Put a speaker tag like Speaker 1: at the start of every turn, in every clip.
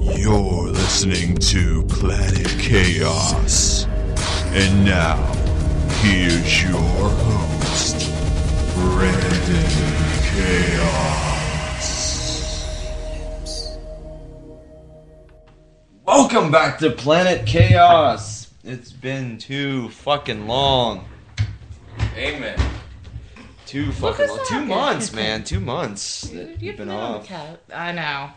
Speaker 1: You're listening to Planet Chaos. And now, here's your host, Brandon Chaos.
Speaker 2: Welcome back to Planet Chaos. It's been too fucking long.
Speaker 3: Amen.
Speaker 2: Too fucking
Speaker 4: who's
Speaker 2: long. Two
Speaker 4: talking.
Speaker 2: months, man. Two months. that
Speaker 4: You've
Speaker 2: You've been
Speaker 4: on the
Speaker 2: off.
Speaker 4: couch. I know.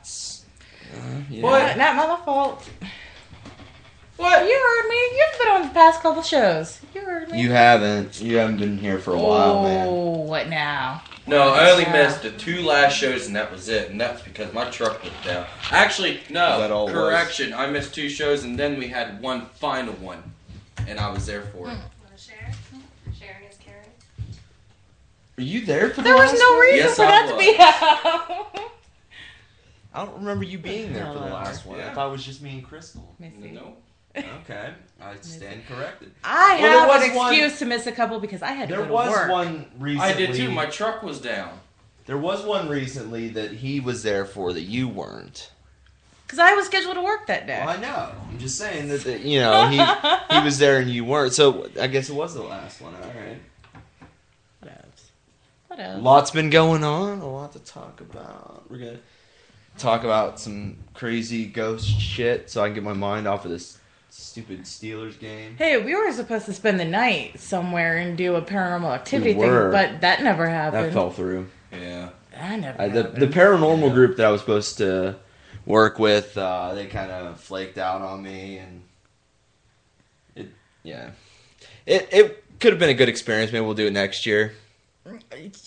Speaker 2: Yeah.
Speaker 4: Not, not my fault. What? You heard me. You've been on the past couple shows. You heard me.
Speaker 2: You haven't. You haven't been here for a while, man.
Speaker 4: Oh, what now?
Speaker 3: No, I only
Speaker 4: Yeah.
Speaker 3: missed the two last shows and that was it, and that's because my truck was down. Actually,
Speaker 2: Is that all
Speaker 3: no,
Speaker 2: it
Speaker 3: correction. I missed two shows and then we had one final one, and I was there for it.
Speaker 5: Want to share? Sharing is caring.
Speaker 2: Were you there for the
Speaker 4: There was
Speaker 2: last
Speaker 4: no
Speaker 2: one?
Speaker 4: reason
Speaker 3: Yes,
Speaker 4: for
Speaker 3: I
Speaker 4: that to be out.
Speaker 2: I don't remember you being there for the last one. I
Speaker 3: Yeah.
Speaker 2: thought it was just me and Crystal.
Speaker 4: Let me see.
Speaker 3: No. Okay, I stand corrected.
Speaker 4: I
Speaker 2: Well, there
Speaker 4: have an
Speaker 2: was one-
Speaker 4: excuse to miss a couple because I had to
Speaker 2: There
Speaker 4: go to
Speaker 2: was
Speaker 4: work.
Speaker 2: one recently.
Speaker 3: I did too. My truck was down.
Speaker 2: There was one recently that he was there for that you weren't.
Speaker 4: Because I was scheduled to work that day.
Speaker 2: Well, I know. I'm just saying that, that Uh, you know he he was there and you weren't. So I guess it was the last one. All right.
Speaker 4: What else? What else?
Speaker 2: Lots been going on. A lot to talk about. We're gonna talk about some crazy ghost shit, so I can get my mind off of this stupid Steelers game.
Speaker 4: Hey, we were supposed to spend the night somewhere and do a paranormal activity
Speaker 2: We were.
Speaker 4: thing, but that never happened.
Speaker 2: That fell through.
Speaker 3: Yeah.
Speaker 4: I never.
Speaker 2: I, the
Speaker 4: happened.
Speaker 2: the paranormal group that I was supposed to work with, uh, they kind of flaked out on me, and it yeah, it it could have been a good experience. Maybe we'll do it next year.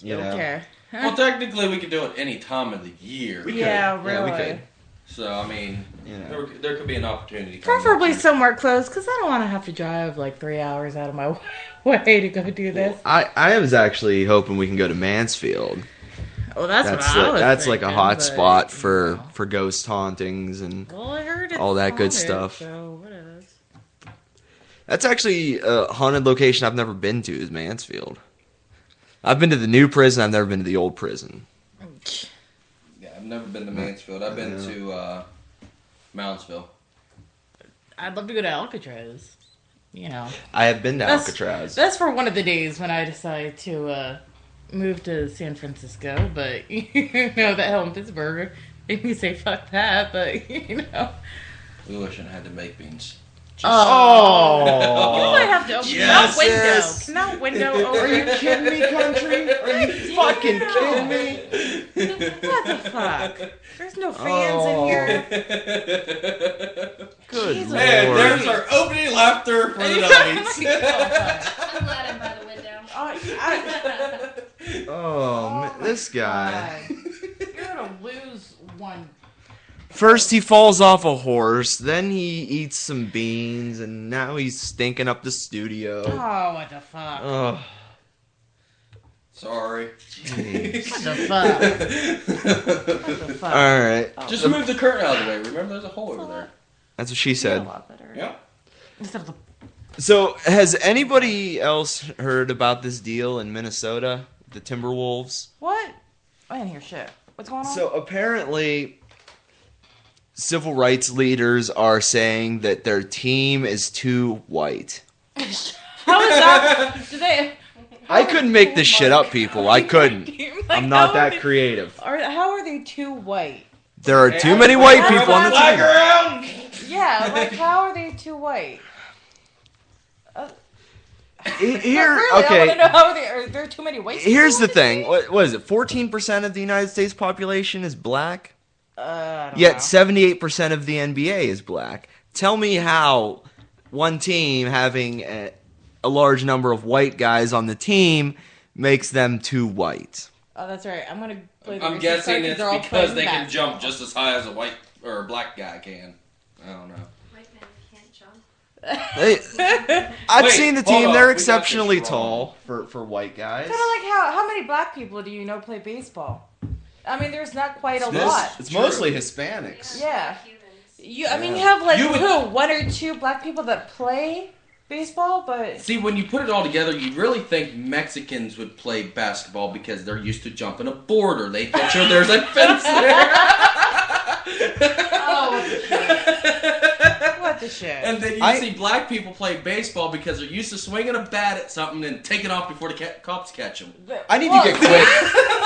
Speaker 2: you know.
Speaker 4: okay.
Speaker 3: Well, technically, we could do it any time of the year.
Speaker 2: We
Speaker 4: yeah,
Speaker 2: could. Yeah,
Speaker 4: really.
Speaker 2: we could.
Speaker 3: So, I mean,
Speaker 2: You know.
Speaker 3: there, there could be an opportunity. coming up
Speaker 4: Preferably
Speaker 3: here.
Speaker 4: somewhere close, because I don't want to have to drive like three hours out of my way to go do this.
Speaker 2: I, I was actually hoping we can go to Mansfield.
Speaker 4: Well, that's,
Speaker 2: That's
Speaker 4: what I
Speaker 2: like,
Speaker 4: was
Speaker 2: that's like a
Speaker 4: thinking,
Speaker 2: hot
Speaker 4: but-
Speaker 2: spot for for ghost hauntings and
Speaker 4: Well, I heard it's
Speaker 2: all that good
Speaker 4: haunted,
Speaker 2: stuff.
Speaker 4: So what is?
Speaker 2: that's actually a haunted location I've never been to is Mansfield. I've been to the new prison. I've never been to the old prison.
Speaker 3: Yeah, I've never been to Mansfield. I've been
Speaker 2: Yeah.
Speaker 3: to uh, Moundsville.
Speaker 4: I'd love to go to Alcatraz. You know,
Speaker 2: I have been to
Speaker 4: That's-
Speaker 2: Alcatraz.
Speaker 4: that's for one of the days when I decide to uh, move to San Francisco. But you know, that hell in Pittsburgh made me say fuck that. But you know,
Speaker 3: We wish I had to make beans.
Speaker 4: oh, you might have to open
Speaker 3: Yes.
Speaker 4: that window.
Speaker 2: Yes.
Speaker 4: Can that window open?
Speaker 2: kidding me, country? Are you fucking kidding me?
Speaker 4: What the fuck? There's no fans
Speaker 2: Oh.
Speaker 4: in here.
Speaker 2: Good
Speaker 4: Jesus.
Speaker 3: And
Speaker 2: lord.
Speaker 3: there's our opening laughter for the night.
Speaker 5: I'm glad I'm by the window.
Speaker 4: Oh, I-
Speaker 2: oh, man, this guy.
Speaker 4: You're gonna lose one.
Speaker 2: First he falls off a horse, then he eats some beans, and now he's stinking up the studio.
Speaker 4: Oh, what Oh, the fuck?
Speaker 2: Ugh.
Speaker 3: Sorry.
Speaker 4: What the fuck? What the fuck?
Speaker 2: All right.
Speaker 3: Just move the curtain out of the way. Remember, there's a hole over there.
Speaker 2: That's what she
Speaker 4: A
Speaker 2: said.
Speaker 4: lot better.
Speaker 3: Yeah.
Speaker 4: Just have to-
Speaker 2: So, has anybody else heard about this deal in Minnesota, the Timberwolves?
Speaker 4: What? I didn't hear shit. What's going on?
Speaker 2: So, apparently, civil rights leaders are saying that their team is too white.
Speaker 4: how is that? Did they?
Speaker 2: I couldn't
Speaker 4: Oh
Speaker 2: make this shit up, people. I couldn't. I'm not that
Speaker 4: creative.
Speaker 2: creative.
Speaker 4: Are, how are they too white?
Speaker 2: There are too many white people on the
Speaker 3: Flag
Speaker 2: team.
Speaker 3: around.
Speaker 4: Yeah, like how are they too white?
Speaker 2: He-
Speaker 4: Like,
Speaker 2: Here,
Speaker 4: really, I want to
Speaker 2: okay.
Speaker 4: know how they are. There too many white. people Uh,
Speaker 2: Here's
Speaker 4: on
Speaker 2: the thing.
Speaker 4: team?
Speaker 2: What, what is it? 14% of the United States population is black.
Speaker 4: Uh, I don't
Speaker 2: Yet
Speaker 4: know.
Speaker 2: seventy-eight percent of the NBA is black. Tell me how one team having a, a large number of white guys on the team makes them too white.
Speaker 4: Oh, that's right. I'm gonna. Play the
Speaker 3: I'm
Speaker 4: racist
Speaker 3: guessing
Speaker 4: card
Speaker 3: it's
Speaker 4: they're all
Speaker 3: because
Speaker 4: playing
Speaker 3: they can
Speaker 4: basketball.
Speaker 3: jump just as high as a white or a black guy can. I don't know.
Speaker 5: White men can't jump.
Speaker 2: They- I've
Speaker 3: Wait,
Speaker 2: seen the
Speaker 3: hold
Speaker 2: team;
Speaker 3: on,
Speaker 2: they're
Speaker 3: we got this
Speaker 2: exceptionally
Speaker 3: wrong.
Speaker 2: tall for for white guys.
Speaker 4: Kind of like how how many black people do you know play baseball? I mean, there's not quite a
Speaker 2: This-
Speaker 4: lot.
Speaker 2: It's
Speaker 3: True.
Speaker 2: mostly Hispanics.
Speaker 4: Yeah.
Speaker 5: Cubans.
Speaker 4: You, I mean,
Speaker 2: Yeah.
Speaker 4: you have like
Speaker 3: You would-
Speaker 4: who one or two black people that play baseball, but
Speaker 3: See, when you put it all together, you really think Mexicans would play basketball because they're used to jumping a border. They picture there's a fence there.
Speaker 4: Oh, what the what the shit?
Speaker 3: And then you
Speaker 2: I-
Speaker 3: see black people play baseball because they're used to swinging a bat at something and taking off before the ca- cops catch them.
Speaker 1: I need
Speaker 4: Well,
Speaker 1: to get quick.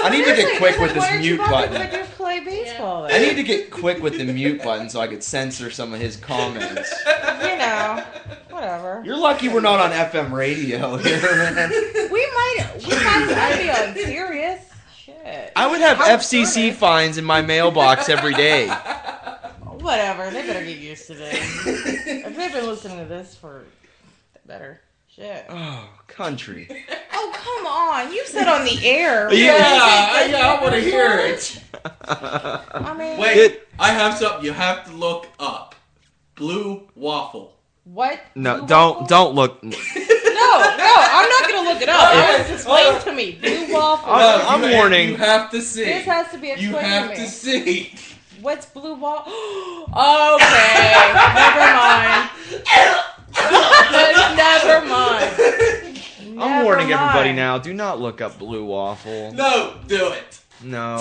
Speaker 1: I need to
Speaker 4: seriously,
Speaker 1: get quick
Speaker 4: there's,
Speaker 1: with
Speaker 4: like,
Speaker 1: this
Speaker 4: one or two
Speaker 1: mute
Speaker 4: black people
Speaker 1: button.
Speaker 4: that do play baseball.
Speaker 2: I
Speaker 4: though.
Speaker 2: need to get quick with the mute button so I could censor some of his comments.
Speaker 4: you know, whatever.
Speaker 2: You're lucky we're not on FM radio here, man.
Speaker 4: We might we might as well be on serious. Shit.
Speaker 2: I would have
Speaker 4: How
Speaker 2: FCC
Speaker 4: dare
Speaker 2: fines in my mailbox every day.
Speaker 4: they? Whatever. They better get used to this. if they've been listening to this for better. Shit.
Speaker 2: Oh, country.
Speaker 4: Oh come on! You said on the air.
Speaker 2: Yeah.
Speaker 3: Yeah, I- yeah, I want to hear it.
Speaker 4: I mean,
Speaker 3: Wait,
Speaker 2: It-
Speaker 3: I have something you have to look up. Blue waffle.
Speaker 4: what?
Speaker 2: No,
Speaker 4: Blue
Speaker 2: don't
Speaker 4: waffle?
Speaker 2: don't look.
Speaker 4: No, no, I'm not gonna look it up.
Speaker 3: Yeah.
Speaker 4: I was explained to me. Blue waffle.
Speaker 2: Uh,
Speaker 3: No,
Speaker 2: I'm
Speaker 3: you ha-
Speaker 2: warning.
Speaker 3: You have to see.
Speaker 4: this has to be
Speaker 3: you
Speaker 4: explained
Speaker 3: have
Speaker 4: to
Speaker 3: to
Speaker 4: me.
Speaker 3: see.
Speaker 4: What's blue waffle? okay, never mind. never mind.
Speaker 2: I'm
Speaker 4: Never
Speaker 2: warning everybody
Speaker 4: mind.
Speaker 2: now. Do not look up blue waffle.
Speaker 3: No, do it.
Speaker 2: No,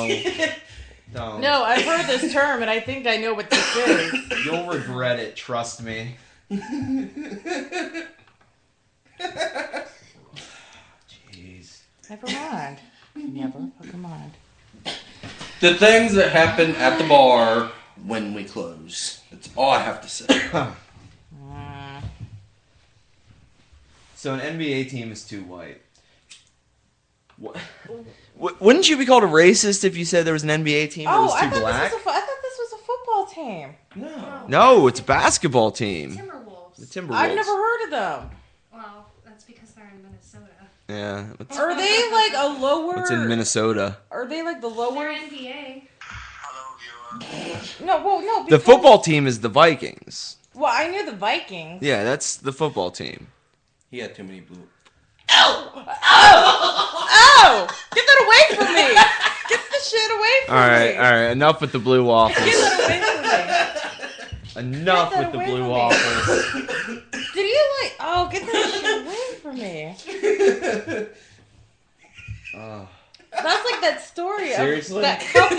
Speaker 2: don't.
Speaker 4: No, I've heard this term and I think I know what this is.
Speaker 2: You'll regret it. Trust me. Jeez.
Speaker 4: Never mind. Never fucking mind.
Speaker 3: The things that happen at the bar when we close. That's all I have to say.
Speaker 2: Uh,
Speaker 4: Mm.
Speaker 2: So an NBA team is too white. What? Wouldn't you be called a racist if you said there was an NBA team that
Speaker 4: Oh,
Speaker 2: was
Speaker 4: I
Speaker 2: too
Speaker 4: thought,
Speaker 2: black?
Speaker 4: This was a, fo- I thought this was a football team.
Speaker 3: No.
Speaker 2: No, it's a basketball team. The
Speaker 5: Timberwolves.
Speaker 2: Timberwolves.
Speaker 4: I've never heard of them.
Speaker 5: Well, that's because they're in Minnesota.
Speaker 2: Yeah, what's,
Speaker 4: Are they like a lower?
Speaker 2: what's in Minnesota?
Speaker 4: Are they like the
Speaker 5: They're
Speaker 4: lower?
Speaker 5: NBA.
Speaker 4: No, well, no.
Speaker 2: The
Speaker 4: because-
Speaker 2: football team is the Vikings.
Speaker 4: Well, I knew the Vikings.
Speaker 2: Yeah, that's the football team.
Speaker 3: He had too many blue.
Speaker 4: Oh, get that away from me! Get the shit away from
Speaker 2: All right,
Speaker 4: me!
Speaker 2: all right. Enough with the blue
Speaker 4: Get
Speaker 2: waffles.
Speaker 4: that away
Speaker 2: Enough
Speaker 4: Get that
Speaker 2: with the
Speaker 4: away
Speaker 2: blue
Speaker 4: from me.
Speaker 2: waffles.
Speaker 4: from me! Did you like? Oh, get that shit away from me!
Speaker 2: Oh.
Speaker 4: That's like that story
Speaker 2: Seriously?
Speaker 4: of that couple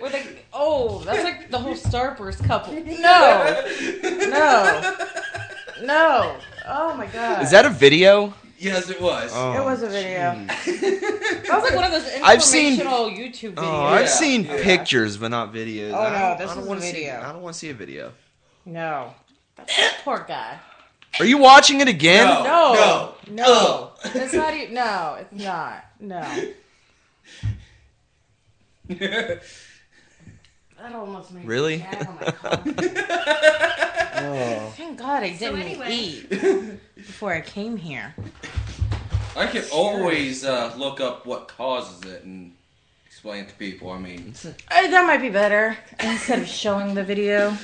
Speaker 4: where they. Oh, that's like the whole Starburst couple. No, no, no! Oh my god!
Speaker 2: Is that a video?
Speaker 3: Yes, it was.
Speaker 2: Oh,
Speaker 4: It was a video.
Speaker 2: jeez.
Speaker 4: That was like one of those informational
Speaker 2: I've seen-
Speaker 4: YouTube videos.
Speaker 2: Oh, I've
Speaker 3: Yeah,
Speaker 2: seen
Speaker 3: yeah.
Speaker 2: pictures, but not videos.
Speaker 4: Oh,
Speaker 2: I don't-
Speaker 4: no, this
Speaker 2: I
Speaker 4: is a
Speaker 2: don't wanna see-
Speaker 4: video.
Speaker 2: I don't want to see a video.
Speaker 4: No. That's that poor guy.
Speaker 2: Are you watching it again?
Speaker 3: No.
Speaker 4: No.
Speaker 3: No.
Speaker 4: No. It's not even. No, it's not. No. That almost made
Speaker 2: Really?
Speaker 4: me mad on my tongue.
Speaker 2: Oh.
Speaker 4: Thank God I didn't
Speaker 5: anyway.
Speaker 4: eat before I came here.
Speaker 3: I can always uh, look up what causes it and explain it to people. I mean,
Speaker 4: Uh, that might be better instead of showing the video.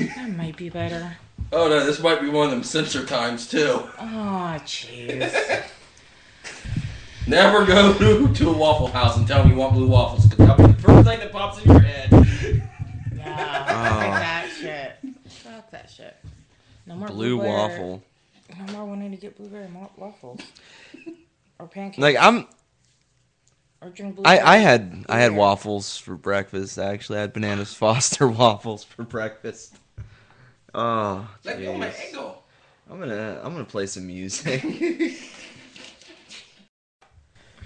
Speaker 4: That might be better.
Speaker 3: oh no, this might be one of them censor times too.
Speaker 4: Oh, jeez.
Speaker 3: Never go to, to a Waffle House and tell them you want blue waffles because that'll be the first thing that pops in your head.
Speaker 4: Yeah,
Speaker 2: Oh.
Speaker 4: fuck that shit. Fuck that shit. No more
Speaker 2: Blue
Speaker 4: blueberry-
Speaker 2: waffle.
Speaker 4: No more wanting to get blueberry mo- waffles or pancakes
Speaker 2: Like I'm,
Speaker 4: or drink blueberry.
Speaker 2: I, I had I had waffles for breakfast. Actually, I had bananas Foster waffles for breakfast. Oh,
Speaker 3: Let go of my
Speaker 2: jeez.
Speaker 3: angle.
Speaker 2: I'm gonna I'm gonna play some music.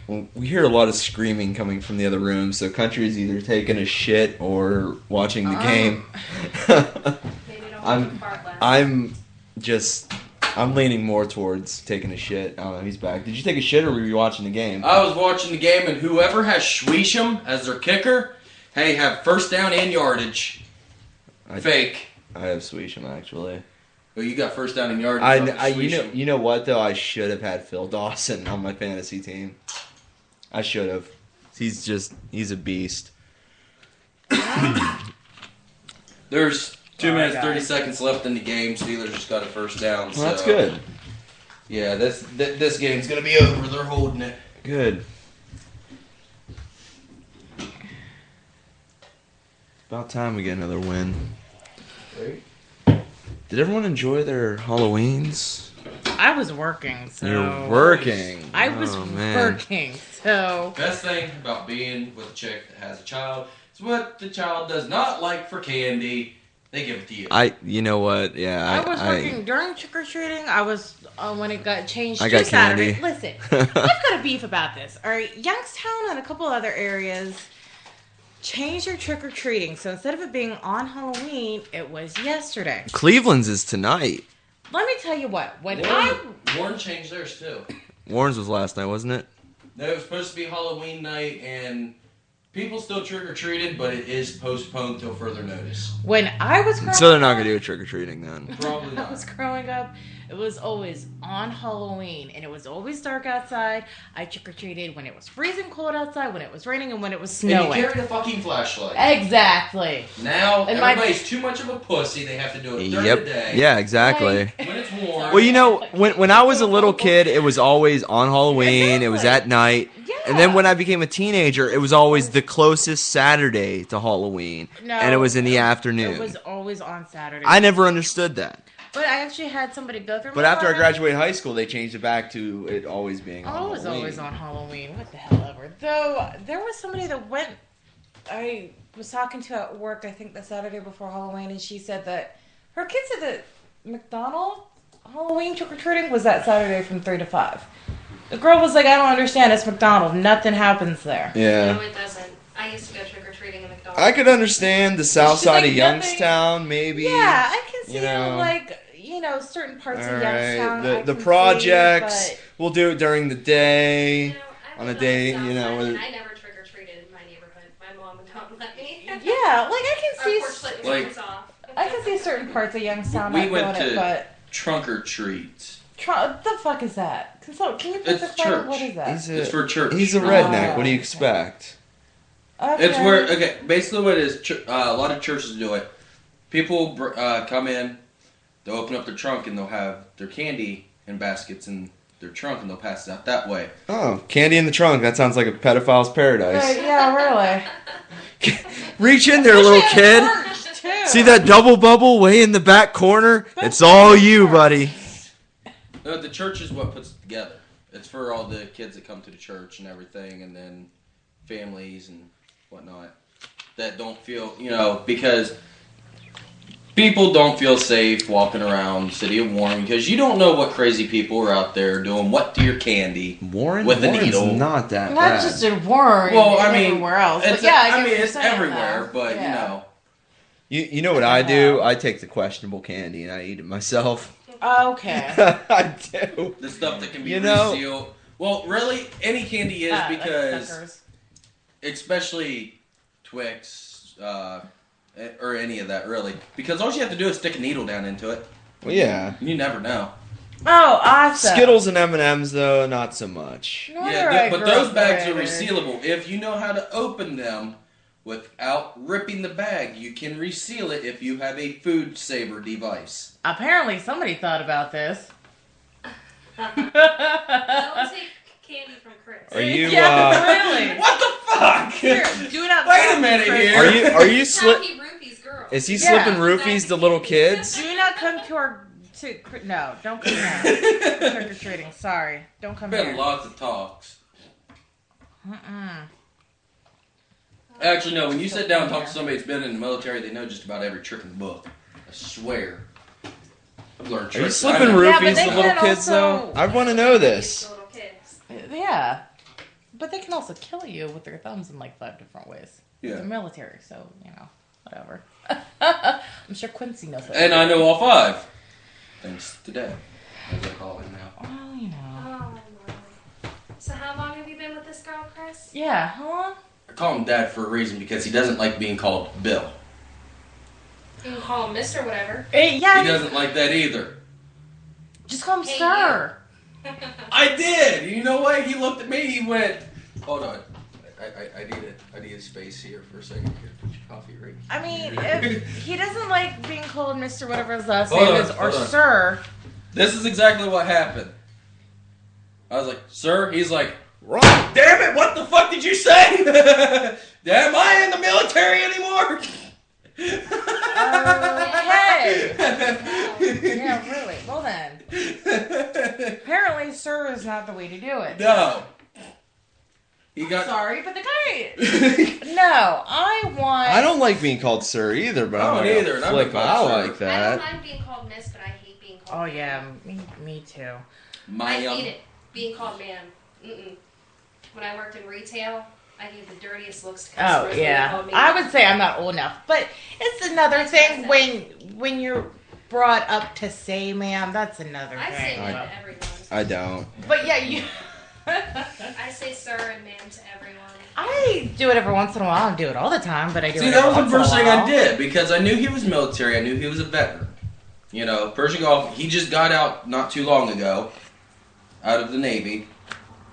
Speaker 2: we hear a lot of screaming coming from the other room, so Country is either taking a shit or watching the game.
Speaker 5: They did all
Speaker 2: I'm-
Speaker 5: the fart last.
Speaker 2: I'm just I'm leaning more towards taking a shit. I don't know. He's back. Did you take a shit or were you watching the game?
Speaker 3: I was watching the game, and whoever has Schweesham as their kicker, hey, have first down and yardage.
Speaker 2: I-
Speaker 3: Fake.
Speaker 2: I have Swisham actually.
Speaker 3: Well, you got first down and yardage.
Speaker 2: I,
Speaker 3: off of
Speaker 2: I you know
Speaker 3: Swisham.
Speaker 2: you know what though? I should have had Phil Dawson on my fantasy team. I should have. He's just he's a beast.
Speaker 3: There's two
Speaker 4: Sorry,
Speaker 3: minutes
Speaker 4: guys.
Speaker 3: thirty seconds left in the game. Steelers just got a first down.
Speaker 2: Well, that's
Speaker 3: so-
Speaker 2: good.
Speaker 3: Yeah, this th- this game's gonna be over. They're holding it.
Speaker 2: Good. About time we get another win. Did everyone enjoy their Halloweens?
Speaker 4: I was working, so
Speaker 2: You're working.
Speaker 4: I was
Speaker 2: Oh, man.
Speaker 4: working, so
Speaker 3: Best thing about being with a chick that has a child is what the child does not like for candy, they give it to you.
Speaker 2: I, you know what? Yeah,
Speaker 4: I, was
Speaker 2: I,
Speaker 4: working during trick or treating. I was uh, when it got changed
Speaker 2: I
Speaker 4: to
Speaker 2: got
Speaker 4: Saturday.
Speaker 2: candy.
Speaker 4: Listen, I've got a beef about this. All right, Youngstown and a couple other areas changed their trick or treating. So instead of it being on Halloween, it was yesterday.
Speaker 2: Cleveland's is tonight.
Speaker 4: Let me tell you what. When I
Speaker 3: Warren, Warren changed theirs too.
Speaker 2: Warren's was last night, wasn't it?
Speaker 3: No, it was supposed to be Halloween night, and people still trick or treated, but it is postponed till further notice.
Speaker 4: when I was growing
Speaker 2: So they're not
Speaker 4: up-
Speaker 2: gonna do a trick or treating then.
Speaker 3: Probably
Speaker 4: I was
Speaker 3: not.
Speaker 4: growing up, it was always on Halloween and it was always dark outside. I trick or treated when it was freezing cold outside, when it was raining, and when it was
Speaker 3: And you
Speaker 4: snowing.
Speaker 3: carried a fucking flashlight.
Speaker 4: Exactly.
Speaker 3: Now
Speaker 4: And my-
Speaker 3: everybody's too much of a pussy. They have to do it during the
Speaker 2: Yep.
Speaker 3: day.
Speaker 2: Yeah, exactly.
Speaker 4: Like-
Speaker 3: When it's warm.
Speaker 2: Well, you know, when when I was a little kid, it was always on Halloween. It was at night. And then when I became a teenager, it was always the closest Saturday to Halloween,
Speaker 4: No.
Speaker 2: and it was in the
Speaker 4: It was
Speaker 2: afternoon.
Speaker 4: always on Saturday.
Speaker 2: I never understood that.
Speaker 4: but I actually had somebody go through.
Speaker 2: But
Speaker 4: my
Speaker 2: after I
Speaker 4: apartment.
Speaker 2: graduated high school, they changed it back to it always being on
Speaker 4: Oh, it was
Speaker 2: Halloween.
Speaker 4: always on Halloween. What the hell ever. Though there was somebody that went. I was talking to at work. I think the Saturday before Halloween, and she said that her kids said that McDonald's Halloween trick or treating was that Saturday from three to five. The girl was like, "I don't understand. It's McDonald's. Nothing happens there."
Speaker 5: no,
Speaker 2: Yeah,
Speaker 5: it doesn't. I used to go trick or treating in McDonald's.
Speaker 2: uh, I could understand the South
Speaker 4: She's
Speaker 2: Side
Speaker 4: like,
Speaker 2: of
Speaker 4: nothing-
Speaker 2: Youngstown, maybe.
Speaker 4: Yeah, I can see
Speaker 2: You know.
Speaker 4: like you know certain parts
Speaker 2: All
Speaker 4: of
Speaker 2: right.
Speaker 4: Youngstown. I
Speaker 2: The
Speaker 4: can
Speaker 2: the
Speaker 4: see,
Speaker 2: projects
Speaker 4: but-
Speaker 2: we'll do it during the day.
Speaker 5: You know, I
Speaker 2: On
Speaker 5: lived
Speaker 2: a day,
Speaker 5: the
Speaker 2: you
Speaker 5: South
Speaker 2: know,
Speaker 5: Side,
Speaker 2: whether-
Speaker 5: and I never trick or treated in my neighborhood. My mom would not let me.
Speaker 4: Yeah, like I
Speaker 5: Our
Speaker 4: can
Speaker 5: porch
Speaker 4: see.
Speaker 5: light
Speaker 3: Like-
Speaker 5: was off.
Speaker 4: I can see certain parts of Youngstown
Speaker 3: We
Speaker 4: not
Speaker 3: went
Speaker 4: doing it,
Speaker 3: to-
Speaker 4: but
Speaker 3: Trunk or treat.
Speaker 4: Try, what the fuck is that? Can, so, can you
Speaker 3: It's
Speaker 4: specify
Speaker 3: church.
Speaker 4: what is that?
Speaker 2: He's a-
Speaker 3: It's for church.
Speaker 2: He's a
Speaker 4: Oh,
Speaker 2: redneck. What do you
Speaker 4: okay.
Speaker 2: expect?
Speaker 4: Okay.
Speaker 3: It's where okay. Basically, what it is ch- uh, a lot of churches do it. People br- uh, come in, they'll open up their trunk and they'll have their candy in baskets in their trunk and they'll pass it out that way.
Speaker 2: Oh, candy in the trunk. That sounds like a pedophile's
Speaker 4: Right,
Speaker 2: paradise.
Speaker 4: yeah, really.
Speaker 2: Reach in there, little kid. See that double bubble way in the back corner? It's all you, buddy.
Speaker 3: No, the church is what puts it together. It's for all the kids that come to the church and everything, and then families and whatnot that don't feel you know because people don't feel safe walking around the city of Warren because you don't know what crazy people are out there doing what to your candy.
Speaker 2: Warren
Speaker 3: With a
Speaker 2: Warren's
Speaker 3: needle.
Speaker 2: not that
Speaker 4: Not
Speaker 2: bad.
Speaker 4: just in Warren.
Speaker 3: Well,
Speaker 4: it's
Speaker 3: I mean,
Speaker 4: everywhere else.
Speaker 3: It's
Speaker 4: but yeah, I,
Speaker 3: I
Speaker 4: get
Speaker 3: mean,
Speaker 4: what you're
Speaker 3: it's
Speaker 4: saying, though.
Speaker 3: everywhere, but
Speaker 4: Yeah.
Speaker 3: you know,
Speaker 2: you, you know what I do? I take the questionable candy and I eat it myself.
Speaker 4: Okay.
Speaker 2: I do.
Speaker 3: the stuff that can be
Speaker 2: You know-
Speaker 3: resealed. Well, really, any candy is
Speaker 4: Ah, like
Speaker 3: because,
Speaker 4: suckers.
Speaker 3: especially Twix uh, eh, or any of that, really, because all you have to do is stick a needle down into it.
Speaker 2: Well, yeah.
Speaker 3: You never know.
Speaker 4: Oh, awesome.
Speaker 2: Skittles and M and M's though, not so much.
Speaker 4: No wonder
Speaker 3: yeah,
Speaker 4: I
Speaker 3: th- but
Speaker 4: grew
Speaker 3: those
Speaker 4: up
Speaker 3: bags are
Speaker 4: better.
Speaker 3: resealable. If you know how to open them without ripping the bag, you can reseal it if you have a food saver device.
Speaker 4: Apparently, somebody thought about this.
Speaker 5: Don't take candy from Chris.
Speaker 2: Are you?
Speaker 4: Yeah,
Speaker 2: Uh,
Speaker 4: really.
Speaker 3: What the fuck?
Speaker 4: Here, do it outside.
Speaker 3: Wait a minute
Speaker 4: first.
Speaker 3: here.
Speaker 2: are you? Are you
Speaker 5: Slip.
Speaker 2: slip?
Speaker 5: Roofies girl.
Speaker 2: Is he
Speaker 4: Yeah.
Speaker 2: slipping roofies to little kids?
Speaker 4: Do not come to our. To, no, don't come here. Trick or treating. Sorry, don't come
Speaker 3: Been
Speaker 4: here.
Speaker 3: lots of talks.
Speaker 4: Mm-mm.
Speaker 3: Actually, no. When you sit down and talk to somebody that's been in the military, they know just about every trick in the book. I swear. I've learned tricks.
Speaker 2: Are you slipping
Speaker 3: I know.
Speaker 4: Yeah, but
Speaker 2: roofies
Speaker 4: they
Speaker 2: to little
Speaker 4: can
Speaker 2: kids
Speaker 4: also-
Speaker 2: though? I want to know this.
Speaker 5: Little kids.
Speaker 4: Uh, Yeah, but they can also kill you with their thumbs in like five different ways.
Speaker 3: Yeah.
Speaker 4: The military, so you know, whatever. I'm sure Quincy knows that.
Speaker 3: And I know all five. Thanks to Dad. As I call him now.
Speaker 4: Well, you know.
Speaker 5: Oh, my lord. So how long have you been with this girl, Chris?
Speaker 4: Yeah, how long?
Speaker 3: I call him Dad for a reason because he doesn't like being called Bill.
Speaker 5: You can call him Mister whatever.
Speaker 4: Eh, yeah,
Speaker 3: He doesn't like that either.
Speaker 4: just call him
Speaker 5: Hey,
Speaker 4: Sir.
Speaker 3: I did. You know what? He looked at me. He went, "Hold on, I, I, I need a I need a space here for a second. Here, put your coffee right."
Speaker 4: I mean, if he doesn't like being called Mr. whatever his last
Speaker 3: Hold
Speaker 4: name
Speaker 3: on,
Speaker 4: is, or
Speaker 3: hold on.
Speaker 4: Sir.
Speaker 3: This is exactly what happened. I was like, "Sir," he's like,
Speaker 2: Wrong.
Speaker 3: "Damn it! What the fuck did you say? Am I in the military anymore?"
Speaker 4: Yeah, really. Well then, apparently Sir is not the way to do it.
Speaker 3: no. He got.
Speaker 4: Sorry, but the guy.
Speaker 3: I
Speaker 4: No, I want.
Speaker 2: I don't like being called sir either, but
Speaker 3: I
Speaker 2: I'm
Speaker 3: don't
Speaker 2: not gonna
Speaker 3: either, and I'm
Speaker 2: Flip
Speaker 3: not
Speaker 2: out
Speaker 3: called sir.
Speaker 2: like
Speaker 5: I don't
Speaker 2: that.
Speaker 5: mind being called Miss, but I hate being
Speaker 4: Oh
Speaker 5: called.
Speaker 4: yeah, me, me too.
Speaker 5: I
Speaker 3: My, um,
Speaker 5: hate it being called ma'am. Mm-mm. When I worked in retail, I gave the dirtiest looks to
Speaker 4: Oh
Speaker 5: customers. when they
Speaker 4: yeah,
Speaker 5: called me
Speaker 4: I
Speaker 5: ma'am.
Speaker 4: would say I'm not old enough, but it's another thing when when you're brought up to say, "Ma'am," that's another
Speaker 5: I say
Speaker 4: thing.
Speaker 5: ma'am
Speaker 2: I-
Speaker 5: to everyone.
Speaker 2: I don't.
Speaker 4: But yeah, you.
Speaker 5: I say sir and ma'am to everyone.
Speaker 4: I do it every once in a while. I don't do it all the time, but I do.
Speaker 3: See,
Speaker 4: it
Speaker 3: that
Speaker 4: every
Speaker 3: was the
Speaker 4: once in a
Speaker 3: first thing I
Speaker 4: while.
Speaker 3: did because I knew he was military. I knew he was a veteran. You know, Persian Gulf. He just got out not too long ago, out of the Navy.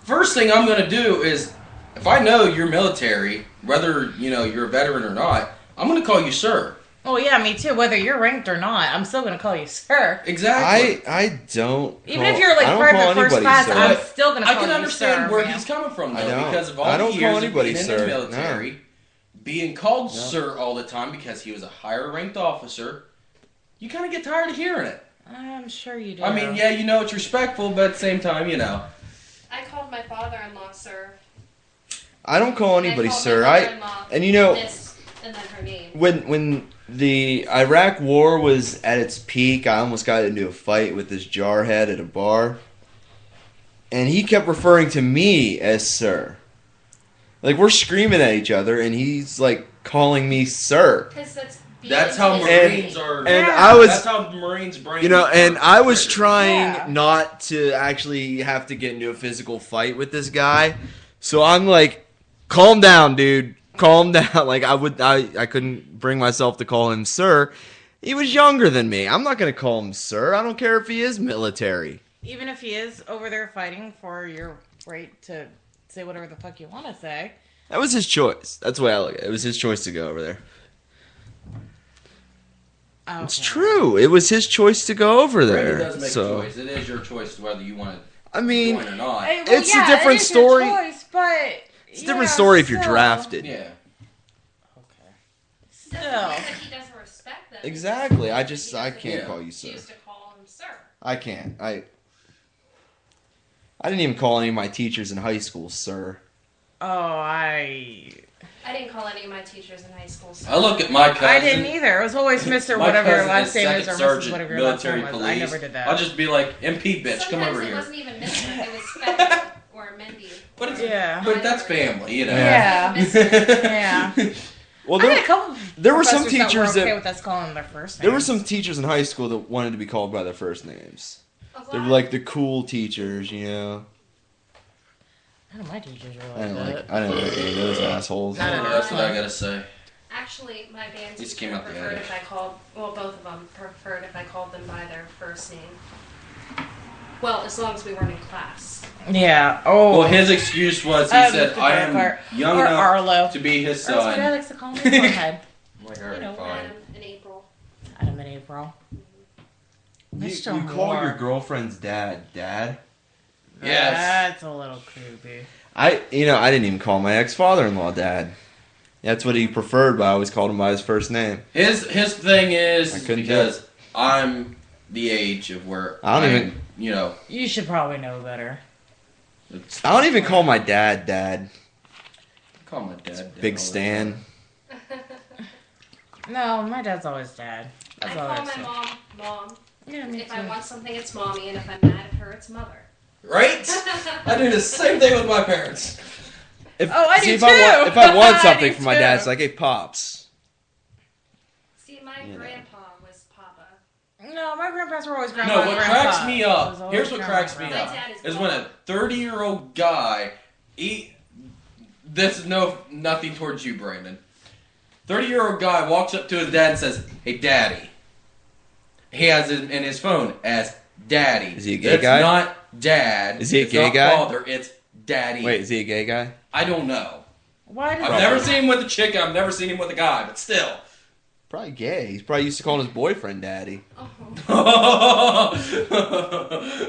Speaker 3: First thing I'm going to do is, if I know you're military, whether you know you're a veteran or not, I'm going to call you sir.
Speaker 4: Oh yeah, me too. Whether you're ranked or not, I'm still gonna call you sir.
Speaker 3: Exactly.
Speaker 2: I I don't.
Speaker 4: Even
Speaker 2: call-
Speaker 4: if you're
Speaker 2: I
Speaker 4: like
Speaker 2: don't
Speaker 4: private
Speaker 2: call
Speaker 4: first
Speaker 2: anybody,
Speaker 4: class,
Speaker 2: sir.
Speaker 4: I'm still gonna
Speaker 3: I
Speaker 4: call
Speaker 3: can
Speaker 4: you
Speaker 3: understand
Speaker 4: sir,
Speaker 3: where
Speaker 4: ma'am.
Speaker 3: he's coming from
Speaker 2: I
Speaker 3: though,
Speaker 2: don't.
Speaker 3: because of all
Speaker 2: I don't
Speaker 3: the
Speaker 2: call
Speaker 3: years of
Speaker 2: anybody
Speaker 3: being
Speaker 2: sir,
Speaker 3: in the
Speaker 2: no.
Speaker 3: military, being called
Speaker 2: No.
Speaker 3: sir all the time because he was a higher ranked officer. You kind of get tired of hearing it.
Speaker 4: I'm sure you do.
Speaker 3: I mean, yeah, you know it's respectful, but at the same time, you know.
Speaker 5: I called my father-in-law sir.
Speaker 2: I don't call
Speaker 5: and I
Speaker 2: anybody
Speaker 5: called my
Speaker 2: sir. I
Speaker 5: mother-in-law
Speaker 2: and you know
Speaker 5: Miss, and then her name.
Speaker 2: when when the Iraq War was at its peak, I almost got into a fight with this jarhead at a bar, and he kept referring to me as sir. Like we're screaming at each other, and he's like calling me sir.
Speaker 5: Because that's.
Speaker 3: That's how Marines are.
Speaker 2: And
Speaker 4: Yeah.
Speaker 2: I was,
Speaker 3: that's how Marines brain.
Speaker 2: you know, and I was trying
Speaker 4: Yeah.
Speaker 2: not to actually have to get into a physical fight with this guy, so I'm like, calm down, dude, calm down. Like I would, I, I couldn't bring myself to call him sir. He was younger than me. I'm not gonna call him sir. I don't care if he is military.
Speaker 4: even if he is over there fighting for your right to say whatever the fuck you want to say.
Speaker 2: That was his choice. That's the way I look at it. It was his choice to go over there.
Speaker 4: Okay.
Speaker 2: It's true. It was his choice to go over
Speaker 3: Brady
Speaker 2: there.
Speaker 3: does make a
Speaker 2: So
Speaker 3: choice. It is your choice whether you want
Speaker 2: I
Speaker 3: to
Speaker 2: mean,
Speaker 3: join or not.
Speaker 4: Hey,
Speaker 2: It's a different
Speaker 4: it is your
Speaker 2: story.
Speaker 4: choice, but
Speaker 2: it's a different story if you're drafted.
Speaker 3: yeah.
Speaker 4: Okay.
Speaker 5: Doesn't mean
Speaker 4: Still.
Speaker 5: that he doesn't respect them.
Speaker 2: Exactly. I just I can't
Speaker 3: Yeah.
Speaker 2: call you sir.
Speaker 5: Choose to call him sir.
Speaker 2: I can't. I I didn't even call any of my teachers in high school, sir.
Speaker 4: Oh, I
Speaker 5: I didn't call any of my teachers in high school sir.
Speaker 3: I look at my cousin.
Speaker 4: I didn't either. It was always Mister
Speaker 3: my
Speaker 4: whatever your
Speaker 3: cousin
Speaker 4: last name is or
Speaker 3: second
Speaker 4: Mrs.
Speaker 3: sergeant,
Speaker 4: whatever your last
Speaker 3: military
Speaker 4: name was.
Speaker 3: police.
Speaker 4: I never did that.
Speaker 3: I'll just be like, MP bitch,
Speaker 5: Sometimes
Speaker 3: come over
Speaker 5: it
Speaker 3: here.
Speaker 5: wasn't even Mister. It was Fat or Mindy.
Speaker 3: But it's,
Speaker 4: Yeah.
Speaker 3: but that's family, you know.
Speaker 4: Yeah. Yeah.
Speaker 2: Well,
Speaker 4: I
Speaker 2: there
Speaker 4: had a couple.
Speaker 2: there were some
Speaker 4: professors
Speaker 2: teachers
Speaker 4: that were okay
Speaker 2: that-
Speaker 4: with us calling them their first name.
Speaker 2: there were some teachers in high school that wanted to be called by their first names. They were like the cool teachers, you know.
Speaker 4: None of my teachers were
Speaker 2: I
Speaker 4: like
Speaker 2: didn't
Speaker 4: that.
Speaker 2: like I didn't like any of those assholes.
Speaker 4: Not at all.
Speaker 3: That's what I gotta say.
Speaker 5: Actually, my band
Speaker 3: These
Speaker 5: teacher
Speaker 3: came out the
Speaker 5: preferred
Speaker 3: attic.
Speaker 5: if I called. Well, both of them preferred if I called them by their first name. Well, as long as we weren't in class.
Speaker 4: Yeah. Oh.
Speaker 3: Well, his excuse was he
Speaker 4: Um,
Speaker 3: said,
Speaker 4: Mr.
Speaker 3: "I am
Speaker 4: Burkhart.
Speaker 3: young
Speaker 4: or
Speaker 3: enough
Speaker 4: Arlo.
Speaker 3: to be his
Speaker 4: Or that's what
Speaker 3: son."
Speaker 4: Alex to call me. Pornhead.
Speaker 3: I'm like, alright,
Speaker 4: You know,
Speaker 3: fine.
Speaker 5: Adam and April.
Speaker 4: Adam and April.
Speaker 2: You,
Speaker 4: Mr.
Speaker 2: you call your
Speaker 4: Moore.
Speaker 2: girlfriend's dad, dad.
Speaker 3: Yes.
Speaker 4: That's a little creepy.
Speaker 2: I, you know, I didn't even call my ex father in law dad. That's what he preferred, but I always called him by his first name.
Speaker 3: His his thing is
Speaker 2: I
Speaker 3: is
Speaker 2: couldn't do
Speaker 3: because I'm the age of where
Speaker 2: I don't
Speaker 3: I'm,
Speaker 2: even-
Speaker 3: you know
Speaker 4: You should probably know better.
Speaker 3: it's,
Speaker 2: I don't even call my dad dad.
Speaker 3: call my dad Dad, all
Speaker 2: Big
Speaker 3: that.
Speaker 2: Stan.
Speaker 4: No, my dad's always dad.
Speaker 5: I
Speaker 4: That's all
Speaker 5: call
Speaker 4: I've
Speaker 5: my
Speaker 4: said.
Speaker 5: mom mom.
Speaker 4: Yeah, me
Speaker 5: If I
Speaker 4: too.
Speaker 5: want something, it's mommy, and if I'm mad at her, it's mother.
Speaker 3: Right? I do the same thing with my parents.
Speaker 2: If,
Speaker 4: Oh, I do
Speaker 2: if I want,
Speaker 4: too.
Speaker 2: if I want
Speaker 4: I
Speaker 2: something
Speaker 4: do
Speaker 2: from my
Speaker 4: too.
Speaker 2: dad, it's like, hey, pops.
Speaker 5: See, my
Speaker 2: You know.
Speaker 5: grandpa was Papa.
Speaker 4: No, my grandparents were always grandpa.
Speaker 3: No,
Speaker 4: and
Speaker 3: what
Speaker 4: grandpa.
Speaker 3: cracks me
Speaker 4: It was
Speaker 3: up.
Speaker 4: always
Speaker 3: Here's what
Speaker 4: grandma
Speaker 3: cracks
Speaker 4: and
Speaker 3: me
Speaker 5: My
Speaker 4: grandpa.
Speaker 3: up
Speaker 5: dad is
Speaker 3: is when a 30 year old guy eat. This is no nothing towards you, Brandon. 30 year old guy walks up to his dad and says, "Hey, daddy." He has it in his phone as daddy.
Speaker 2: Is he a gay
Speaker 3: it's
Speaker 2: guy?
Speaker 3: not dad.
Speaker 2: Is he a
Speaker 3: it's
Speaker 2: gay
Speaker 3: not
Speaker 2: guy?
Speaker 3: Father, it's daddy.
Speaker 2: Wait, is he a gay guy?
Speaker 3: I don't know.
Speaker 4: Why did
Speaker 3: I've
Speaker 4: they-
Speaker 3: never seen him with a chick. I've never seen him with a guy, but still.
Speaker 2: Probably gay. He's probably used to calling his boyfriend daddy.
Speaker 5: Oh,
Speaker 3: we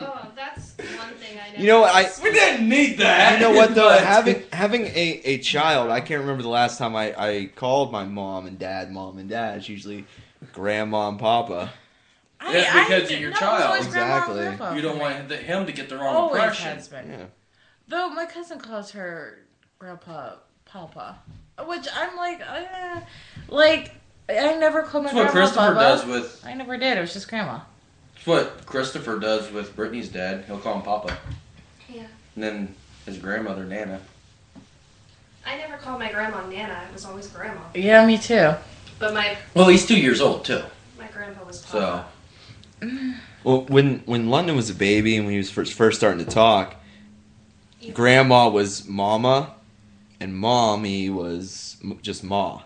Speaker 5: oh, that's one thing I know.
Speaker 2: You know what, I-
Speaker 3: didn't need that.
Speaker 2: You know what though?
Speaker 3: but-
Speaker 2: having having a, a child, I can't remember the last time I, I called my mom and dad, mom and dad. It's usually grandma and papa.
Speaker 4: I-
Speaker 3: That's
Speaker 4: I
Speaker 3: because of
Speaker 4: did-
Speaker 3: your
Speaker 4: no, it was always grandma
Speaker 2: child.
Speaker 4: and
Speaker 2: Exactly.
Speaker 4: grandpa
Speaker 3: you
Speaker 4: for
Speaker 3: don't
Speaker 4: me.
Speaker 3: want the- him to get the wrong
Speaker 4: always
Speaker 3: impression.
Speaker 4: has been.
Speaker 2: Yeah.
Speaker 4: Though my cousin calls her grandpa Papa, which I'm like, uh, like I never called my
Speaker 3: That's what
Speaker 4: grandma
Speaker 3: Christopher
Speaker 4: Papa.
Speaker 3: does with.
Speaker 4: I never did. It was just grandma.
Speaker 3: That's what Christopher does with Brittany's dad. He'll call him Papa,
Speaker 5: Yeah.
Speaker 3: and then his grandmother Nana.
Speaker 5: I never called my grandma Nana. It was always Grandma.
Speaker 4: Yeah, me too.
Speaker 5: But my
Speaker 3: Well, he's two years old too.
Speaker 5: my grandpa was
Speaker 3: So-
Speaker 5: Papa.
Speaker 2: Well, when when London was a baby and when he was first first starting to talk,
Speaker 5: You-
Speaker 2: grandma was mama, and mommy was m- just ma.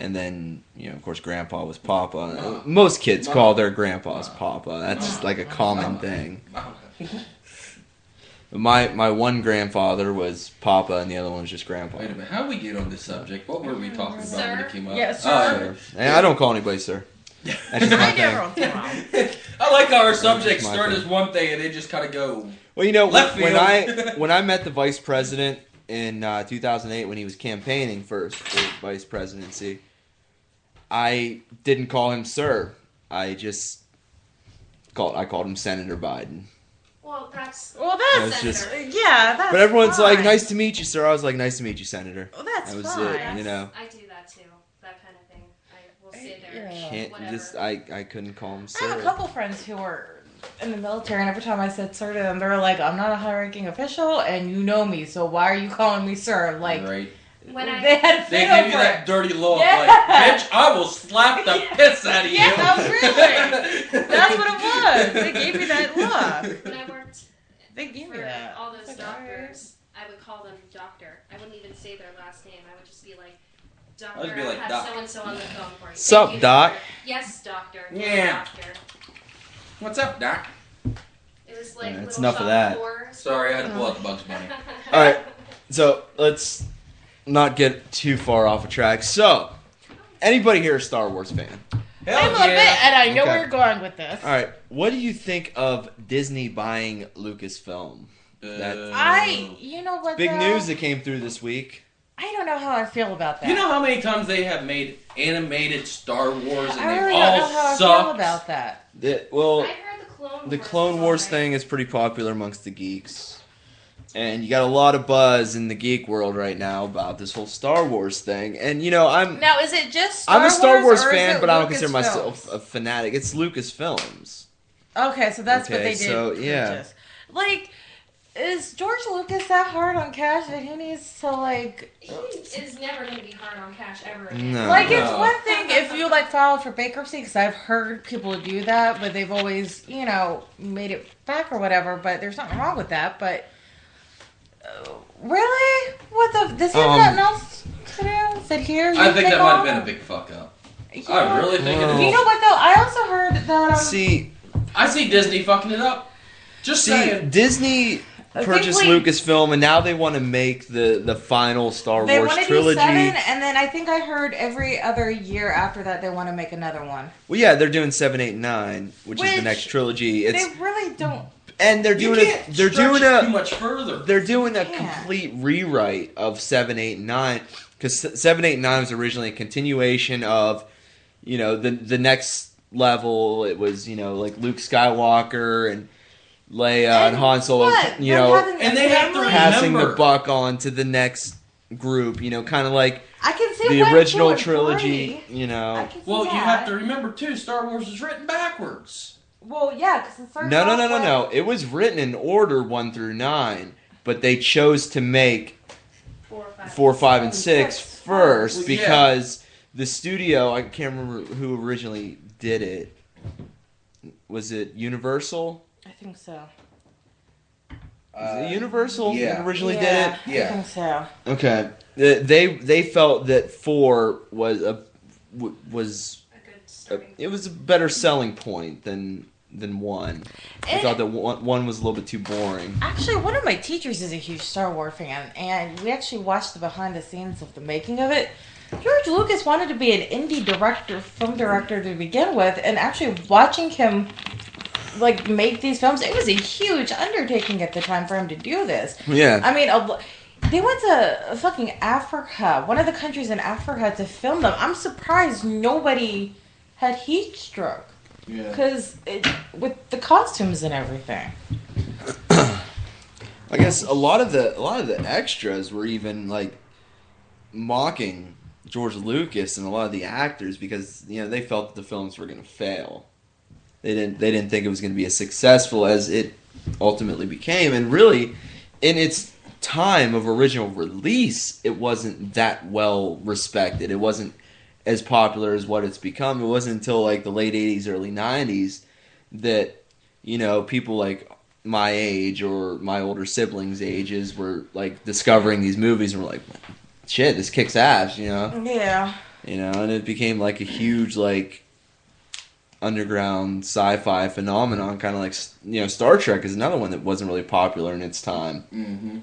Speaker 2: And then you know, of course, grandpa was papa.
Speaker 3: Ma.
Speaker 2: Most kids
Speaker 3: Ma.
Speaker 2: call their grandpas
Speaker 3: Ma.
Speaker 2: papa. That's
Speaker 3: Ma.
Speaker 2: like a common thing.
Speaker 3: Wait
Speaker 2: My my one grandfather was papa, and the other one was just grandpa.
Speaker 3: a minute. How do we get on this subject? What were we talking about when
Speaker 5: Sir?
Speaker 3: it came up?
Speaker 4: Yes, Mm-hmm. sir.
Speaker 3: Oh,
Speaker 2: Sir. And I don't call anybody sir. That's just my
Speaker 4: I
Speaker 2: thing.
Speaker 4: never once in a while.
Speaker 3: I like how our subjects
Speaker 2: my
Speaker 3: start
Speaker 2: thing.
Speaker 3: as one thing and they just kind of go.
Speaker 2: Well, you know,
Speaker 3: Left
Speaker 2: when, when
Speaker 3: field.
Speaker 2: I when I met the vice president in uh, 2008 when he was campaigning first for vice presidency, I didn't call him sir. I just called I called him Senator Biden.
Speaker 5: Well, that's
Speaker 4: Well, that's
Speaker 2: It's just-
Speaker 4: yeah. That's
Speaker 2: but everyone's like,
Speaker 4: fine.
Speaker 2: "Nice to meet you, sir." I was like, "Nice to meet you, Senator."
Speaker 4: Well, that's
Speaker 2: That was
Speaker 4: fine.
Speaker 2: it, you know.
Speaker 5: I do that too. That kind of thing. I will sit there.
Speaker 4: Yeah.
Speaker 5: and
Speaker 2: Can't
Speaker 5: whatever.
Speaker 2: just I I couldn't call him
Speaker 4: I have a
Speaker 2: sir.
Speaker 4: couple friends who are in the military, and every time I said sir to them, they were like, "I'm not a high-ranking official, and you know me, so why are you calling me sir?" Like
Speaker 3: right.
Speaker 5: When I
Speaker 4: they had a fit
Speaker 3: They give
Speaker 4: over
Speaker 3: you that
Speaker 4: it.
Speaker 3: dirty look,
Speaker 4: Yeah.
Speaker 3: like, bitch, I will slap the piss out of you.
Speaker 4: Yeah, really. That's what it was. They gave me that look.
Speaker 5: when I worked
Speaker 4: They gave
Speaker 5: for
Speaker 4: me that.
Speaker 5: all those
Speaker 4: It's like,
Speaker 5: doctors, I would call them doctor. I wouldn't even say their last name. I would just be like, doctor.
Speaker 3: I would be like,
Speaker 5: have
Speaker 3: "Doc."
Speaker 5: so and so on the phone for you.
Speaker 2: Sup,
Speaker 5: Thank you,
Speaker 2: doc?
Speaker 5: Yes, doctor.
Speaker 3: Yeah.
Speaker 5: Yeah. Doctor.
Speaker 3: What's up, Doc?
Speaker 5: It was like
Speaker 2: Yeah,
Speaker 5: little
Speaker 2: it's enough of
Speaker 5: shop
Speaker 2: that.
Speaker 5: floor.
Speaker 3: Sorry, I had to pull out the Bugs Bunny.
Speaker 2: All right. So let's not get too far off a track. So, anybody here a Star Wars fan?
Speaker 4: I'm a bit, and I know
Speaker 2: Okay.
Speaker 4: where you're going with this.
Speaker 2: All right, what do you think of Disney buying Lucasfilm?
Speaker 3: Uh,
Speaker 2: That-
Speaker 4: I, you know what?
Speaker 2: Big
Speaker 4: though?
Speaker 2: news that came through this week.
Speaker 4: I don't know how I feel about that.
Speaker 3: You know how many times they have made animated Star Wars and
Speaker 4: I
Speaker 3: they
Speaker 4: really
Speaker 3: all
Speaker 4: don't know how I feel
Speaker 3: suck.
Speaker 4: about that.
Speaker 2: The-
Speaker 5: I
Speaker 2: well,
Speaker 5: heard the Clone Wars.
Speaker 2: the Clone
Speaker 5: is
Speaker 2: Wars
Speaker 5: alright.
Speaker 2: thing is pretty popular amongst the geeks, and you got a lot of buzz in the geek world right now about this whole Star Wars thing. And you know, I'm
Speaker 4: Now, is it just? Star
Speaker 2: I'm a Star Wars,
Speaker 4: or is
Speaker 2: fan,
Speaker 4: it
Speaker 2: but I don't
Speaker 4: Lucas
Speaker 2: consider myself
Speaker 4: Films?
Speaker 2: a fanatic. It's Lucasfilms.
Speaker 4: Okay, so that's what
Speaker 2: Okay,
Speaker 4: they did.
Speaker 2: so, yeah.
Speaker 4: purchase. Like, is George Lucas that hard on cash that he needs to like?
Speaker 5: It is never going to be hard on cash ever again.
Speaker 2: No.
Speaker 4: Like, it's
Speaker 3: No.
Speaker 4: one thing if you like filed for bankruptcy because I've heard people do that, but they've always you know made it back or whatever. But there's nothing wrong with that. But uh, really, what the? Does he have
Speaker 2: Um,
Speaker 4: nothing else to do? Sit here.
Speaker 3: I
Speaker 4: you
Speaker 3: think that
Speaker 4: on?
Speaker 3: might have been a big fuck up.
Speaker 4: Yeah.
Speaker 3: I really think
Speaker 2: Well-
Speaker 3: it
Speaker 4: You
Speaker 3: is.
Speaker 4: know what though? I also heard that. Um,
Speaker 2: See,
Speaker 3: I see Disney fucking it up. Just
Speaker 2: see,
Speaker 3: saying.
Speaker 2: Disney
Speaker 4: I think
Speaker 2: purchased
Speaker 4: we-
Speaker 2: Lucasfilm, and now they want to make the the final Star
Speaker 4: They
Speaker 2: Wars
Speaker 4: want to do
Speaker 2: trilogy.
Speaker 4: seven, and then I think I heard every other year after that they want to make another one.
Speaker 2: Well, yeah, they're doing seven, eight, nine, which, is the
Speaker 4: Which
Speaker 2: next trilogy. It's
Speaker 4: they really don't.
Speaker 2: and they're doing
Speaker 3: you can't
Speaker 2: a they're
Speaker 3: stretch
Speaker 2: doing
Speaker 3: it too
Speaker 2: a
Speaker 3: much further.
Speaker 2: they're doing a
Speaker 4: Yeah.
Speaker 2: complete rewrite of seven, eight, nine because seven, eight, nine was originally a continuation of you know the the next level. It was you know like Luke Skywalker and Leia and, Han Solo.
Speaker 4: What?
Speaker 2: You
Speaker 4: They're
Speaker 2: know,
Speaker 4: having
Speaker 3: And they have to
Speaker 4: family-
Speaker 3: have-
Speaker 2: passing the
Speaker 3: Remember.
Speaker 2: buck on to the next group. You know, kind of like
Speaker 4: I can see
Speaker 2: the
Speaker 4: why two
Speaker 2: original
Speaker 4: and
Speaker 2: trilogy. Oh.
Speaker 4: three.
Speaker 2: You
Speaker 4: I
Speaker 2: know,
Speaker 4: can see
Speaker 3: well,
Speaker 4: that.
Speaker 3: you have to remember too. Star Wars is written backwards.
Speaker 4: Well, yeah, because it starts
Speaker 2: no, no,
Speaker 4: off
Speaker 2: no, no,
Speaker 4: with-
Speaker 2: no. It was written in order one through nine, but they chose to make
Speaker 5: Four or five.
Speaker 2: four, five, and six
Speaker 4: Six.
Speaker 2: first
Speaker 3: Well, yeah.
Speaker 2: because the studio. I can't remember who originally did it. Was it Universal?
Speaker 4: I think so.
Speaker 2: Was
Speaker 3: Uh,
Speaker 2: it Universal
Speaker 3: yeah.
Speaker 2: originally did it?
Speaker 4: yeah,
Speaker 3: Yeah.
Speaker 4: I think so.
Speaker 2: Okay, Th- they they felt that four was a w- was
Speaker 5: A good
Speaker 2: a,
Speaker 5: starting.
Speaker 2: it was a better selling point than than one. I
Speaker 4: It-
Speaker 2: thought that one, one was a little bit too boring.
Speaker 4: Actually, one of my teachers is a huge Star Wars fan, and we actually watched the behind the scenes of the making of it. George Lucas wanted to be an indie director, film director to begin with, and actually watching him like make these films, it was a huge undertaking at the time for him to do this.
Speaker 2: Yeah,
Speaker 4: I mean, a, lo- they went to fucking Africa, one of the countries in Africa, to film them. I'm surprised nobody had heat stroke
Speaker 3: Yeah.
Speaker 4: because with the costumes and everything.
Speaker 2: I guess a lot of the a lot of the extras were even like mocking George Lucas and a lot of the actors because you know they felt that the films were going to fail. They didn't they didn't think it was going to be as successful as it ultimately became, and really, in its time of original release, it wasn't that well respected. It wasn't as popular as what it's become. It wasn't until like the late '80s, early '90s that you know people like my age or my older siblings' ages were like discovering these movies and were like, "Shit, this kicks ass," you know,
Speaker 4: Yeah.
Speaker 2: you know, and it became like a huge like underground sci-fi phenomenon, kind of like you know, Star Trek is another one that wasn't really popular in its time.
Speaker 3: Mm-hmm.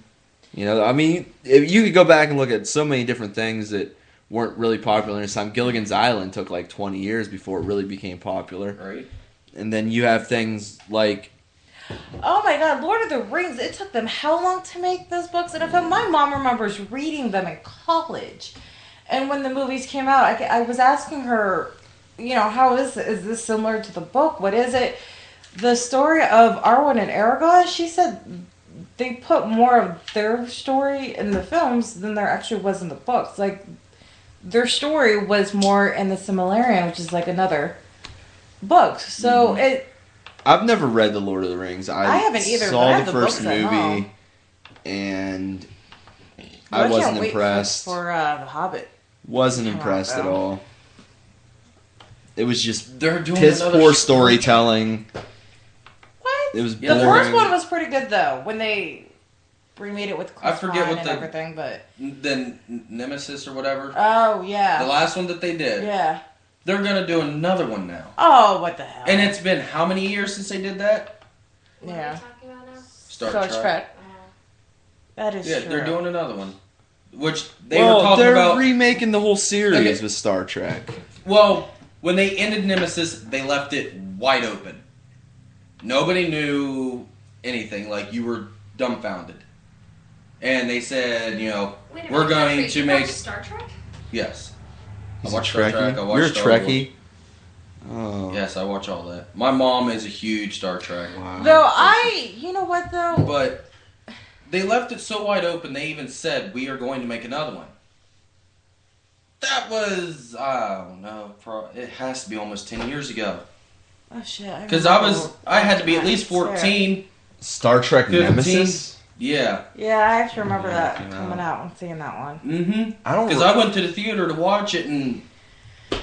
Speaker 2: You know, I mean, if you could go back and look at so many different things that weren't really popular in its time. Gilligan's Island took like 20 years before it really became popular.
Speaker 3: Right.
Speaker 2: And then you have things like
Speaker 4: Oh my god, Lord of the Rings, it took them how long to make those books? And if my mom remembers reading them in college. And when the movies came out, I, I was asking her, you know, how is is this similar to the book? What is it? The story of Arwen and Aragorn, she said they put more of their story in the films than there actually was in the books. Like their story was more in the Silmarillion, which is like another book. So it
Speaker 2: I've never read The Lord of the Rings. I,
Speaker 4: I haven't either,
Speaker 2: Saw
Speaker 4: but I have
Speaker 2: the
Speaker 4: the
Speaker 2: first
Speaker 4: books at
Speaker 2: movie,
Speaker 4: home.
Speaker 2: and
Speaker 4: Well,
Speaker 2: I
Speaker 4: can't
Speaker 2: wasn't
Speaker 4: wait for-
Speaker 2: impressed.
Speaker 4: for uh, the Hobbit.
Speaker 2: wasn't
Speaker 4: Come on,
Speaker 2: impressed at
Speaker 4: bro.
Speaker 2: all. It was just
Speaker 3: They're doing
Speaker 2: piss
Speaker 3: another
Speaker 2: poor
Speaker 3: sh-
Speaker 2: storytelling.
Speaker 4: What?
Speaker 2: It was
Speaker 3: Yeah,
Speaker 4: the
Speaker 2: boring.
Speaker 4: first one was pretty good though when they remade it with
Speaker 3: I
Speaker 4: Chris
Speaker 3: forget
Speaker 4: Pine
Speaker 3: what
Speaker 4: and
Speaker 3: the-
Speaker 4: everything. But
Speaker 3: Then Nemesis or whatever.
Speaker 4: oh yeah,
Speaker 3: the last one that they did.
Speaker 4: yeah.
Speaker 3: They're gonna do another one now.
Speaker 4: Oh what the hell?
Speaker 3: And it's been how many years since they did that?
Speaker 5: What are
Speaker 4: Yeah.
Speaker 5: we talking about now?
Speaker 3: Star,
Speaker 4: Star
Speaker 3: Trek.
Speaker 4: Trek.
Speaker 5: Uh,
Speaker 4: That is
Speaker 3: Yeah,
Speaker 4: true.
Speaker 3: they're doing another one, which they
Speaker 2: well,
Speaker 3: were talking
Speaker 2: they're
Speaker 3: about.
Speaker 2: remaking the whole series
Speaker 3: Okay.
Speaker 2: with Star Trek.
Speaker 3: well, when they ended Nemesis, they left it wide open. Nobody knew anything. Like you were dumbfounded, and they said, you know,
Speaker 5: wait a minute,
Speaker 3: We're
Speaker 5: you
Speaker 3: going
Speaker 5: actually-
Speaker 3: to
Speaker 5: you
Speaker 3: make-
Speaker 5: watched Star Trek.
Speaker 3: yes,
Speaker 2: He's a
Speaker 3: I watched Star
Speaker 2: Trekkie.
Speaker 3: Trek, I watched
Speaker 2: You're a
Speaker 3: Star Wars.
Speaker 2: Trekkie. Oh,
Speaker 3: yes, I watch all that. My mom is a huge Star Trek,
Speaker 2: wow.
Speaker 4: Though I, you know what though?
Speaker 3: but they left it so wide open. They even said we are going to make another one. That was I don't know. Pro- it has to be almost ten years ago.
Speaker 4: oh shit.
Speaker 3: Because I was,
Speaker 4: remember-
Speaker 3: I had to be at least
Speaker 4: Sarah.
Speaker 3: 14.
Speaker 2: Star Trek
Speaker 3: 15.
Speaker 2: Nemesis.
Speaker 3: Yeah.
Speaker 4: Yeah, I actually remember
Speaker 2: Yeah,
Speaker 4: that
Speaker 2: came
Speaker 4: coming out and seeing that one.
Speaker 3: Mm-hmm.
Speaker 2: I don't.
Speaker 3: Because I went to the theater to watch it, and I don't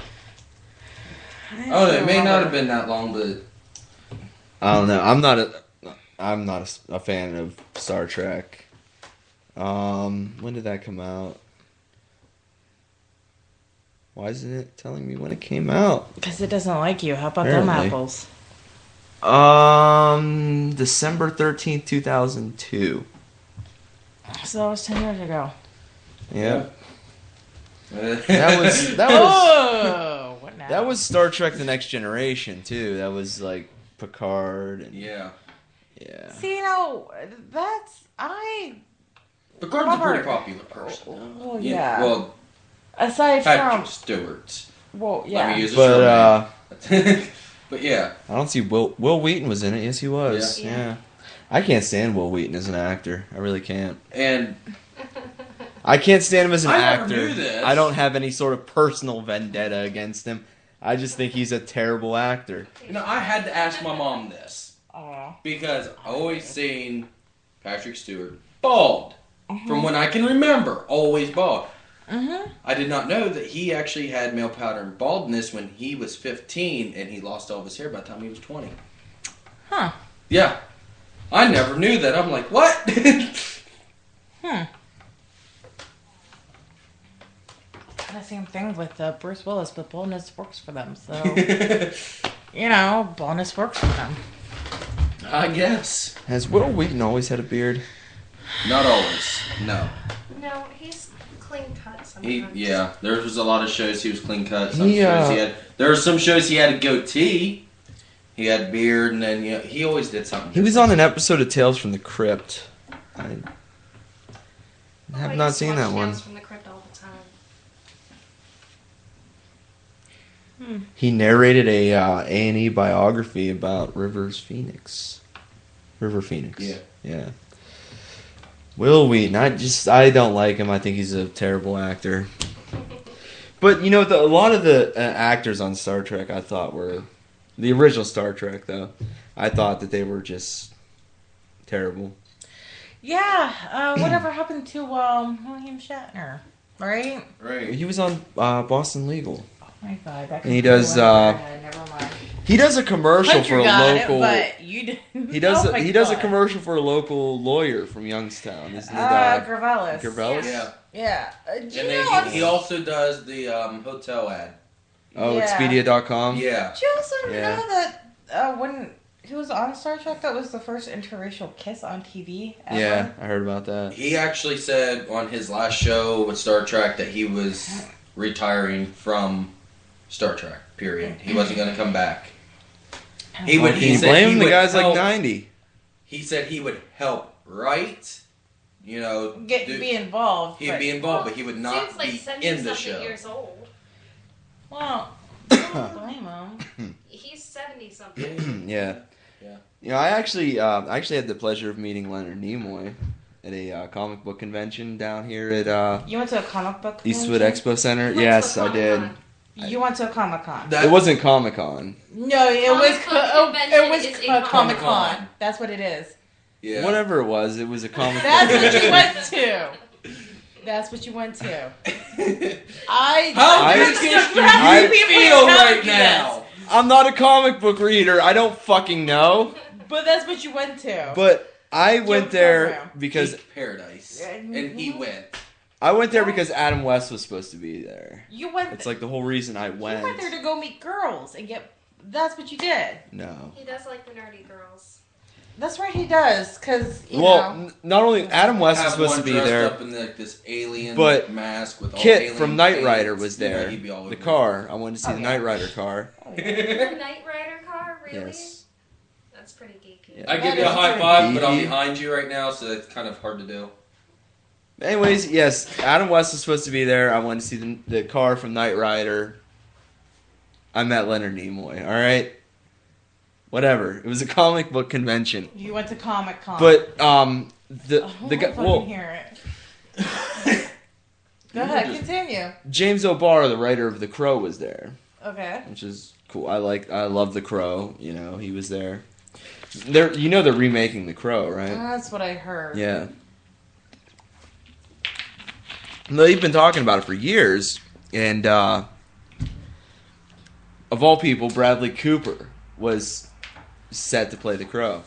Speaker 3: know,
Speaker 4: actually
Speaker 3: Oh, it may not
Speaker 4: remember.
Speaker 3: have been that long, but
Speaker 2: I don't know. I'm not a. I'm not a s- a, fan of Star Trek. Um, when did that come out? Why isn't it telling me when it came out?
Speaker 4: Because it doesn't like you. How about them
Speaker 2: Apparently.
Speaker 4: apples?
Speaker 2: Um, December 13th, 2002.
Speaker 4: So that was ten years ago.
Speaker 2: Yeah.
Speaker 3: that
Speaker 2: That was that was
Speaker 4: Oh, what now?
Speaker 2: that was Star Trek the Next Generation too. That was like Picard and yeah.
Speaker 3: yeah.
Speaker 4: See, you know, that's I.
Speaker 3: Picard's a pretty
Speaker 4: Robert.
Speaker 3: popular person.
Speaker 4: Well, yeah.
Speaker 3: Well,
Speaker 4: Aside
Speaker 3: Patrick
Speaker 4: from, Stewart. Well,
Speaker 3: Let me
Speaker 4: yeah.
Speaker 3: use a
Speaker 2: But uh
Speaker 3: surname. but yeah,
Speaker 2: I don't see Will Will Wheaton was in it. Yes, he was.
Speaker 5: Yeah.
Speaker 2: Yeah.
Speaker 5: Yeah.
Speaker 2: I can't stand Will Wheaton as an actor. I really can't.
Speaker 3: and
Speaker 2: I can't stand him as an
Speaker 3: I never
Speaker 2: actor.
Speaker 3: knew this.
Speaker 2: I don't have any sort of personal vendetta against him. I just think he's a terrible actor.
Speaker 3: you know, I had to ask my mom this
Speaker 4: Aw.
Speaker 3: because I always seen Patrick Stewart bald from when I can remember. Always bald.
Speaker 4: Mhm.
Speaker 3: I did not know that he actually had male pattern baldness when he was 15 and he lost all of his hair by the time he was 20.
Speaker 4: Huh.
Speaker 3: Yeah. I never knew that. I'm like, what?
Speaker 4: Hmm. Kind of same thing with uh, Bruce Willis, but baldness works for them. So you know, baldness works for them.
Speaker 3: I guess.
Speaker 2: Has Will Wheaton always had a beard?
Speaker 3: Not always. No.
Speaker 5: No, he's clean cut
Speaker 3: He,
Speaker 5: sometimes.
Speaker 3: yeah, there was a lot of shows he was clean cut. Some
Speaker 2: He,
Speaker 3: shows
Speaker 2: uh,
Speaker 3: he had, there were some shows he had a goatee. He had beard, and then you know, he always did something.
Speaker 2: He was on an episode of Tales from the Crypt. I
Speaker 5: Oh, I
Speaker 2: have
Speaker 5: used
Speaker 2: not
Speaker 5: to
Speaker 2: seen
Speaker 5: watch
Speaker 2: that one.
Speaker 5: Tales from the Crypt all the time.
Speaker 2: He narrated a uh, A&E biography about Rivers Phoenix. River Phoenix.
Speaker 3: Yeah.
Speaker 2: Yeah. Will Wheaton, I just I don't like him. I think he's a terrible actor. But you know, the, a lot of the uh, actors on Star Trek, I thought were the original Star Trek, though. I thought that they were just terrible.
Speaker 4: Yeah. Uh, whatever happened to um, William Shatner? Right.
Speaker 3: Right.
Speaker 2: He was on uh, Boston Legal.
Speaker 4: Oh my God. That
Speaker 2: And he does,
Speaker 4: completely went over
Speaker 2: uh,
Speaker 4: my head, Never mind.
Speaker 2: He does a commercial
Speaker 4: Hunter
Speaker 2: for a
Speaker 4: got
Speaker 2: local.
Speaker 4: It, but you didn't.
Speaker 2: He does.
Speaker 4: Oh
Speaker 2: a,
Speaker 4: my
Speaker 2: he does a
Speaker 4: God.
Speaker 2: commercial for a local lawyer from Youngstown. Isn't it?
Speaker 4: Uh,
Speaker 2: uh,
Speaker 4: Gravelis.
Speaker 2: Gravelis?
Speaker 3: Yeah.
Speaker 4: Yeah. Uh, do you
Speaker 3: And
Speaker 4: know,
Speaker 3: then
Speaker 4: I'm-
Speaker 3: he, he also does the um, hotel ad.
Speaker 2: Oh,
Speaker 4: Yeah.
Speaker 2: Expedia.com.
Speaker 3: Yeah.
Speaker 4: Do you also
Speaker 2: Yeah.
Speaker 4: know that uh, when he was on Star Trek, that was the first interracial kiss on TV ever?
Speaker 2: Yeah, I heard about that.
Speaker 3: He actually said on his last show with Star Trek that he was retiring from Star Trek. Period. He wasn't going to come back. He would.
Speaker 2: But
Speaker 3: He
Speaker 2: he
Speaker 3: said he
Speaker 2: blamed the
Speaker 3: would
Speaker 2: guys like
Speaker 3: help-
Speaker 2: ninety.
Speaker 3: He said he would help write. You know,
Speaker 4: Get,
Speaker 3: do-
Speaker 4: be involved.
Speaker 3: he'd
Speaker 4: but-
Speaker 3: be involved, but he would not
Speaker 5: Dude's like
Speaker 3: be
Speaker 5: 70
Speaker 3: in the
Speaker 5: something
Speaker 3: show.
Speaker 5: years old.
Speaker 4: Well, I don't blame him.
Speaker 5: He's 70
Speaker 3: Yeah.
Speaker 5: something.
Speaker 2: yeah.
Speaker 3: Yeah.
Speaker 2: You know, I actually, uh, I actually had the pleasure of meeting Leonard Nimoy at a uh, comic book convention down here at uh,
Speaker 4: You went to a comic book
Speaker 2: Eastwood
Speaker 4: convention?
Speaker 2: Expo Center.
Speaker 5: He went to
Speaker 2: yes,
Speaker 5: a
Speaker 2: I did.
Speaker 5: Comic-Con.
Speaker 4: You went to a Comic Con.
Speaker 3: That-
Speaker 2: It wasn't Comic Con.
Speaker 4: No, it was
Speaker 5: Comic-Con
Speaker 4: co- oh, it
Speaker 5: convention
Speaker 4: was
Speaker 5: is
Speaker 4: a
Speaker 5: a
Speaker 4: Comic Con.
Speaker 3: Comic-Con.
Speaker 4: That's what it is.
Speaker 3: Yeah.
Speaker 2: Whatever it was, it was a comic.
Speaker 4: That's
Speaker 2: book
Speaker 4: what you
Speaker 2: convention.
Speaker 4: went to. That's what you went to. I
Speaker 3: How
Speaker 2: I-
Speaker 3: good
Speaker 4: surprised
Speaker 2: I
Speaker 4: we were
Speaker 3: feel
Speaker 4: telling
Speaker 3: right
Speaker 4: you this.
Speaker 3: now?
Speaker 2: I'm not a comic book reader. I don't fucking know.
Speaker 4: But that's what you went to.
Speaker 2: But I went there
Speaker 4: program.
Speaker 2: because
Speaker 3: Peak paradise,
Speaker 4: Yeah,
Speaker 3: and he
Speaker 4: mhm.
Speaker 3: went.
Speaker 2: I went there because Adam West was supposed to be there.
Speaker 4: you went.
Speaker 2: It's like the whole reason I
Speaker 4: you went
Speaker 2: went.
Speaker 4: there to go meet girls and get. That's what you did.
Speaker 2: No.
Speaker 5: He does like the nerdy girls.
Speaker 4: That's right. He does because you
Speaker 2: Well,
Speaker 4: know.
Speaker 2: n- not only Adam West
Speaker 3: Have
Speaker 2: was supposed
Speaker 3: one
Speaker 2: to be
Speaker 3: dressed
Speaker 2: there,
Speaker 3: Up in like this alien
Speaker 2: but
Speaker 3: mask with all
Speaker 2: Kit
Speaker 3: alien
Speaker 2: from Knight
Speaker 3: paint.
Speaker 2: Rider was
Speaker 3: You know,
Speaker 2: there.
Speaker 3: he'd be all over
Speaker 2: the
Speaker 3: it.
Speaker 2: car. I wanted to see
Speaker 4: Oh,
Speaker 2: the
Speaker 4: yeah.
Speaker 2: Knight Rider car.
Speaker 5: The Knight Rider car, really?
Speaker 2: Yes.
Speaker 5: That's pretty geeky.
Speaker 2: Yeah.
Speaker 3: I give
Speaker 4: That
Speaker 3: you a
Speaker 4: is
Speaker 3: high
Speaker 4: pretty
Speaker 3: five, but I'm
Speaker 2: geeky.
Speaker 3: behind you right now, so it's kind of hard to do.
Speaker 2: Anyways, yes, Adam West was supposed to be there. I wanted to see the, the car from Knight Rider. I met Leonard Nimoy. All right. Whatever. It was a comic book convention,
Speaker 4: You went to Comic Con.
Speaker 2: but um, the
Speaker 4: oh,
Speaker 2: the
Speaker 4: I
Speaker 2: guy.
Speaker 4: fucking
Speaker 2: Well,
Speaker 4: hear it. Go ahead,
Speaker 3: just-
Speaker 4: continue.
Speaker 2: James O'Barr, the writer of The Crow, was there.
Speaker 4: Okay.
Speaker 2: which is cool. I like I love The Crow. You know, he was there. They're you know they're remaking The Crow, right?
Speaker 4: That's what I heard.
Speaker 2: Yeah. No, they've been talking about it for years, and uh, of all people, Bradley Cooper was set to play The Crow.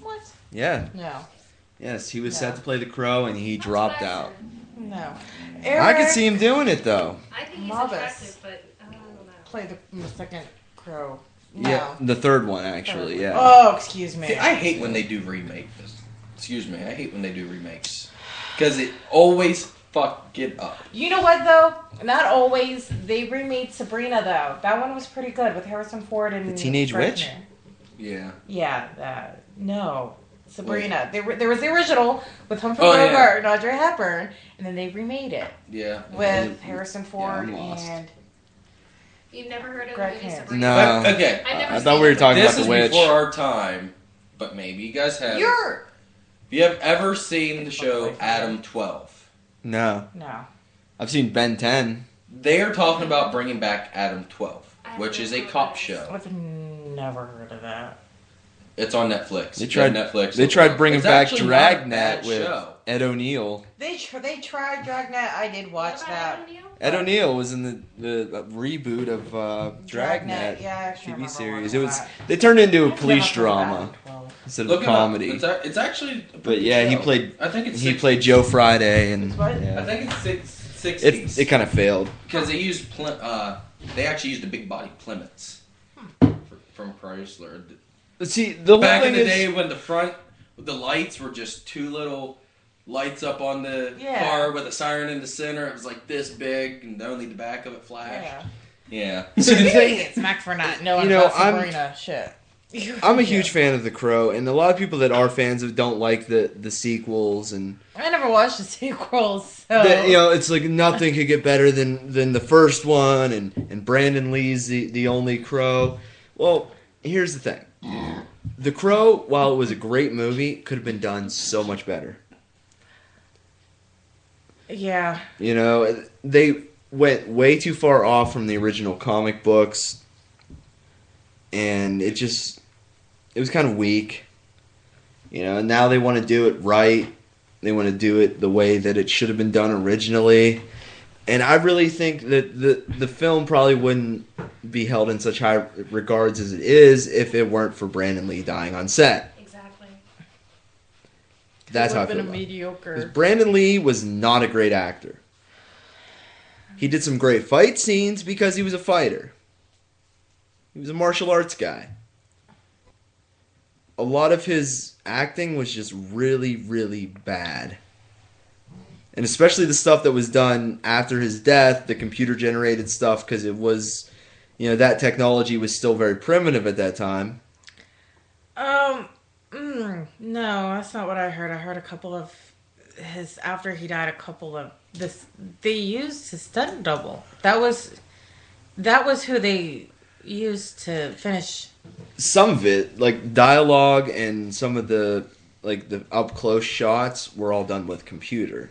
Speaker 4: What?
Speaker 2: Yeah,
Speaker 4: No.
Speaker 2: yes, he was
Speaker 4: Yeah.
Speaker 2: set to play The Crow, and he
Speaker 5: That's
Speaker 2: dropped
Speaker 5: what I
Speaker 2: out.
Speaker 5: said.
Speaker 4: No.
Speaker 2: I could
Speaker 4: Eric
Speaker 2: see him doing it though.
Speaker 5: I think he's
Speaker 4: Novice.
Speaker 5: attractive, but I don't know.
Speaker 4: Play the, the second crow. No.
Speaker 2: Yeah, the third one actually. Yeah.
Speaker 4: Oh, excuse me.
Speaker 3: See, I hate when they do remakes. Excuse me, I hate when they do remakes because it always fuck it up.
Speaker 4: You know what though? Not always. They remade Sabrina though. That one was pretty good with Harrison Ford and
Speaker 2: The Teenage
Speaker 4: Frank
Speaker 2: Witch?
Speaker 4: Mir-
Speaker 3: Yeah.
Speaker 4: Yeah. That, no. Sabrina. There, were- there was the original with Humphrey
Speaker 3: Oh, yeah.
Speaker 4: Bogart and Audrey Hepburn, and then they remade it
Speaker 3: Yeah.
Speaker 4: with Harrison Ford
Speaker 2: I'm lost.
Speaker 4: and
Speaker 5: You've never heard of
Speaker 4: Greg
Speaker 5: the movie
Speaker 4: Hands.
Speaker 5: Sabrina?
Speaker 2: No.
Speaker 3: But, okay.
Speaker 5: I've never
Speaker 2: I
Speaker 5: seen
Speaker 2: thought we were
Speaker 5: it.
Speaker 2: talking
Speaker 3: this
Speaker 2: about
Speaker 3: is
Speaker 2: the witch.
Speaker 3: before our time, but maybe you guys have.
Speaker 4: you're
Speaker 3: If you have ever seen the show Adam 12,
Speaker 2: No,
Speaker 4: no.
Speaker 2: I've seen Ben Ten.
Speaker 3: they are talking about bringing back Adam 12,
Speaker 5: I
Speaker 3: which is a
Speaker 5: remember
Speaker 3: cop
Speaker 5: this.
Speaker 3: show.
Speaker 4: I've never heard of that.
Speaker 3: It's on Netflix.
Speaker 2: They
Speaker 3: It's
Speaker 2: tried-
Speaker 3: on Netflix.
Speaker 2: They tried bringing
Speaker 3: It's
Speaker 2: back
Speaker 3: actually not a
Speaker 2: Dragnet
Speaker 3: bad
Speaker 2: with
Speaker 3: show.
Speaker 2: Ed O'Neill.
Speaker 4: They tr- they tried Dragnet. I did
Speaker 5: You know
Speaker 4: watch
Speaker 5: about
Speaker 4: that.
Speaker 5: Adam Neal?
Speaker 2: Ed O'Neill was in the, the uh, reboot of uh, Dragnet,
Speaker 4: Yeah, I actually
Speaker 2: TV
Speaker 4: remember
Speaker 2: series. It
Speaker 4: watching
Speaker 2: was
Speaker 4: that.
Speaker 2: they turned into a
Speaker 4: I've
Speaker 2: police
Speaker 4: never heard of
Speaker 2: drama
Speaker 4: Adam 12.
Speaker 2: instead of
Speaker 3: Look
Speaker 2: a
Speaker 3: it up.
Speaker 2: comedy.
Speaker 3: It's, a- it's actually. a
Speaker 2: But
Speaker 3: pretty
Speaker 2: yeah, he
Speaker 3: show.
Speaker 2: played-
Speaker 3: I think it's
Speaker 2: He
Speaker 3: six-
Speaker 2: played Joe Friday, and
Speaker 4: It's what?
Speaker 3: I
Speaker 2: yeah.
Speaker 3: think it's six, six
Speaker 2: it it kind of failed.
Speaker 3: Because they used pl- uh, they actually used the big body Plymouths fr- from Chrysler.
Speaker 2: See, the whole
Speaker 3: Back
Speaker 2: thing
Speaker 3: in the
Speaker 2: is
Speaker 3: day when the front, the lights were just two little lights up on the
Speaker 4: Yeah.
Speaker 3: car with a siren in the center. It was like this big, and only the back of it
Speaker 4: Yeah.
Speaker 3: flashed. Yeah.
Speaker 2: So the thing-
Speaker 4: It's Mac for not knowing
Speaker 2: You know,
Speaker 4: about
Speaker 2: I'm-
Speaker 4: Sabrina. Shit.
Speaker 2: I'm a huge fan of The Crow, and a lot of people that are fans of don't like the the sequels and.
Speaker 4: I never watched the sequels, so
Speaker 2: that, you know, it's like nothing could get better than than the first one, and and Brandon Lee's the the only crow. Well, here's the thing: the Crow, while it was a great movie, could have been done so much better.
Speaker 4: yeah.
Speaker 2: You know, they went way too far off from the original comic books, and it just it was kind of weak. You know, and now they want to do it right. They want to do it the way that it should have been done originally. And I really think that the the film probably wouldn't be held in such high regards as it is if it weren't for Brandon Lee dying on set.
Speaker 5: Exactly.
Speaker 2: That's how I
Speaker 4: Would've
Speaker 2: feel.
Speaker 4: been a
Speaker 2: about it. Because
Speaker 4: mediocre.
Speaker 2: Brandon Lee was not a great actor. He did some great fight scenes because he was a fighter. He was a martial arts guy. A lot of his acting was just really, really bad. And especially the stuff that was done after his death, the computer generated stuff, because it was, you know, that technology was still very primitive at that time.
Speaker 4: Um, mm, no, that's not what I heard. I heard a couple of his after he died. A couple of this they used his stunt double. That was that was who they used to finish.
Speaker 2: some of it, like dialogue and some of the like the up close shots, were all done with computer.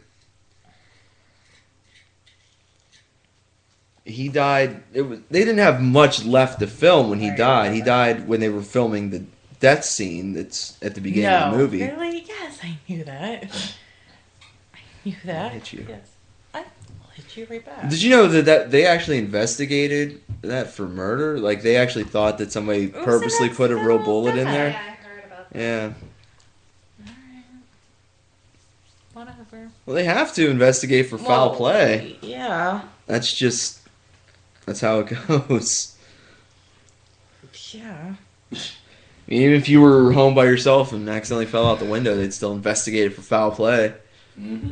Speaker 2: He died. It was they didn't have much left to film when he
Speaker 4: Right.
Speaker 2: died. He died when they were filming the death scene that's at the beginning of the
Speaker 4: No.
Speaker 2: movie.
Speaker 4: Really? Yes, I knew that. I knew that.
Speaker 2: hit you.
Speaker 4: Yes, I will hit you right back.
Speaker 2: Did you know that, that they actually investigated that for murder? Like they actually thought that somebody
Speaker 4: an
Speaker 2: purposely put a real
Speaker 4: accidental
Speaker 2: bullet in
Speaker 4: death.
Speaker 2: there.
Speaker 5: Yeah, I heard about that.
Speaker 2: Yeah.
Speaker 4: Whatever.
Speaker 2: Well, they have to investigate for foul
Speaker 4: Well,
Speaker 2: play.
Speaker 4: Yeah.
Speaker 2: That's just that's how it goes.
Speaker 4: Yeah.
Speaker 2: I mean, even if you were home by yourself and accidentally fell out the window, they'd still investigate it for foul play.
Speaker 3: hmm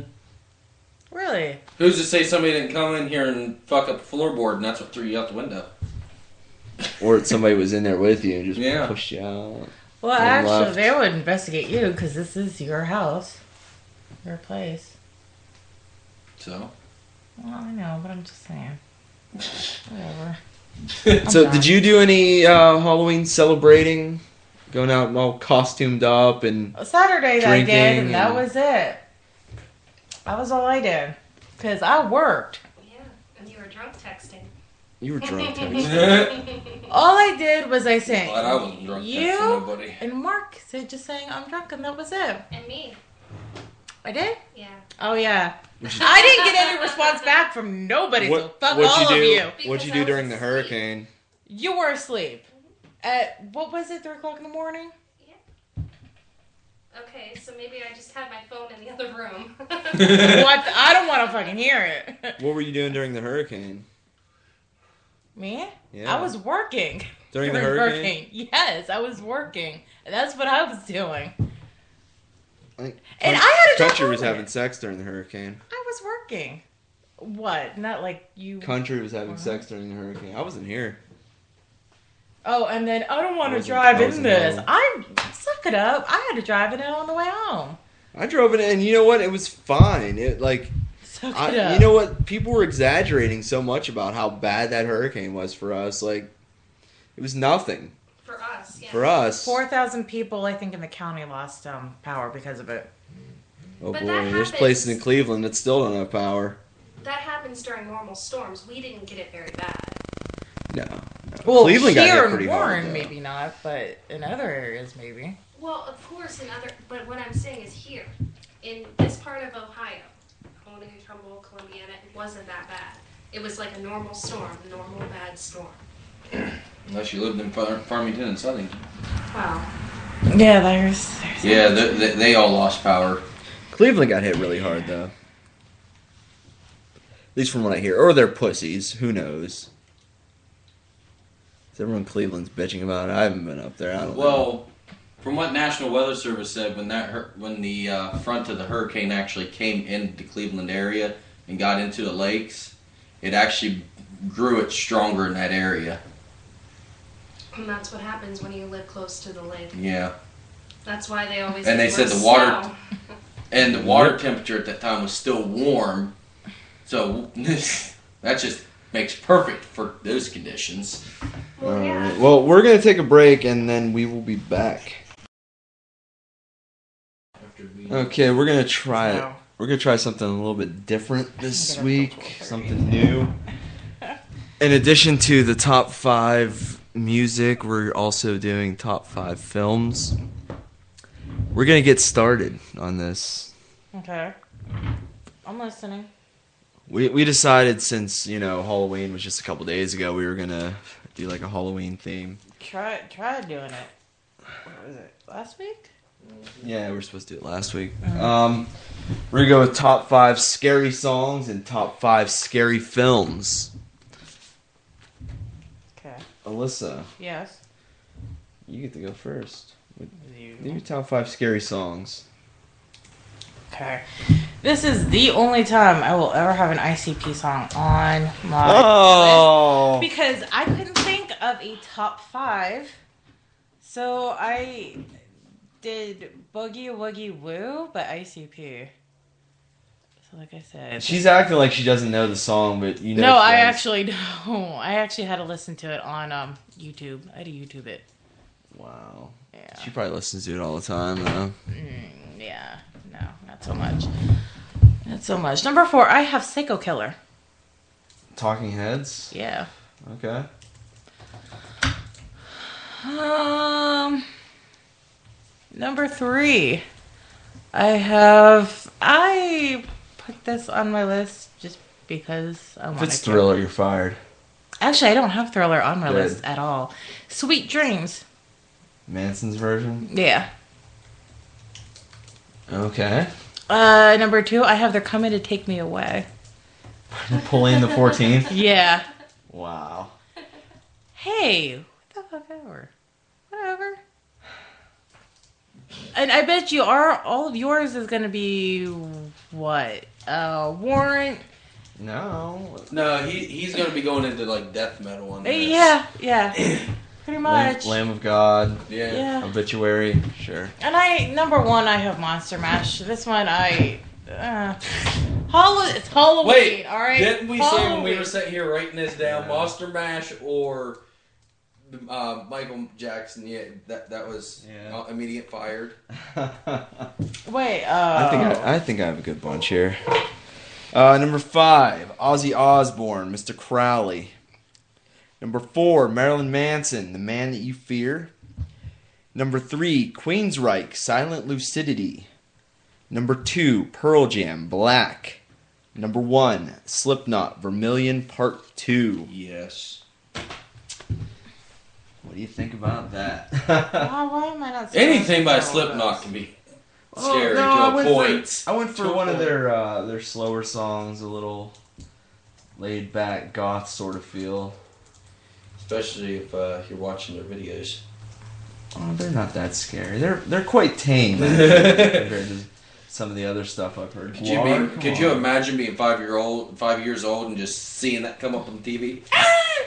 Speaker 4: Really?
Speaker 3: Who's to say somebody didn't come in here and fuck up the floorboard, and that's what threw you out the window?
Speaker 2: Or if somebody was in there with you and just
Speaker 3: Yeah.
Speaker 2: pushed you out.
Speaker 4: Well,
Speaker 2: They
Speaker 4: actually,
Speaker 2: left.
Speaker 4: they would investigate you because this is your house, your place.
Speaker 3: So.
Speaker 4: Well, I know, but I'm just saying. Whatever. I'm
Speaker 2: so,
Speaker 4: done.
Speaker 2: did you do any uh, Halloween celebrating? Going out and all costumed up and
Speaker 4: Saturday that I did,
Speaker 2: Drinking
Speaker 4: and that
Speaker 2: and-
Speaker 4: was it. That was all I did because I worked.
Speaker 5: Yeah, and you were drunk texting.
Speaker 2: you were drunk. Tony.
Speaker 5: texting.
Speaker 4: All I did was I sang.
Speaker 3: But I wasn't drunk texting
Speaker 4: You
Speaker 3: nobody.
Speaker 4: and Mark said just saying I'm drunk, and that was it.
Speaker 5: and me.
Speaker 4: I did.
Speaker 5: Yeah.
Speaker 4: Oh yeah. I didn't get any response back from nobody. so fuck
Speaker 2: what'd
Speaker 4: all
Speaker 2: you
Speaker 4: of
Speaker 2: do?
Speaker 4: you.
Speaker 5: you.
Speaker 2: What'd you do
Speaker 5: Because I was
Speaker 2: during the
Speaker 5: asleep.
Speaker 2: hurricane?
Speaker 4: You were asleep. At what was it, three o'clock in the morning?
Speaker 5: Okay, so maybe I just had my phone in the other room.
Speaker 4: what? the- I don't want to fucking hear it.
Speaker 2: What were you doing during the hurricane?
Speaker 4: Me?
Speaker 2: Yeah.
Speaker 4: I was working.
Speaker 2: during the hurricane.
Speaker 4: Yes, I was working. That's what I was doing.
Speaker 2: I think
Speaker 4: And
Speaker 2: coun-
Speaker 4: I had a job
Speaker 2: country was
Speaker 4: over
Speaker 2: having
Speaker 4: it.
Speaker 2: sex during the hurricane.
Speaker 4: I was working. What? Not like you.
Speaker 2: Country was having sex during the hurricane. I wasn't here.
Speaker 4: oh, and then I don't want
Speaker 2: I
Speaker 4: to
Speaker 2: was in-
Speaker 4: drive
Speaker 2: I was
Speaker 4: in
Speaker 2: in
Speaker 4: this.
Speaker 2: Maryland.
Speaker 4: I suck it up. I had to drive in it on the way home.
Speaker 2: I drove it, and you know what? It was fine. It like
Speaker 4: Suck it
Speaker 2: I,
Speaker 4: up.
Speaker 2: you know what? People were exaggerating so much about how bad that hurricane was for us. Like it was nothing
Speaker 5: For us, yeah.
Speaker 2: for us.
Speaker 4: Four thousand people, I think, in the county lost um, power because of it.
Speaker 2: oh
Speaker 5: But
Speaker 2: boy,
Speaker 5: that
Speaker 2: there's
Speaker 5: happens.
Speaker 2: places in Cleveland that still don't have power.
Speaker 5: That happens during normal storms. We didn't get it very bad.
Speaker 2: No, no. Cleveland got
Speaker 4: here
Speaker 2: hit
Speaker 4: in
Speaker 2: pretty
Speaker 4: Warren,
Speaker 2: hard. though.
Speaker 4: maybe not, but in other areas, maybe.
Speaker 5: Well, of course, in other, but what I'm saying is here, in this part of Ohio, Oneonta, Trumbull, Columbiana, it wasn't that bad. It was like a normal storm, normal bad storm.
Speaker 3: Unless you lived in Far- Farmington and Southington.
Speaker 5: Wow.
Speaker 4: Yeah, there's. there's
Speaker 3: Yeah, they, they, they all lost power.
Speaker 2: Cleveland got hit really hard though. At least from what I hear, or they're pussies. Who knows? Is everyone in Cleveland's bitching about it? I haven't been up there. I don't know.
Speaker 3: Well, from what National Weather Service said, when that hur- when the uh, front of the hurricane actually came into the Cleveland area and got into the lakes, it actually grew it stronger in that area.
Speaker 5: And that's what happens when you live close to the lake.
Speaker 3: Yeah,
Speaker 5: That's why they always.
Speaker 3: And they
Speaker 5: wear
Speaker 3: said the water-
Speaker 5: snow.
Speaker 3: and the water temperature at that time was still warm, so that just makes perfect for those conditions.
Speaker 5: Well,
Speaker 2: All
Speaker 5: yeah.
Speaker 2: right. Well, we're gonna take a break and then we will be back. Okay, we're gonna try it.
Speaker 4: No.
Speaker 2: We're gonna try something a little bit different this
Speaker 4: Get up till
Speaker 2: week.
Speaker 4: 12:30.
Speaker 2: Something new. In addition to the top five music, we're also doing top five films. We're gonna get started on this.
Speaker 4: Okay. I'm listening.
Speaker 2: We we decided since you know Halloween was just a couple days ago, we were gonna do like a Halloween theme.
Speaker 4: Try try doing it. What was it? Last week?
Speaker 2: Yeah, we were supposed to do it last week.
Speaker 4: Mm-hmm.
Speaker 2: Um, we're gonna go with top five scary songs and top five scary films.
Speaker 4: Okay.
Speaker 2: Alyssa,
Speaker 4: Yes.
Speaker 2: you get to go first. Do
Speaker 4: You.
Speaker 2: your top five scary songs.
Speaker 4: Okay. This is the only time I will ever have an ICP song on my
Speaker 2: Oh,
Speaker 4: because I couldn't think of a top five, so I did Boogie Woogie Woo, but ICP. So like I said,
Speaker 2: she's acting like she doesn't know the song, but you know.
Speaker 4: no,
Speaker 2: she
Speaker 4: I
Speaker 2: does.
Speaker 4: actually don't. I actually had to listen to it on um YouTube. I had to YouTube it.
Speaker 2: Wow.
Speaker 4: Yeah.
Speaker 2: She probably listens to it all the time. Though.
Speaker 4: Mm, yeah, no, not so much. Not so much. Number four, I have Psycho Killer.
Speaker 2: Talking Heads.
Speaker 4: Yeah.
Speaker 2: Okay.
Speaker 4: Um. Number three, I have. I put this on my list just because I
Speaker 2: If
Speaker 4: want
Speaker 2: it's Thriller, you're fired.
Speaker 4: Actually, I don't have Thriller on my
Speaker 2: Good.
Speaker 4: list at all. Sweet Dreams.
Speaker 2: Manson's version.
Speaker 4: Yeah.
Speaker 2: Okay.
Speaker 4: Uh, number two, I have They're Coming to Take Me Away.
Speaker 2: Pulling the 14th.
Speaker 4: Yeah.
Speaker 2: Wow.
Speaker 4: Hey, what the fuck ever. Whatever. And I bet you are all of yours is gonna be what? Uh warrant.
Speaker 2: No.
Speaker 3: No, he, he's going to be going into like death metal on
Speaker 4: Uh,
Speaker 3: this.
Speaker 4: Yeah, yeah. Pretty
Speaker 2: Lamb,
Speaker 4: much.
Speaker 2: Lamb of God.
Speaker 3: yeah.
Speaker 4: Yeah.
Speaker 2: Obituary. Sure.
Speaker 4: And I number one I have Monster Mash. This one I uh Hall- it's Halloween,
Speaker 3: Wait,
Speaker 4: all right?
Speaker 3: Didn't we say when we
Speaker 4: Halloween.
Speaker 3: were sitting here writing this down,
Speaker 2: Yeah.
Speaker 3: Monster Mash or uh, Michael Jackson? Yeah, that that was
Speaker 2: Yeah.
Speaker 3: uh, immediate fired.
Speaker 4: Wait, uh
Speaker 2: I think I, I think I have a good bunch here. Uh, number five, Ozzy Osbourne, Mr. Crowley. Number four, Marilyn Manson, The Man That You Fear. Number three, Queensryche, Silent Lucidity. Number two, Pearl Jam, Black. Number one, Slipknot, Vermilion Part Two.
Speaker 3: Yes.
Speaker 2: What do you think about that?
Speaker 4: Why- uh, why am I not seeing
Speaker 3: Anything by
Speaker 4: this?
Speaker 3: Slipknot can be
Speaker 2: Oh,
Speaker 3: scary
Speaker 2: no, I
Speaker 3: to a
Speaker 2: went
Speaker 3: point.
Speaker 2: For, I went for
Speaker 3: To a
Speaker 2: one of
Speaker 3: point.
Speaker 2: their uh, their slower songs, a little laid back goth sort of feel.
Speaker 3: especially if uh, you're watching their videos.
Speaker 2: Oh, they're not that scary. They're they're quite tame actually, compared to some of the other stuff I've heard.
Speaker 3: Could you
Speaker 2: Lar-
Speaker 3: be?
Speaker 2: come
Speaker 3: Could you
Speaker 2: on.
Speaker 3: imagine being five year old, five years old, and just seeing that come up on TV?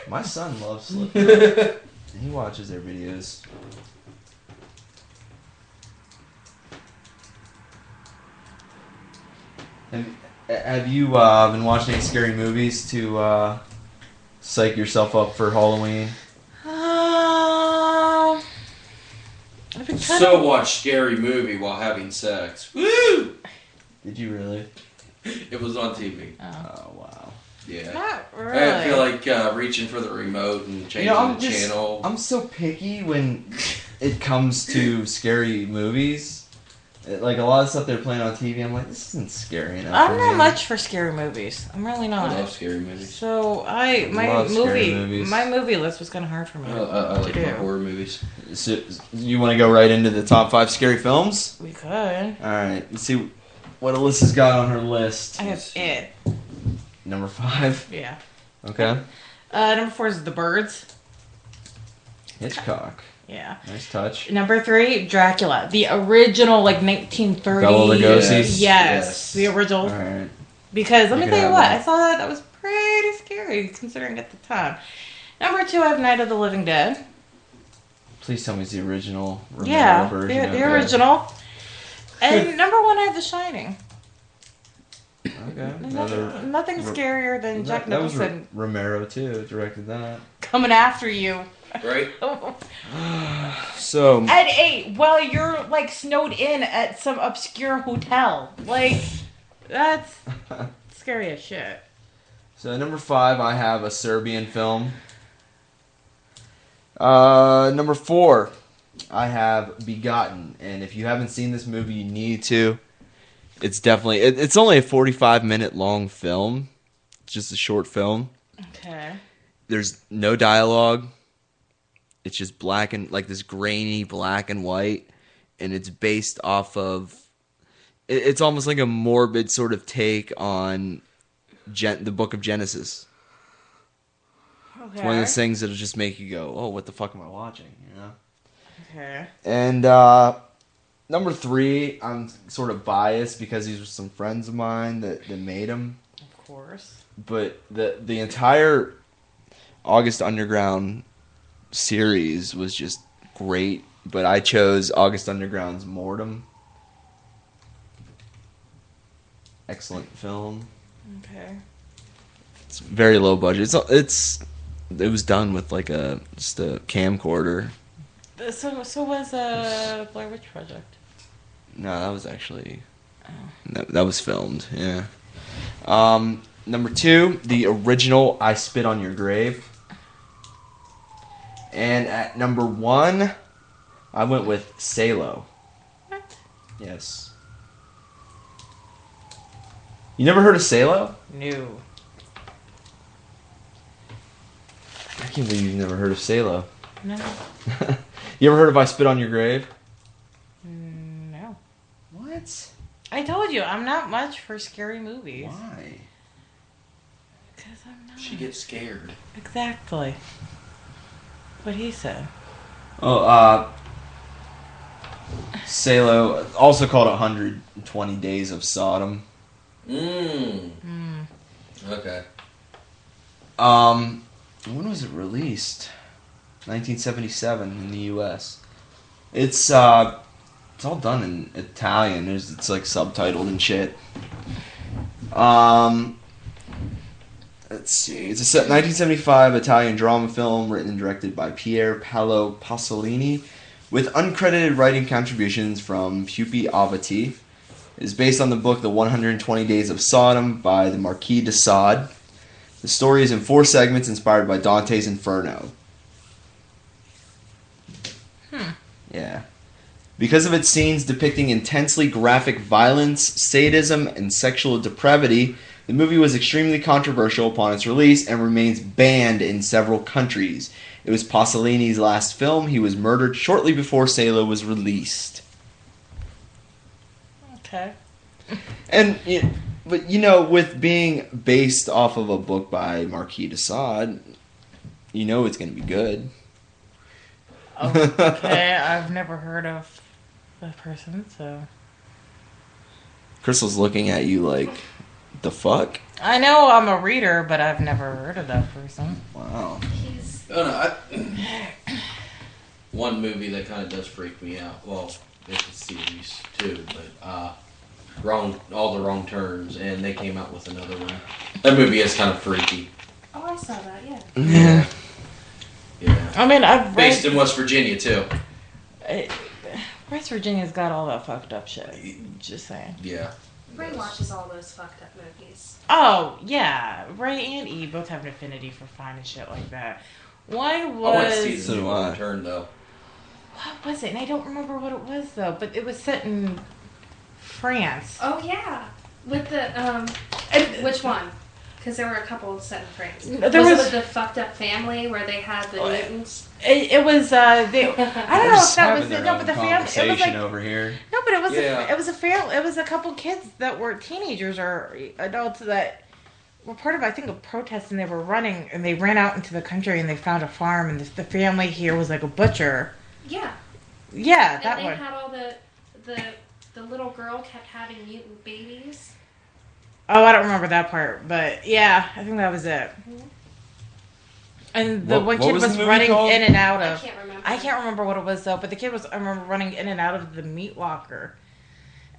Speaker 2: My son loves Slip. Knot. he watches their videos. Have, have you uh, been watching any scary movies to uh, psych yourself up for Halloween?
Speaker 4: Um, I've been kind
Speaker 3: So
Speaker 4: of,
Speaker 3: watch scary movie while having sex. Woo!
Speaker 2: Did you really?
Speaker 3: It was on TV.
Speaker 4: Oh,
Speaker 2: Oh wow!
Speaker 3: Yeah.
Speaker 4: not really.
Speaker 3: I feel like uh, reaching for the remote and changing
Speaker 2: You know, I'm
Speaker 3: the
Speaker 2: just-
Speaker 3: channel.
Speaker 2: I'm so picky when it comes to scary movies. It- like a lot of stuff they're playing on TV, I'm like, this isn't scary enough.
Speaker 4: I'm
Speaker 2: for
Speaker 4: not
Speaker 2: me."
Speaker 4: much for scary movies. I'm really
Speaker 3: I love
Speaker 4: not.
Speaker 3: scary movies.
Speaker 4: So I my
Speaker 2: love
Speaker 4: movie
Speaker 2: scary movies.
Speaker 4: my movie list was kind of hard for me.
Speaker 3: I, I, I like
Speaker 4: to
Speaker 3: my
Speaker 4: do.
Speaker 3: horror movies.
Speaker 2: So, you want to go right into the top five scary films?
Speaker 4: We could. I
Speaker 2: All right, let's see what Alyssa's got on her list.
Speaker 4: have it.
Speaker 2: Number five.
Speaker 4: Yeah.
Speaker 2: Okay.
Speaker 4: Uh, number four is The Birds.
Speaker 2: Hitchcock.
Speaker 4: Yeah.
Speaker 2: Nice touch.
Speaker 4: Number three, Dracula, the original, like 1930s.
Speaker 2: Bela Lugosi?
Speaker 4: Yes,
Speaker 3: Yes.
Speaker 4: the original.
Speaker 2: All right.
Speaker 4: Because let
Speaker 2: You
Speaker 4: me
Speaker 2: can
Speaker 4: tell you
Speaker 2: have
Speaker 4: what,
Speaker 2: that.
Speaker 4: I saw that. That was pretty scary considering at the time. Number two, I have Night of the Living Dead.
Speaker 2: Please tell me it's the original. Romero
Speaker 4: yeah, the,
Speaker 2: version of
Speaker 4: the
Speaker 2: that.
Speaker 4: original. And number one, I have The Shining.
Speaker 2: Okay. Another.
Speaker 4: Nothing, nothing scarier than Jack
Speaker 2: that, that was
Speaker 4: Nicholson
Speaker 2: R- Romero too. Directed that.
Speaker 4: coming after you.
Speaker 3: Right?
Speaker 2: So
Speaker 4: at eight while you're like snowed in at some obscure hotel. Like that's scary as shit.
Speaker 2: So number five, I have a Serbian film. Uh, number four, I have Begotten, and if you haven't seen this movie, you need to. It's definitely it, it's only a forty-five minute long film, It's just a short film.
Speaker 4: Okay.
Speaker 2: There's no dialogue. It's just black and like this grainy black and white, and it's based off of. It, it's almost like a morbid sort of take on, Gen, the Book of Genesis.
Speaker 4: Okay.
Speaker 2: It's one of those things that'll just make you go, "Oh, what the fuck am I watching?" You know.
Speaker 4: okay.
Speaker 2: And uh, number three, I'm sort of biased because these were some friends of mine that, that made them.
Speaker 4: Of course.
Speaker 2: But the the entire August Underground series was just great. But I chose August Underground's Mortem. Excellent film.
Speaker 4: Okay.
Speaker 2: It's very low budget. It's it's it was done with like a just a camcorder.
Speaker 4: Uh, So so was uh Blair Witch Project.
Speaker 2: No, that was actually that, that was filmed. Yeah. Um, number two, the original "I Spit on Your Grave," and at number one, I went with Salo.
Speaker 4: What?
Speaker 2: Yes. You never heard of Salo?
Speaker 4: No.
Speaker 2: I can't believe you've never heard of Salo.
Speaker 4: No.
Speaker 2: you ever heard of "I Spit on Your Grave"?
Speaker 4: Mm, No.
Speaker 2: What?
Speaker 4: I told you I'm not much for scary movies.
Speaker 2: Why?
Speaker 4: Because I'm not.
Speaker 3: She gets scared.
Speaker 4: Exactly. What he said.
Speaker 2: Oh, uh, Salo, also called 120 Days of Sodom.
Speaker 3: Mmm.
Speaker 4: Mm.
Speaker 3: Okay.
Speaker 2: Um, when was it released? 1977 in the U.S. It's uh, it's all done in Italian. There's, it's like subtitled and shit. Um, let's see. It's a se- 1975 Italian drama film written and directed by Pier Paolo Pasolini, with uncredited writing contributions from Pupi Avati. It is based on the book The 120 Days of Sodom by the Marquis de Sade. The story is in four segments inspired by Dante's Inferno. Yeah. Because of its scenes depicting intensely graphic violence, sadism, and sexual depravity, the movie was extremely controversial upon its release and remains banned in several countries. It was Pasolini's last film. He was murdered shortly before Salo was released.
Speaker 4: Okay.
Speaker 2: And y- but you know, with being based off of a book by Marquis de Sade, you know it's gonna be good.
Speaker 4: Oh, Okay, I've never heard of that person, so
Speaker 2: Crystal's looking at you like, the fuck?
Speaker 4: I know I'm a reader, but I've never heard of that person.
Speaker 2: Wow.
Speaker 5: He's
Speaker 3: Oh no. I, one movie that kind of does freak me out. Well, it's a series too, but uh, wrong, all the wrong turns, and they came out with another one. That movie is kind of freaky.
Speaker 5: oh, I saw that. Yeah.
Speaker 2: Yeah.
Speaker 3: Yeah.
Speaker 4: I mean, I've
Speaker 3: Based
Speaker 4: read.
Speaker 3: in West Virginia too.
Speaker 4: I- West Virginia's got all that fucked up shit. Just saying.
Speaker 3: Yeah.
Speaker 5: Ray watches all those fucked up movies.
Speaker 4: Oh yeah, Ray and E both have an affinity for finding shit like that. One
Speaker 3: I want to see
Speaker 4: was
Speaker 3: the
Speaker 2: So
Speaker 3: new
Speaker 2: do I.
Speaker 3: wrong turn though.
Speaker 4: what was it? And I don't remember what it was though. But it was set in France.
Speaker 5: Oh yeah, with the um,
Speaker 4: And-
Speaker 5: which one? Because there were a couple set in France.
Speaker 4: No, there
Speaker 5: was,
Speaker 4: was-
Speaker 5: it with the fucked up family where they had the
Speaker 2: Oh, yeah.
Speaker 5: Newtons.
Speaker 4: It, it was uh, they. I don't
Speaker 2: They're
Speaker 4: know if
Speaker 2: just
Speaker 4: that
Speaker 2: having
Speaker 4: was
Speaker 2: their
Speaker 4: it. No,
Speaker 2: own
Speaker 4: but the family. It was
Speaker 2: conversation
Speaker 4: like
Speaker 2: over here.
Speaker 4: No, but it was
Speaker 3: Yeah.
Speaker 4: a, it was a family. It was a couple kids that were teenagers or adults that were part of I think a protest, and they were running, and they ran out into the country, and they found a farm, and the, the family here was like a butcher.
Speaker 5: Yeah,
Speaker 4: Yeah,
Speaker 5: and
Speaker 4: that
Speaker 5: they
Speaker 4: one.
Speaker 5: had all the the the little girl kept having mutant babies.
Speaker 4: oh, I don't remember that part, but yeah, I think that was it. And the
Speaker 2: What-
Speaker 4: one
Speaker 2: what
Speaker 4: kid
Speaker 2: was
Speaker 4: was,
Speaker 2: the movie
Speaker 4: running
Speaker 2: called?
Speaker 4: in and out
Speaker 5: I
Speaker 4: of.
Speaker 5: can't remember.
Speaker 4: I can't remember what it was though, but the kid was I remember running in and out of the meat locker,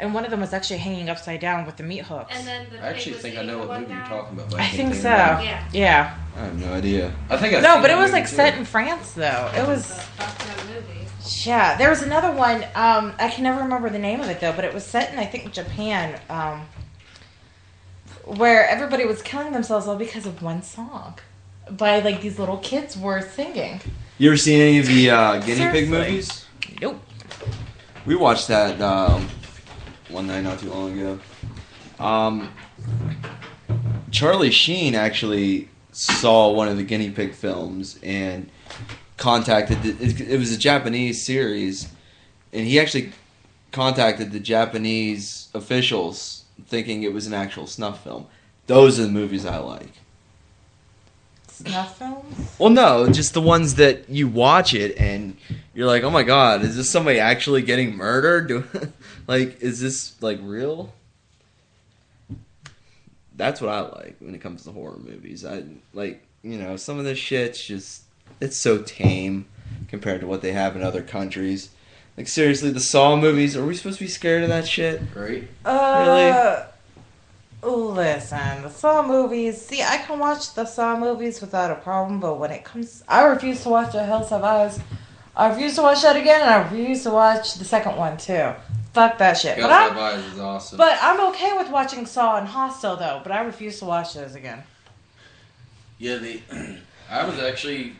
Speaker 4: and one of them was actually hanging upside down with the meat hooks.
Speaker 5: And then the
Speaker 3: I actually
Speaker 5: pig was
Speaker 3: think I
Speaker 5: eating
Speaker 3: know
Speaker 5: the
Speaker 3: what
Speaker 5: one
Speaker 3: movie you're
Speaker 5: guy.
Speaker 3: talking about. but
Speaker 4: I
Speaker 3: can't
Speaker 4: think
Speaker 3: of
Speaker 4: so.
Speaker 3: the name.
Speaker 5: Yeah.
Speaker 4: yeah.
Speaker 2: I have no idea.
Speaker 3: I think I've
Speaker 4: No,
Speaker 3: seen
Speaker 4: but
Speaker 3: that
Speaker 4: it was
Speaker 3: movie,
Speaker 4: like
Speaker 3: too.
Speaker 4: set in France though. It
Speaker 5: The
Speaker 4: was
Speaker 5: fucked up movie.
Speaker 4: yeah. There was another one. Um, I can never remember the name of it though, but it was set in I think Japan. Um, where everybody was killing themselves all because of one song, by like these little kids were singing.
Speaker 2: You ever seen any of the uh, guinea
Speaker 4: Seriously.
Speaker 2: pig movies?
Speaker 4: Nope.
Speaker 2: We watched that um, one night not too long ago. Um, Charlie Sheen actually saw one of the guinea pig films and contacted. The, it, it was a Japanese series, and he actually contacted the Japanese officials, thinking it was an actual snuff film. Those are the movies I like.
Speaker 4: Snuff films.
Speaker 2: Well, no, just the ones that you watch it and you're like, oh my god, is this somebody actually getting murdered? Do, like, is this like real? That's what I like when it comes to horror movies. I like, you know, some of this shit's just it's so tame compared to what they have in other countries. Like seriously, the Saw movies, are we supposed to be scared of that shit?
Speaker 3: Great.
Speaker 4: Uh, Listen, the Saw movies. See, I can watch the Saw movies without a problem, but when it comes, I refuse to watch The Hills Have Eyes. I refuse to watch that again, and I refuse to watch the second one too. Fuck that shit. But
Speaker 3: God's
Speaker 4: I'm,
Speaker 3: Eyes is awesome.
Speaker 4: but I'm okay with watching Saw and Hostel though. But I refuse to watch those again.
Speaker 3: Yeah, they. I was actually.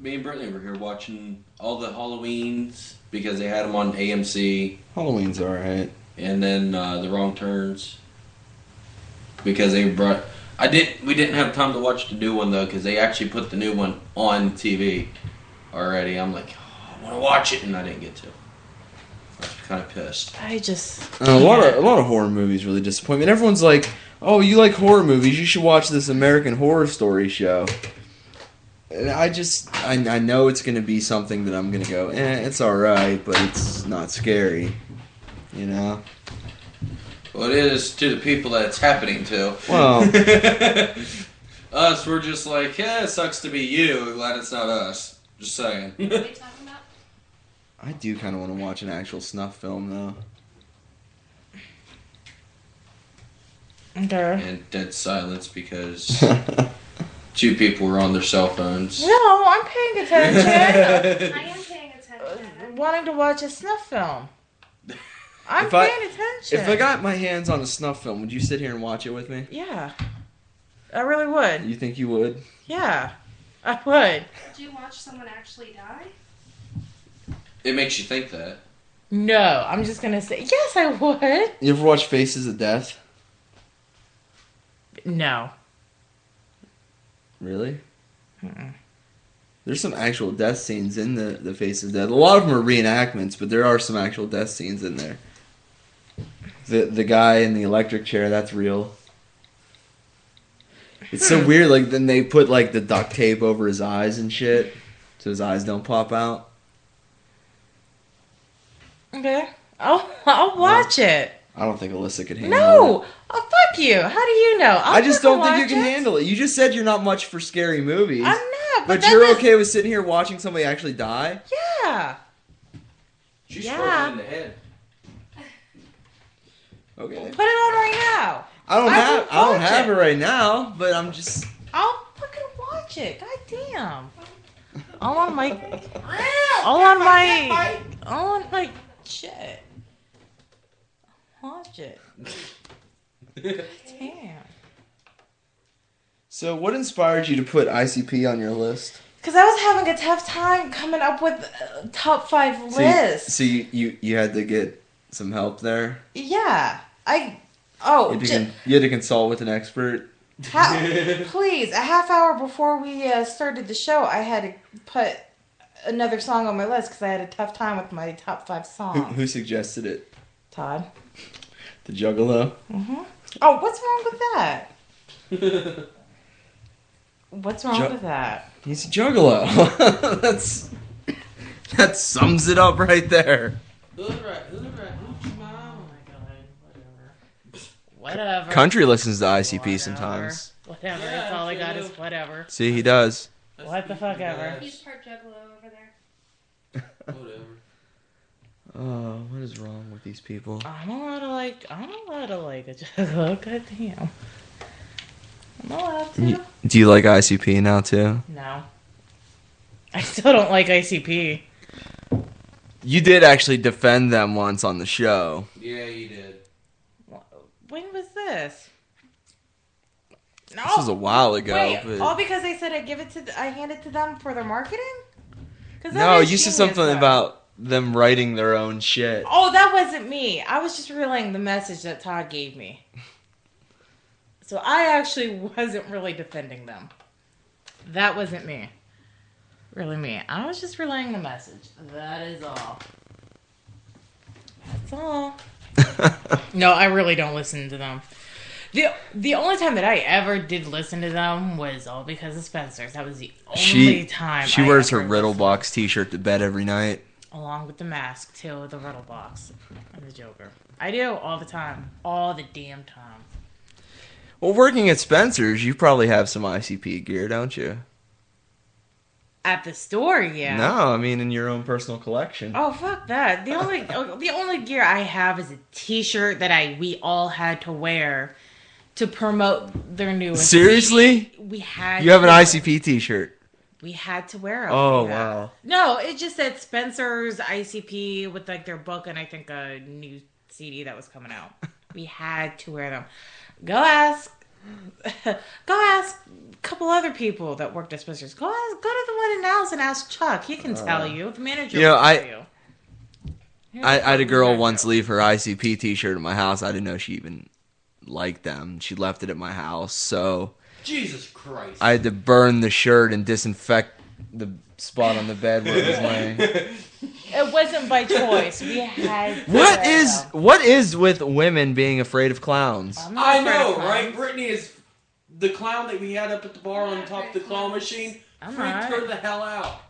Speaker 3: Me and Brittany were here watching all the Halloweens because they had them on AMC,
Speaker 2: Halloween's alright.
Speaker 3: and then uh, the Wrong Turns because they brought. I didn't. We didn't have time to watch the new one though because they actually put the new one on TV already. I'm like, "Oh, I want to watch it, and I didn't get to. I was kind of pissed.
Speaker 4: I just
Speaker 2: Uh, a lot of
Speaker 4: can't.
Speaker 2: a lot of horror movies really disappoint me. And everyone's like, "Oh, you like horror movies? You should watch this American Horror Story show." And I just I, I know it's gonna be something that I'm gonna go, eh, it's all right, but it's not scary, you know.
Speaker 3: Well, it is to the people that it's happening to.
Speaker 2: Well-
Speaker 3: us, we're just like, yeah, it sucks to be you. Glad it's not us. Just saying.
Speaker 5: What are you talking about?
Speaker 2: I do kind of want to watch an actual snuff film though.
Speaker 4: Okay.
Speaker 3: and dead silence because two people were on their cell phones.
Speaker 4: No, I'm paying attention. Uh,
Speaker 5: I am paying attention.
Speaker 4: Wanting to watch a snuff film. I'm
Speaker 2: If I-
Speaker 4: paying attention.
Speaker 2: if I got my hands on a snuff film, would you sit here and watch it with me?
Speaker 4: Yeah. I really would.
Speaker 2: You think you would?
Speaker 4: Yeah. I would.
Speaker 5: Did you watch someone actually die?
Speaker 3: It makes you think that.
Speaker 4: No, I'm just gonna say yes I would.
Speaker 2: You ever watch Faces of Death?
Speaker 4: No.
Speaker 2: Really?
Speaker 4: Mm-mm.
Speaker 2: There's some actual death scenes in the the Face of Death. A lot of them are reenactments, but there are some actual death scenes in there. The the guy in the electric chair, that's real. It's
Speaker 4: Hmm.
Speaker 2: so weird. Like then they put like the duct tape over his eyes and shit, so his eyes don't pop out.
Speaker 4: Okay. I'll, I'll watch it.
Speaker 2: I don't think Alyssa
Speaker 4: Mm-hmm.
Speaker 2: could handle it.
Speaker 4: No. Oh, fuck you. How do you know? I'll
Speaker 2: I just
Speaker 4: fucking
Speaker 2: don't think you
Speaker 4: watch
Speaker 2: can
Speaker 4: it.
Speaker 2: handle it. You just said you're not much for scary movies,
Speaker 4: I'm not. But,
Speaker 2: but you're
Speaker 4: that
Speaker 2: okay with sitting here watching somebody actually die.
Speaker 4: does- Yeah.
Speaker 3: She's
Speaker 4: Yeah.
Speaker 3: yeah. in the head.
Speaker 2: Okay.
Speaker 4: Put it on right now.
Speaker 2: I don't
Speaker 4: I
Speaker 2: have
Speaker 4: will
Speaker 2: I don't
Speaker 4: watch
Speaker 2: have
Speaker 4: it.
Speaker 2: it right now, but I'm just
Speaker 4: I'll fucking watch it. God damn. All on my. All on my. All on my shit. Watch it. Damn.
Speaker 2: So, what inspired you to put ICP on your list?
Speaker 4: Because I was having a tough time coming up with uh, top five
Speaker 2: So you-
Speaker 4: lists.
Speaker 2: So you, you you had to get some help there.
Speaker 4: yeah. I. Oh,
Speaker 2: You had, to
Speaker 4: j-
Speaker 2: con- you had to consult with an expert.
Speaker 4: How, please, a half hour before we uh, started the show, I had to put another song on my list because I had a tough time with my top five
Speaker 2: Who,
Speaker 4: songs.
Speaker 2: who suggested it?
Speaker 4: Todd.
Speaker 2: The Juggalo.
Speaker 4: Oh, what's wrong with that? What's wrong
Speaker 2: Ju-
Speaker 4: with that?
Speaker 2: He's a Juggalo. That's that sums it up right there.
Speaker 4: Oh
Speaker 6: Whatever.
Speaker 2: Country listens to ICP
Speaker 6: Whatever.
Speaker 2: sometimes.
Speaker 6: Whatever.
Speaker 3: Yeah,
Speaker 6: That's all I
Speaker 3: I
Speaker 6: got
Speaker 3: know.
Speaker 6: is whatever.
Speaker 2: See, he does.
Speaker 6: What the fuck ever.
Speaker 5: He's part juggalo over there.
Speaker 3: Whatever.
Speaker 2: Oh, what is wrong with these people?
Speaker 6: I'm allowed to like. I'm allowed to like a juggalo. God damn.
Speaker 4: oh, I'm allowed to.
Speaker 2: You- Do you like ICP now too?
Speaker 6: No. I still don't like ICP.
Speaker 2: You did actually defend them once on the show.
Speaker 3: Yeah, you did.
Speaker 4: When was this? No.
Speaker 2: This was a while ago.
Speaker 4: Oh, Wait,
Speaker 2: but...
Speaker 4: all because I said I give it to th- I hand it to them for their marketing. 'Cause that
Speaker 2: No,
Speaker 4: is
Speaker 2: you said
Speaker 4: genius,
Speaker 2: something
Speaker 4: though.
Speaker 2: about them writing their own shit.
Speaker 4: Oh, that wasn't me. I was just relaying the message that Todd gave me. So I actually wasn't really defending them. That wasn't me. Really me. I was just relaying the message. That is all. That's all.
Speaker 6: No, I really don't listen to them. The the only time that I ever did listen to them was all because of Spencer's. That was the only
Speaker 2: she
Speaker 6: time
Speaker 2: she
Speaker 6: I
Speaker 2: wears her
Speaker 6: ever
Speaker 2: riddle
Speaker 6: listened.
Speaker 2: box T-shirt to bed every night.
Speaker 6: along with the mask too, the riddle box and the Joker. I do all the time, all the damn time.
Speaker 2: Well, working at Spencer's, you probably have some ICP gear, don't you?
Speaker 6: At the store, yeah.
Speaker 2: No, I mean in your own personal collection.
Speaker 6: Oh fuck that! The only oh, the only gear I have is a T-shirt that I we all had to wear to promote their new.
Speaker 2: Seriously?
Speaker 6: we had
Speaker 2: You have an
Speaker 6: to.
Speaker 2: ICP T-shirt.
Speaker 6: We had to wear them.
Speaker 2: Oh
Speaker 6: Yeah.
Speaker 2: wow!
Speaker 6: No, it just said Spencer's ICP with like their book and I think a new CD that was coming out. We had to wear them. Go ask, go ask a couple other people that worked at Spencer's. Go ask, go to the one in Niles and ask Chuck. He can tell you. The manager.
Speaker 2: Uh, you know,
Speaker 6: will tell
Speaker 2: I-
Speaker 6: you.
Speaker 2: I, I had a girl once leave her ICP T-shirt at my house. I didn't know she even liked them. She left it at my house, so
Speaker 3: Jesus Christ.
Speaker 2: I had to burn the shirt and disinfect the spot on the bed where it was laying.
Speaker 4: It wasn't by choice. We had. to
Speaker 2: What
Speaker 4: wear
Speaker 2: is
Speaker 4: them.
Speaker 2: what is with women being afraid of clowns?
Speaker 6: I'm not
Speaker 3: I
Speaker 6: afraid of
Speaker 3: know,
Speaker 6: clowns.
Speaker 3: right? Brittany is the clown that we had up at the bar on top of the claw machine.
Speaker 6: I'm
Speaker 3: freaked
Speaker 6: alright.
Speaker 3: her the hell out.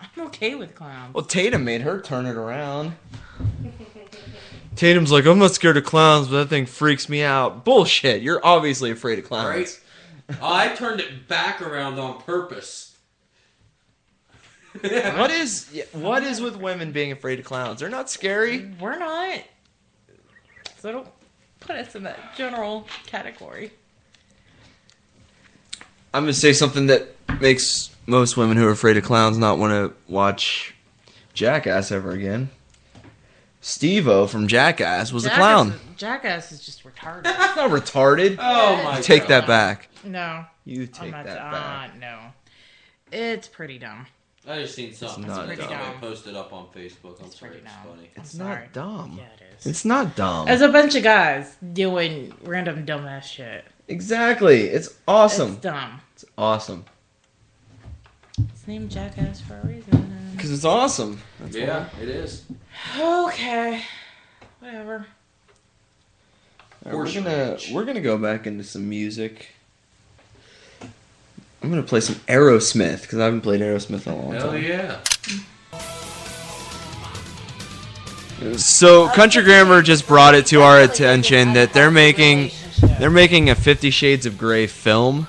Speaker 6: I'm okay with clowns.
Speaker 2: Well, Tatum made her turn it around. Tatum's like, I'm not scared of clowns, but that thing freaks me out. Bullshit! You're obviously afraid of clowns.
Speaker 3: Right? I turned it back around on purpose. Oh
Speaker 2: What is yeah, what is with women being afraid of clowns? They're not scary.
Speaker 6: We're not. So don't put us in that general category.
Speaker 2: I'm gonna say something that makes most women who are afraid of clowns not want to watch Jackass ever again. Steve-O from Jackass was a clown.
Speaker 6: Jackass, Jackass is just retarded.
Speaker 2: That's not retarded.
Speaker 3: Oh my
Speaker 2: Take
Speaker 3: God.
Speaker 2: that back.
Speaker 6: No,
Speaker 2: You
Speaker 6: I'm
Speaker 2: take
Speaker 6: not.
Speaker 2: that
Speaker 6: uh,
Speaker 2: back.
Speaker 6: No, it's pretty dumb.
Speaker 3: I just seen something.
Speaker 2: It's not
Speaker 3: Somebody
Speaker 6: dumb.
Speaker 3: posted up on Facebook. I'm
Speaker 6: It's
Speaker 3: sorry,
Speaker 6: pretty
Speaker 3: it's
Speaker 6: dumb.
Speaker 3: funny.
Speaker 6: I'm
Speaker 2: It's
Speaker 6: sorry.
Speaker 2: not dumb.
Speaker 6: Yeah, it is.
Speaker 2: Um, It's not dumb.
Speaker 6: As a bunch of guys doing random dumbass shit.
Speaker 2: exactly. It's awesome.
Speaker 6: It's dumb.
Speaker 2: It's awesome.
Speaker 6: It's named Jackass for a reason.
Speaker 2: Because it's awesome. That's
Speaker 3: Yeah, it is.
Speaker 6: Okay. Whatever.
Speaker 2: Why. All right, we're gonna we're gonna go back into some music. I'm gonna play some Aerosmith because I haven't played Aerosmith in a long
Speaker 3: Hell
Speaker 2: time.
Speaker 3: yeah.
Speaker 2: So Country Grammar just brought it to our attention that they're making they're making a Fifty Shades of Grey film,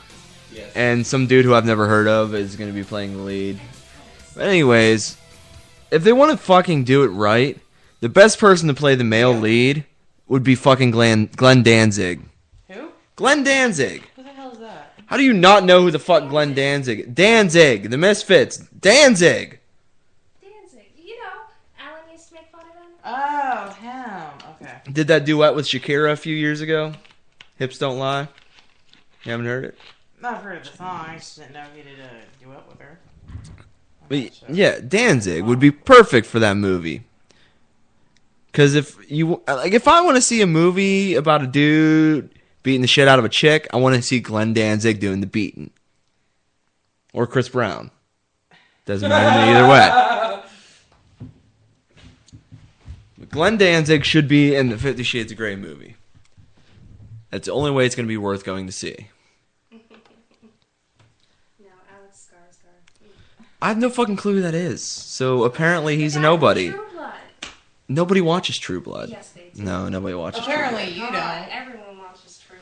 Speaker 3: Yes.
Speaker 2: and some dude who I've never heard of is gonna be playing the lead. But anyways, if they want to fucking do it right, the best person to play the male lead would be fucking Glenn Glenn Danzig.
Speaker 4: Who?
Speaker 2: Glenn Danzig.
Speaker 4: Who the hell is that?
Speaker 2: How do you not know who the fuck Glenn Danzig? Danzig, the Misfits. Danzig.
Speaker 5: Danzig. You know, Alan used to make fun of him.
Speaker 4: Oh, him. Okay.
Speaker 2: Did that duet with Shakira a few years ago? Hips don't lie. You haven't heard it.
Speaker 4: I've heard of the song. I just didn't know he did a duet with her. I'm
Speaker 2: But
Speaker 4: not sure.
Speaker 2: yeah, Danzig would be perfect for that movie. Cause if you like, if I want to see a movie about a dude beating the shit out of a chick, I want to see Glenn Danzig doing the beating, or Chris Brown. Doesn't matter to me either way. But Glenn Danzig should be in the Fifty Shades of Grey movie. That's the only way it's going to be worth going to see.
Speaker 5: No, Alex Skarsgård.
Speaker 2: I have no fucking clue who that is. So apparently he's
Speaker 5: The
Speaker 2: a
Speaker 5: guy from
Speaker 2: nobody.
Speaker 5: True Blood.
Speaker 2: Nobody watches True Blood.
Speaker 5: Yes, they do.
Speaker 2: No, nobody watches. True Blood.
Speaker 4: Apparently, you
Speaker 5: God,
Speaker 4: don't.
Speaker 5: everyone watches True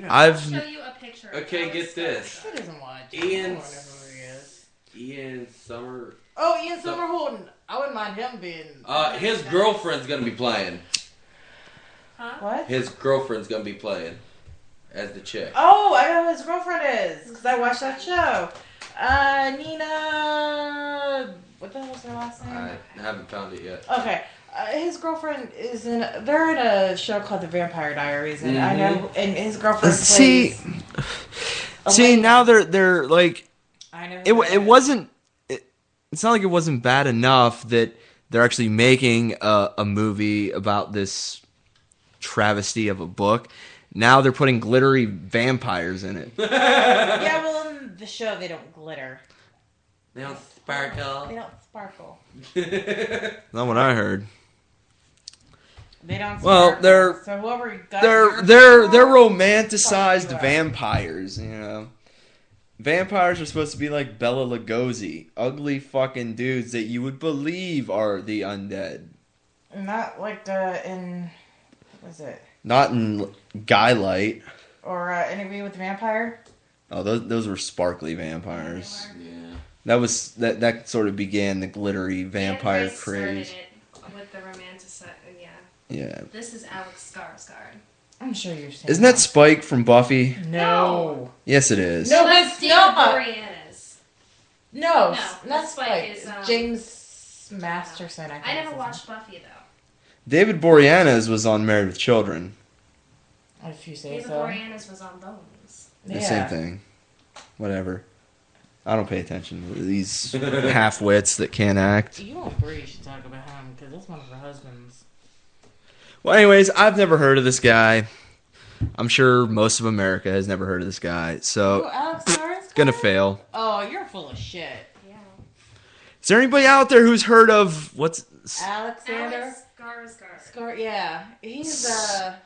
Speaker 5: Blood.
Speaker 2: I've
Speaker 5: Show you a picture. of
Speaker 3: Okay,
Speaker 5: Alex
Speaker 3: get this.
Speaker 5: Skarsgård.
Speaker 4: He doesn't watch.
Speaker 3: Ian-
Speaker 4: I don't know who he is.
Speaker 3: Ian Summer.
Speaker 4: Oh, Ian
Speaker 3: So-
Speaker 4: Somerhalden. I wouldn't mind him being.
Speaker 3: Uh, his girlfriend's gonna be playing.
Speaker 5: Huh?
Speaker 4: what?
Speaker 3: His girlfriend's gonna be playing as the chick.
Speaker 4: Oh, I know who his girlfriend is because I watched that show. Uh, Nina. What the hell was her last name?
Speaker 3: I haven't found it yet.
Speaker 4: Okay. Uh, his girlfriend is in. They're in a show called The Vampire Diaries, and I
Speaker 3: Mhm.
Speaker 4: know. And his girlfriend plays.
Speaker 2: Mm-hmm. see, see
Speaker 4: Elena.
Speaker 2: now they're they're like
Speaker 4: I know.
Speaker 2: it.
Speaker 4: who
Speaker 2: wa-
Speaker 4: that
Speaker 2: It
Speaker 4: is.
Speaker 2: wasn't. It, it's not like it wasn't bad enough that they're actually making a, a movie about this travesty of a book. Now they're putting glittery vampires in it.
Speaker 4: Yeah, well, in the show they don't glitter.
Speaker 3: They don't
Speaker 4: They
Speaker 3: sparkle.
Speaker 4: don't sparkle.
Speaker 2: Not what I heard.
Speaker 4: They don't.
Speaker 2: Well,
Speaker 4: sparkle.
Speaker 2: they're-
Speaker 4: so whoever got
Speaker 2: They're
Speaker 4: your-
Speaker 2: they're they're romanticized
Speaker 4: Fuck you up.
Speaker 2: vampires, you know. Vampires are supposed to be like Bella Lugosi, ugly fucking dudes that you would believe are the undead.
Speaker 4: not like uh, in what was it
Speaker 2: Not in Guy Light.
Speaker 4: or uh, Interview with the Vampire?
Speaker 2: Oh, those those were sparkly vampires.
Speaker 3: Yeah.
Speaker 2: That was that that sort of began the glittery vampire
Speaker 5: Anne Rice started
Speaker 2: craze.
Speaker 5: it With the romantic, yeah.
Speaker 2: Yeah.
Speaker 5: This is Alex Skarsgård.
Speaker 4: I'm sure you're saying.
Speaker 2: Isn't that Spike from Buffy?
Speaker 4: no?
Speaker 2: Yes, it is.
Speaker 4: No,
Speaker 5: That's
Speaker 4: it's
Speaker 5: David
Speaker 4: not.
Speaker 5: Boreanaz.
Speaker 4: No,
Speaker 5: No,
Speaker 4: s- not
Speaker 5: that's
Speaker 4: Spike.
Speaker 5: why his,
Speaker 4: It's
Speaker 5: um,
Speaker 4: James Masterson. I, think
Speaker 5: I
Speaker 4: is
Speaker 5: never
Speaker 4: his
Speaker 5: watched Buffy though.
Speaker 2: David Boreanaz was on Married with Children.
Speaker 4: name. If you say
Speaker 5: David
Speaker 4: so.
Speaker 5: Boreanaz was on Bones.
Speaker 2: The
Speaker 4: Yeah.
Speaker 2: same thing. Whatever. I don't pay attention to these half wits that can't act.
Speaker 4: You and Bree should talk about him because that's one of her husbands.
Speaker 2: Well, anyways, I've never heard of this guy. I'm sure most of America has never heard of this guy, so
Speaker 4: Alex
Speaker 2: it's Oh. gonna fail.
Speaker 4: Oh, you're full of shit.
Speaker 5: Yeah.
Speaker 2: Is there anybody out there who's heard of what's
Speaker 4: Alexander
Speaker 5: Alex Skarsgård.
Speaker 4: Scar. Yeah, he's uh, a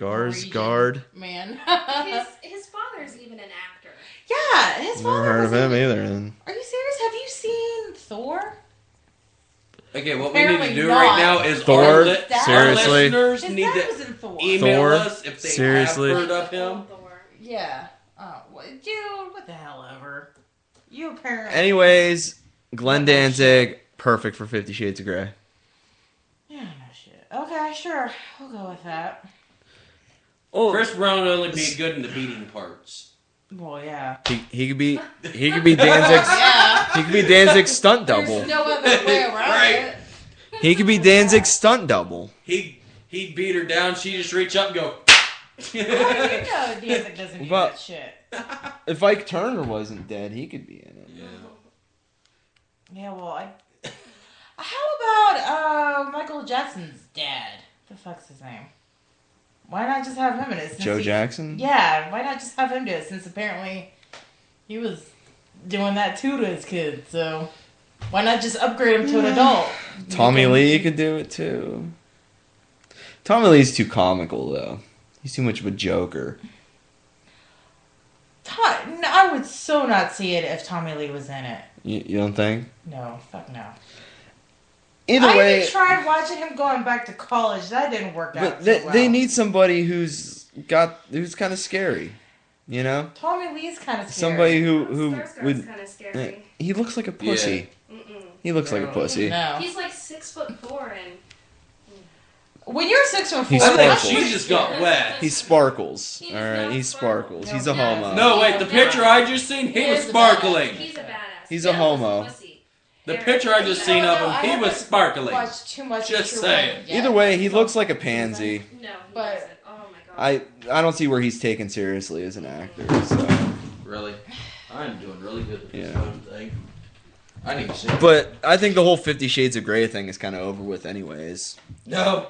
Speaker 2: Skarsgård?
Speaker 4: man.
Speaker 5: His,
Speaker 4: Uh-huh.
Speaker 5: his father's even an actor.
Speaker 4: yeah, his
Speaker 2: Never
Speaker 4: father.
Speaker 2: heard of
Speaker 4: was
Speaker 2: him
Speaker 4: in-
Speaker 2: either. Then.
Speaker 4: Are you serious? Have you seen Thor?
Speaker 3: Okay, what we need
Speaker 4: Apparently
Speaker 3: to do
Speaker 4: not.
Speaker 3: right now is
Speaker 2: Thor?
Speaker 3: our, li-
Speaker 4: Dad-
Speaker 3: our
Speaker 2: Seriously?
Speaker 3: listeners
Speaker 4: His
Speaker 3: need
Speaker 4: dad was
Speaker 3: to
Speaker 4: in Thor.
Speaker 3: email
Speaker 2: Thor?
Speaker 3: us if they
Speaker 2: Seriously?
Speaker 3: have heard of
Speaker 5: The
Speaker 3: him.
Speaker 5: old Thor.
Speaker 4: yeah. Oh, what, dude, what the hell ever? You apparently.
Speaker 2: Anyways, Glenn Danzig, perfect for Fifty Shades of Grey.
Speaker 4: yeah, no shit. Okay, sure. We'll go with that.
Speaker 2: Oh,
Speaker 3: Chris Brown would only be good in the beating parts.
Speaker 4: Well, yeah.
Speaker 2: he, he could be he could be Danzig's
Speaker 4: Yeah.
Speaker 2: he could be Danzig's stunt double.
Speaker 4: There's no other way around
Speaker 3: Right.
Speaker 4: it.
Speaker 2: He could be Danzig's stunt double.
Speaker 3: He'd he'd beat her down. She would just reach up and go.
Speaker 4: How do you know Danzig doesn't do
Speaker 2: But-
Speaker 4: that shit?
Speaker 2: If Ike Turner wasn't dead, he could be in it.
Speaker 3: Yeah.
Speaker 4: Yeah, well, I. How about uh, Michael Jackson's dad? The fuck's his name? Why not just have him in it? since
Speaker 2: Joe
Speaker 4: he-
Speaker 2: Jackson?
Speaker 4: Yeah, why not just have him do it? Since apparently he was doing that too to his kids, so why not just upgrade him to an adult?
Speaker 2: Tommy Lee could do it too. Tommy Lee's too comical though. He's too much of a joker.
Speaker 4: Tom, I would so not see it if Tommy Lee was in it.
Speaker 2: You, you don't think?
Speaker 4: No, fuck no.
Speaker 2: Either
Speaker 4: I
Speaker 2: way,
Speaker 4: even tried watching him going back to college. That didn't work out.
Speaker 2: but
Speaker 4: so
Speaker 2: they,
Speaker 4: well.
Speaker 2: they need somebody who's got who's kind of scary, you know,
Speaker 4: Tommy Lee's kind of
Speaker 2: somebody who who
Speaker 5: Skarsgård's
Speaker 2: would.
Speaker 5: kind of
Speaker 2: eh,
Speaker 5: scary.
Speaker 2: He looks like a pussy.
Speaker 5: Mm-mm.
Speaker 2: He looks like a
Speaker 3: No.
Speaker 2: pussy.
Speaker 4: No,
Speaker 5: He's like six foot four and
Speaker 4: when you're six foot four,
Speaker 2: He's
Speaker 3: I think
Speaker 2: sparkles.
Speaker 3: she just got wet.
Speaker 2: He sparkles.
Speaker 5: He's
Speaker 2: All right,
Speaker 5: not
Speaker 2: he
Speaker 5: sparkles.
Speaker 2: sparkles. He's a
Speaker 4: No.
Speaker 2: homo.
Speaker 3: No, wait. The picture I just seen,
Speaker 4: He
Speaker 3: he was
Speaker 4: is a
Speaker 3: sparkling.
Speaker 5: he's a badass.
Speaker 2: He's a
Speaker 5: Yeah,
Speaker 2: homo.
Speaker 5: pussy.
Speaker 3: The picture I just seen
Speaker 4: No, no,
Speaker 3: of
Speaker 4: I
Speaker 3: him, he was
Speaker 4: haven't
Speaker 3: sparkling.
Speaker 4: watched too much.
Speaker 3: Just
Speaker 4: True
Speaker 3: saying.
Speaker 4: Romance yet.
Speaker 2: Either way, he looks like a pansy.
Speaker 5: No, he
Speaker 4: But-
Speaker 5: doesn't. Oh my god.
Speaker 2: I I don't see where he's taken seriously as an actor. So.
Speaker 3: Really? I'm doing really good with this
Speaker 2: Yeah.
Speaker 3: phone thing. I need to see. it.
Speaker 2: But I think the whole Fifty Shades of Grey thing is kind of over with, anyways.
Speaker 3: no.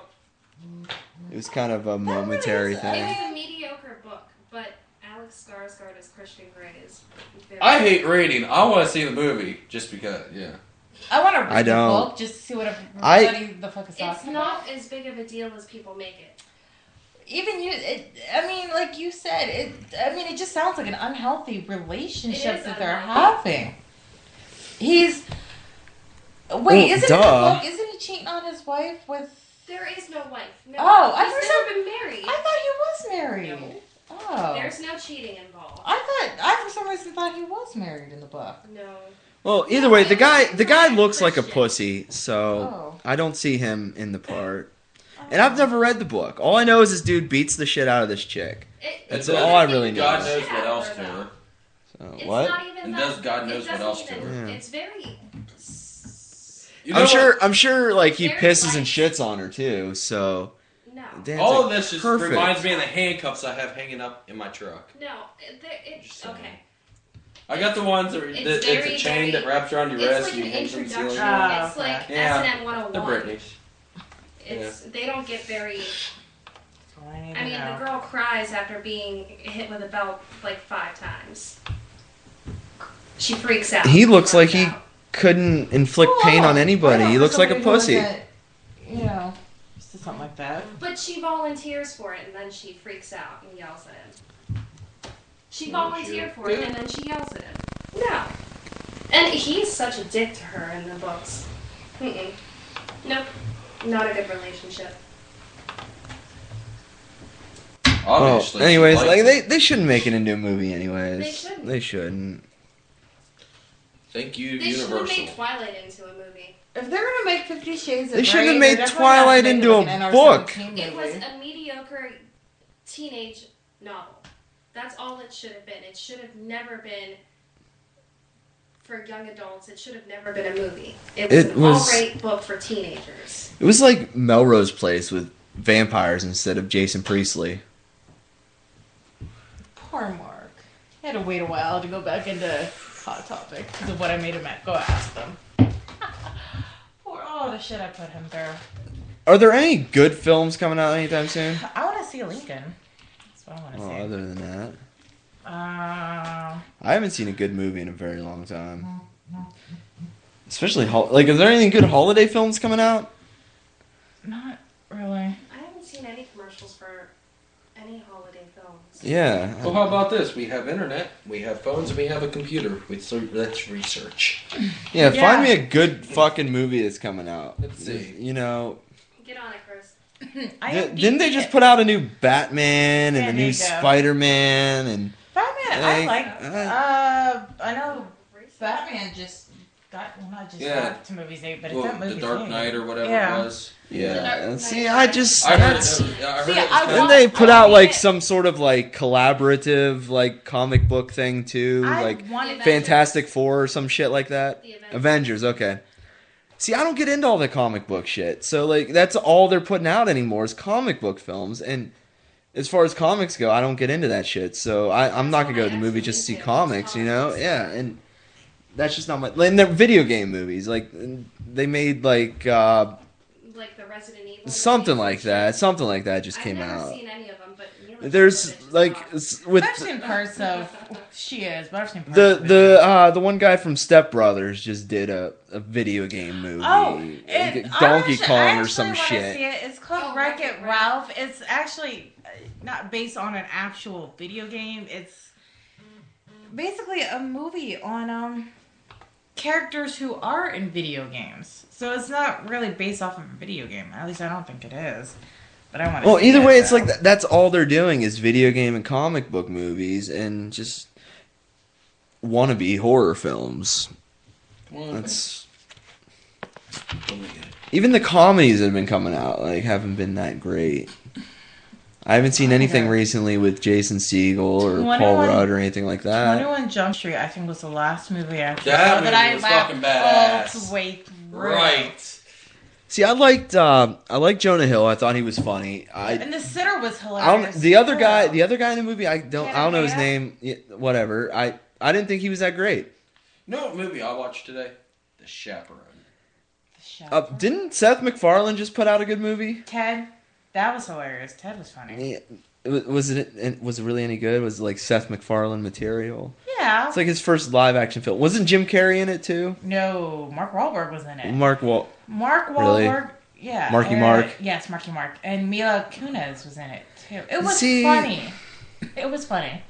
Speaker 2: It was kind of a
Speaker 4: really
Speaker 2: momentary
Speaker 4: is-
Speaker 2: thing.
Speaker 5: It's a mediocre book, but Alex Skarsgård as Christian Grey is. very-
Speaker 3: I hate reading. I want to see the movie just because. Yeah.
Speaker 4: I want to read
Speaker 2: I
Speaker 4: the
Speaker 2: don't.
Speaker 4: book just to see what a
Speaker 2: I-
Speaker 4: what he- the fuck is
Speaker 5: It's
Speaker 4: talking
Speaker 5: not
Speaker 4: about.
Speaker 5: as big of a deal as people make it.
Speaker 4: Even you, it, I mean, like you said, it. I mean, it just sounds like an unhealthy
Speaker 5: It
Speaker 4: relationship
Speaker 5: is
Speaker 4: that they're
Speaker 5: unhealthy.
Speaker 4: having. He's wait,
Speaker 2: Well,
Speaker 4: isn't
Speaker 2: duh.
Speaker 4: it the book? Isn't he cheating on his wife with?
Speaker 5: There is no wife. No,
Speaker 4: Oh, I
Speaker 5: he's
Speaker 4: thought-
Speaker 5: never been married.
Speaker 4: I thought he was married.
Speaker 5: No.
Speaker 4: Oh,
Speaker 5: There's no cheating involved.
Speaker 4: I thought I for some reason thought he was married in the book.
Speaker 5: No.
Speaker 2: Well, either way, the guy the guy looks like a pussy, so
Speaker 4: Oh.
Speaker 2: I don't see him in the part. And I've never read the book. All I know is this dude beats the shit out of this chick.
Speaker 5: It-
Speaker 2: That's
Speaker 5: it
Speaker 3: all
Speaker 5: doesn't
Speaker 2: I
Speaker 5: even
Speaker 2: really
Speaker 5: get
Speaker 2: know.
Speaker 3: God knows
Speaker 5: shit
Speaker 3: what
Speaker 5: out
Speaker 3: else
Speaker 5: of
Speaker 3: to
Speaker 5: her,
Speaker 3: her.
Speaker 5: though.
Speaker 2: So,
Speaker 5: It's
Speaker 2: what?
Speaker 5: not even
Speaker 3: And
Speaker 5: that-
Speaker 3: does God
Speaker 5: it
Speaker 3: knows what
Speaker 5: doesn't
Speaker 3: else to
Speaker 5: even-
Speaker 2: her. Yeah.
Speaker 5: It's very. s-
Speaker 3: You know
Speaker 2: I'm
Speaker 3: what?
Speaker 2: sure I'm sure like he
Speaker 5: There's
Speaker 2: pisses and
Speaker 5: life.
Speaker 2: shits on her too. So
Speaker 5: No.
Speaker 2: Dan's
Speaker 3: All of
Speaker 2: like,
Speaker 3: this just
Speaker 2: perfect.
Speaker 3: reminds me of the handcuffs I have hanging up in my truck.
Speaker 5: No. It, there- it's
Speaker 3: Interesting.
Speaker 5: okay.
Speaker 3: I got the ones that,
Speaker 5: It's
Speaker 3: that it's
Speaker 5: very,
Speaker 3: a chain
Speaker 5: very-
Speaker 3: that wraps around your
Speaker 5: It's
Speaker 3: wrist
Speaker 5: like
Speaker 3: and
Speaker 5: an
Speaker 3: you hang from the
Speaker 5: introduction.
Speaker 3: ceiling.
Speaker 4: Ah.
Speaker 5: It's like
Speaker 3: Yeah.
Speaker 5: S&M
Speaker 3: The
Speaker 5: 101.
Speaker 3: Britney's.
Speaker 5: It's, They don't get very.
Speaker 4: Well, I need to
Speaker 5: I mean,
Speaker 4: know.
Speaker 5: the girl cries after being hit with a belt like five times. She freaks out.
Speaker 2: He looks
Speaker 5: She
Speaker 2: like
Speaker 5: runs
Speaker 2: he-
Speaker 5: out.
Speaker 2: couldn't inflict
Speaker 4: Well,
Speaker 2: pain
Speaker 4: I
Speaker 2: on
Speaker 4: don't-
Speaker 2: anybody.
Speaker 4: I don't
Speaker 2: He
Speaker 4: know
Speaker 2: looks like a
Speaker 4: somebody who
Speaker 2: pussy.
Speaker 4: wasn't, You know, just did something like that.
Speaker 5: But she volunteers for it, and then she freaks out and yells at him. She volunteered for it, and then she yells at him. No. And he's such a dick to her in the books. Mm-mm. Nope. Not a good relationship.
Speaker 2: Well,
Speaker 3: Obviously. she
Speaker 2: anyways,
Speaker 3: likes
Speaker 2: like
Speaker 3: it.
Speaker 2: they, they shouldn't make it into a movie anyways.
Speaker 5: They shouldn't.
Speaker 2: They shouldn't.
Speaker 3: Thank you,
Speaker 5: They should have
Speaker 3: Universal.
Speaker 5: made Twilight into a movie.
Speaker 4: If they're gonna make Fifty Shades of
Speaker 2: They
Speaker 4: Grey,
Speaker 2: shouldn't
Speaker 4: they're
Speaker 2: have made
Speaker 4: definitely not
Speaker 2: Twilight
Speaker 4: gonna make
Speaker 2: into
Speaker 4: like
Speaker 2: a
Speaker 4: an
Speaker 2: book.
Speaker 4: NR-17
Speaker 5: It was
Speaker 4: movie.
Speaker 5: a mediocre teenage novel. That's all it should have been. It should have never been for young adults. It should have never been a movie. It was
Speaker 2: It
Speaker 5: an
Speaker 2: was-
Speaker 5: alright book for teenagers.
Speaker 2: It was like Melrose Place with vampires instead of Jason Priestley.
Speaker 4: Poor Mark. He had to wait a while to go back into Hot Topic because of what I made him at. Go ask them. Poor all the shit I put him through.
Speaker 2: Are there any good films coming out anytime soon?
Speaker 4: I want to see Lincoln. That's what I want to
Speaker 2: Well,
Speaker 4: see.
Speaker 2: other than that,
Speaker 4: Uh,
Speaker 2: I haven't seen a good movie in a very long time. Especially hol- like, is there any good holiday films coming out?
Speaker 4: not really.
Speaker 5: I haven't seen any commercials for any holiday films.
Speaker 2: Yeah.
Speaker 3: Well, how about this? We have internet, we have phones, and we have a computer. We so let's research.
Speaker 2: yeah,
Speaker 4: Yeah.
Speaker 2: Find me a good fucking movie that's coming out.
Speaker 3: Let's see.
Speaker 2: You know,
Speaker 5: Get on it, Chris.
Speaker 4: I
Speaker 2: Th-
Speaker 4: am
Speaker 2: Hmm, didn't they
Speaker 4: beat
Speaker 2: just
Speaker 4: it.
Speaker 2: put out a new Batman and
Speaker 4: There
Speaker 2: a
Speaker 4: you
Speaker 2: new
Speaker 4: go.
Speaker 2: Spider Man and
Speaker 4: Batman? I
Speaker 2: Like,
Speaker 4: like. Uh, I know
Speaker 5: Research.
Speaker 4: Batman just got well, not just
Speaker 3: Yeah.
Speaker 4: got to movies eight, but it's
Speaker 3: Well,
Speaker 4: not
Speaker 3: the
Speaker 4: movies
Speaker 3: Dark
Speaker 4: eight.
Speaker 3: Knight or whatever
Speaker 4: Yeah.
Speaker 3: it was.
Speaker 2: yeah?
Speaker 5: Dark
Speaker 2: see,
Speaker 5: Knight.
Speaker 2: I just
Speaker 3: I heard.
Speaker 2: that's-
Speaker 3: It, I heard
Speaker 4: See,
Speaker 3: it was
Speaker 4: I
Speaker 3: kinda-
Speaker 2: Didn't they put out
Speaker 4: I
Speaker 2: like
Speaker 4: want it.
Speaker 2: some sort of like collaborative like comic book thing too,
Speaker 4: I
Speaker 2: like
Speaker 4: wanted
Speaker 5: Yeah,
Speaker 2: Fantastic Four or some shit like that?
Speaker 5: The Avengers.
Speaker 2: Avengers, okay. See, I don't get into all the comic book shit, so like that's all they're putting out anymore is comic book films. And as far as comics go, I don't get into that shit, so I, I'm not gonna go to the movie just to see comics, you know? Yeah, and that's just not my. And they're video game movies, like they made like uh,
Speaker 5: Like the Resident Evil. movies.
Speaker 2: something like that, something like that just
Speaker 5: I've
Speaker 2: came
Speaker 5: never
Speaker 2: out.
Speaker 5: seen any of them, but you know,
Speaker 2: There's like
Speaker 5: it's
Speaker 2: s- with
Speaker 4: I've seen parts of she is, but I've seen parts
Speaker 2: the
Speaker 4: of it.
Speaker 2: the uh, the one guy from Step Brothers just did a, a video game movie,
Speaker 4: Oh,
Speaker 2: like
Speaker 4: it, I
Speaker 2: Donkey
Speaker 4: actually- I
Speaker 2: Kong or
Speaker 4: actually
Speaker 2: some
Speaker 4: wanna See
Speaker 2: shit.
Speaker 4: it. It's called
Speaker 5: Oh,
Speaker 4: Wreck It
Speaker 5: Wreck-It Ralph.
Speaker 4: Ralph. It's actually uh, not based on an actual video game. It's basically a movie on um characters who are in video games. So it's not really based off of a video game. At least I don't think it is. But I want.
Speaker 2: Well, either way, it's like th- that's all they're doing is video game and comic book movies and just wannabe horror films.
Speaker 3: Come on,
Speaker 2: That's
Speaker 3: man. Let me get it.
Speaker 2: even the comedies that have been coming out like haven't been that great. I haven't
Speaker 4: Oh,
Speaker 2: seen anything recently with Jason Segel or Paul
Speaker 4: 21
Speaker 2: Rudd or anything like
Speaker 4: Twenty
Speaker 2: that.
Speaker 4: One Jump Street. I think was the last movie I
Speaker 3: That
Speaker 4: saw
Speaker 3: movie
Speaker 4: I
Speaker 3: was
Speaker 4: laughed
Speaker 3: fucking
Speaker 4: all
Speaker 3: badass.
Speaker 4: the way through.
Speaker 3: Right.
Speaker 2: See, I liked uh, I liked Jonah Hill. I thought he was funny. I,
Speaker 4: And the sitter was
Speaker 2: I
Speaker 4: hilarious.
Speaker 2: don't, the other
Speaker 4: too.
Speaker 2: guy, the other guy in the movie, I don't I don't know his
Speaker 4: Hanaya?
Speaker 2: name. Yeah, Whatever. I I didn't think he was that great.
Speaker 3: You know what movie I watched today? The Chaperone.
Speaker 2: Uh, didn't Seth MacFarlane just put out a good movie?
Speaker 4: Ted. That was hilarious. Ted was funny.
Speaker 2: Yeah. Was was it and was it really any good? Was it like Seth MacFarlane material?
Speaker 4: Yeah.
Speaker 2: It's like his first live action film. Wasn't Jim Carrey in it too?
Speaker 4: No, Mark Wahlberg was in it.
Speaker 2: Mark Wal.
Speaker 4: Mark
Speaker 2: Really?
Speaker 4: Wahlberg. Yeah.
Speaker 2: Marky
Speaker 4: and-
Speaker 2: Mark.
Speaker 4: Yes, Marky Mark. And Mila Kunis was in it too. It was
Speaker 2: See-
Speaker 4: funny. It was funny.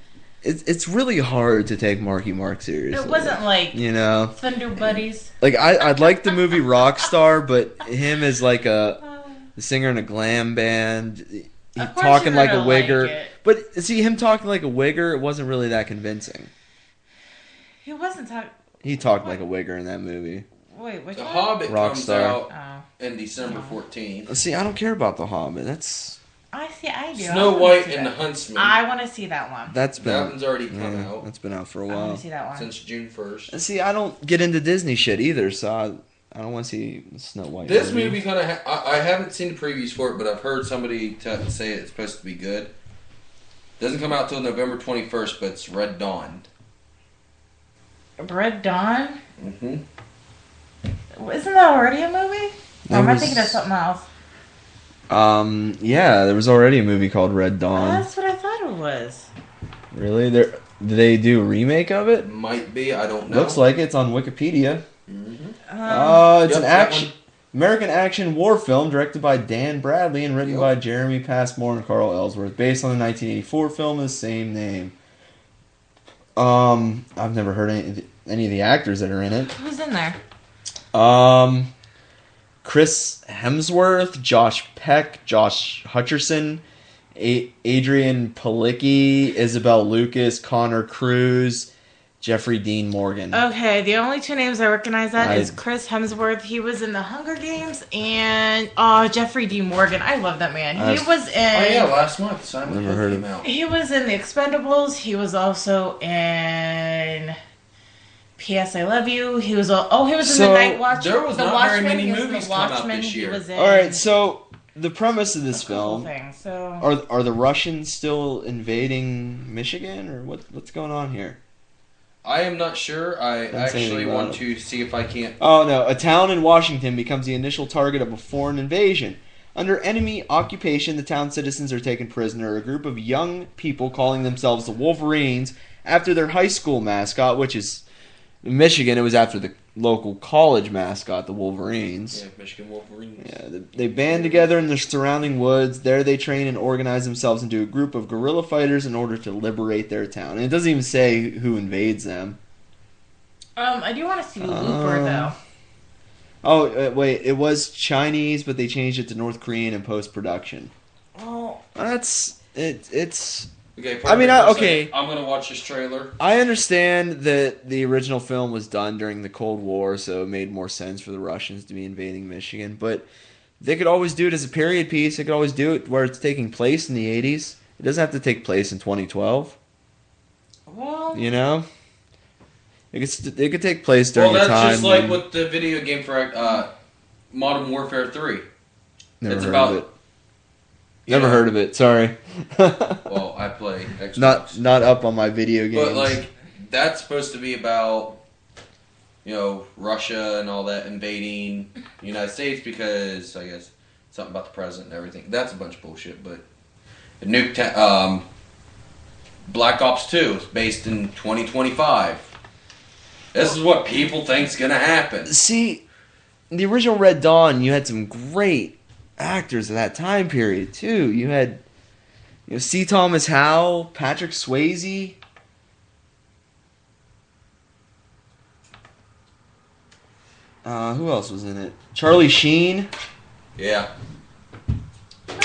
Speaker 2: It's it's really hard to take Marky Mark seriously.
Speaker 4: It wasn't like
Speaker 2: You know,
Speaker 4: Thunder Buddies.
Speaker 2: like I I like the movie Rockstar, but him as like a
Speaker 4: uh,
Speaker 2: the singer in a glam band. He
Speaker 4: Of course
Speaker 2: talking
Speaker 4: you're
Speaker 2: like a
Speaker 4: gonna like
Speaker 2: wigger,
Speaker 4: it.
Speaker 2: but see him talking like a wigger. It wasn't really that convincing.
Speaker 4: He wasn't talking.
Speaker 2: He talked like a wigger in that movie.
Speaker 4: Wait, which
Speaker 3: The
Speaker 4: one?
Speaker 3: Hobbit comes
Speaker 2: Rockstar.
Speaker 3: out
Speaker 4: Oh,
Speaker 3: in December 14th.
Speaker 2: See, I don't care about the Hobbit. That's
Speaker 4: I see. I do. I
Speaker 3: Snow
Speaker 4: wanna
Speaker 3: White
Speaker 4: see
Speaker 3: and the
Speaker 4: that.
Speaker 3: Huntsman.
Speaker 4: I want to see that one.
Speaker 2: that's
Speaker 3: that
Speaker 2: been
Speaker 3: one's already come
Speaker 2: yeah,
Speaker 3: out
Speaker 2: that's been out for a
Speaker 4: I want to see
Speaker 2: while.
Speaker 4: that one.
Speaker 3: since June 1st.
Speaker 2: And see, I don't get into Disney shit either, so I, I don't want to see Snow White.
Speaker 3: This movie kind of ha- I, I haven't seen the previews for it, but I've heard somebody t- say it's supposed to be good. Doesn't come out till November 21st, but it's Red Dawn.
Speaker 4: Red Dawn.
Speaker 3: Mm-hmm.
Speaker 4: Isn't that already a movie? Or am I thinking of something else?
Speaker 2: Um, yeah, there was already a movie called Red Dawn.
Speaker 4: That's what I thought it was.
Speaker 2: Really? There? Did they do a remake of it?
Speaker 3: It might be. I don't know.
Speaker 2: Looks like it's on Wikipedia.
Speaker 3: Mhm.
Speaker 2: Uh, it's
Speaker 3: Yep,
Speaker 2: an
Speaker 3: that
Speaker 2: action
Speaker 3: one.
Speaker 2: American action war film directed by Dan Bradley and written
Speaker 3: Yep.
Speaker 2: by Jeremy Passmore and Carl Ellsworth, based on the 1984 film of the same name. Um, I've never heard any of the, any of the actors that are in it.
Speaker 4: Who's in there?
Speaker 2: Um, Chris Hemsworth, Josh Peck, Josh Hutcherson, A- Adrian Palicki, Isabel Lucas, Connor Cruz, Jeffrey Dean Morgan.
Speaker 4: Okay, the only two names I recognize that
Speaker 2: I-
Speaker 4: is Chris Hemsworth. He was in The Hunger Games and oh, Jeffrey D. Morgan. I love that man.
Speaker 2: I-
Speaker 4: He was
Speaker 3: Oh yeah,
Speaker 4: in.
Speaker 3: last month Simon
Speaker 2: Never
Speaker 3: Hill
Speaker 2: heard
Speaker 3: came
Speaker 2: of-
Speaker 3: out.
Speaker 4: He was in The Expendables. He was also in. P.S. I Love You. He was all, oh he was in
Speaker 2: So,
Speaker 4: the Night Watch.
Speaker 3: there was
Speaker 4: the
Speaker 3: not
Speaker 4: Watchmen.
Speaker 3: very many
Speaker 4: he was in
Speaker 3: movies
Speaker 4: the
Speaker 3: come out
Speaker 4: Watchmen.
Speaker 3: this year.
Speaker 4: He was in
Speaker 2: All right, so the premise of
Speaker 4: a
Speaker 2: this
Speaker 4: couple
Speaker 2: film.
Speaker 4: things, so
Speaker 2: Are are the Russians still invading Michigan, or what? What's going on here?
Speaker 3: I am not sure. I
Speaker 2: Didn't say
Speaker 3: actually
Speaker 2: anything about
Speaker 3: want
Speaker 2: it.
Speaker 3: to see if I can't.
Speaker 2: Oh no! A town in Washington becomes the initial target of a foreign invasion. Under enemy occupation, the town citizens are taken prisoner. A group of young people calling themselves the Wolverines, after their high school mascot, which is in Michigan. It was after the local college mascot, the Wolverines.
Speaker 3: Yeah, Michigan Wolverines.
Speaker 2: Yeah, they, they band together in the surrounding woods. There they train and organize themselves into a group of guerrilla fighters in order to liberate their town. And it doesn't even say who invades them.
Speaker 4: um I do want to see Looper
Speaker 2: Um,
Speaker 4: though.
Speaker 2: Oh, uh, wait, it was Chinese, but they changed it to North Korean in post production.
Speaker 4: Well,
Speaker 2: That's it. It's
Speaker 3: Okay.
Speaker 2: I mean,
Speaker 3: perfect.
Speaker 2: I-
Speaker 3: Looks
Speaker 2: okay.
Speaker 3: like I'm gonna watch this trailer.
Speaker 2: I understand that the original film was done during the Cold War, so it made more sense for the Russians to be invading Michigan. But they could always do it as a period piece. They could always do it where it's taking place in the '80s. It doesn't have to take place in 2012.
Speaker 4: well,
Speaker 2: You know, it could st- it could take place during
Speaker 3: well,
Speaker 2: the
Speaker 3: that's
Speaker 2: time.
Speaker 3: just like
Speaker 2: when-
Speaker 3: with the video game for uh, Modern Warfare Three.
Speaker 2: never
Speaker 3: it's
Speaker 2: heard
Speaker 3: about-
Speaker 2: of it. Never
Speaker 3: Yeah.
Speaker 2: heard of it. Sorry.
Speaker 3: Well, I play Xbox.
Speaker 2: not not up on my video games.
Speaker 3: But like that's supposed to be about you know Russia and all that invading the United States because I guess something about the president and everything. That's a bunch of bullshit. But nuke ta- um, Black Ops Two is based in 2025. This is what people think's gonna happen.
Speaker 2: see, in the original Red Dawn, you had some great actors of that time period too. You had you know, C. Thomas Howell, Patrick Swayze. Uh, who else was in it? Charlie Sheen,
Speaker 3: Yeah.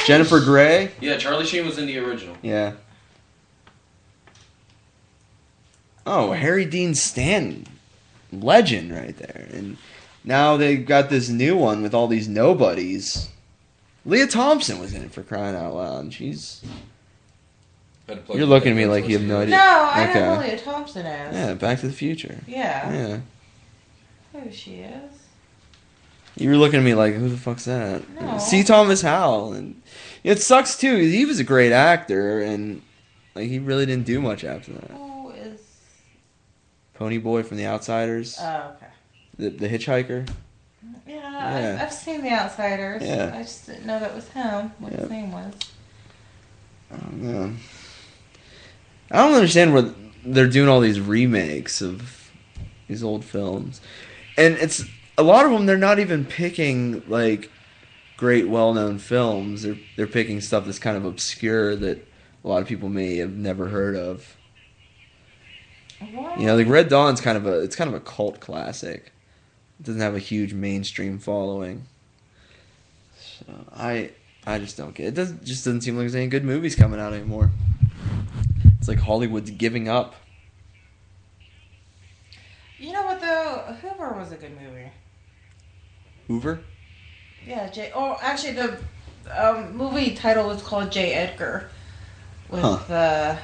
Speaker 2: Jennifer Grey.
Speaker 3: Yeah, Charlie Sheen was in the original.
Speaker 2: Yeah. Oh, Harry Dean Stanton, legend right there. And now they've got this new one with all these nobodies. Leah Thompson was in it for crying out loud. and She's
Speaker 3: Better plug
Speaker 2: you're
Speaker 3: the
Speaker 2: looking at me
Speaker 3: headphones,
Speaker 2: like you have
Speaker 3: listen.
Speaker 2: no
Speaker 4: No,
Speaker 2: idea.
Speaker 4: I know
Speaker 2: Okay.
Speaker 4: Leah Thompson is.
Speaker 2: Yeah, Back to the Future.
Speaker 4: Yeah.
Speaker 2: Yeah,
Speaker 4: Who she is.
Speaker 2: you were looking at me like, who the fuck's that?
Speaker 4: No.
Speaker 2: See Thomas Howell, and it sucks too. He was a great actor, and like he really didn't do much after that.
Speaker 4: Who is.
Speaker 2: Pony Boy from The Outsiders,
Speaker 4: Oh, okay.
Speaker 2: the, the Hitchhiker.
Speaker 4: Yeah,
Speaker 2: Yeah.
Speaker 4: I've, I've seen The Outsiders.
Speaker 2: Yeah.
Speaker 4: I just didn't know that was him, what
Speaker 2: Yep.
Speaker 4: his name was.
Speaker 2: I don't know. I don't understand where they're doing all these remakes of these old films, and it's a lot of them. They're not even picking like great, well-known films. They're they're picking stuff that's kind of obscure that a lot of people may have never heard of.
Speaker 4: What?
Speaker 2: You know, like Red Dawn's kind of a it's kind of a cult classic. It doesn't have a huge mainstream following. So I I just don't get it. Does just doesn't seem like there's any good movies coming out anymore. It's like Hollywood's giving up.
Speaker 4: You know what though? Hoover was a good movie.
Speaker 2: Hoover.
Speaker 4: Yeah, J. Oh, actually, the um, movie title was called J. Edgar, with
Speaker 2: Huh.
Speaker 4: uh,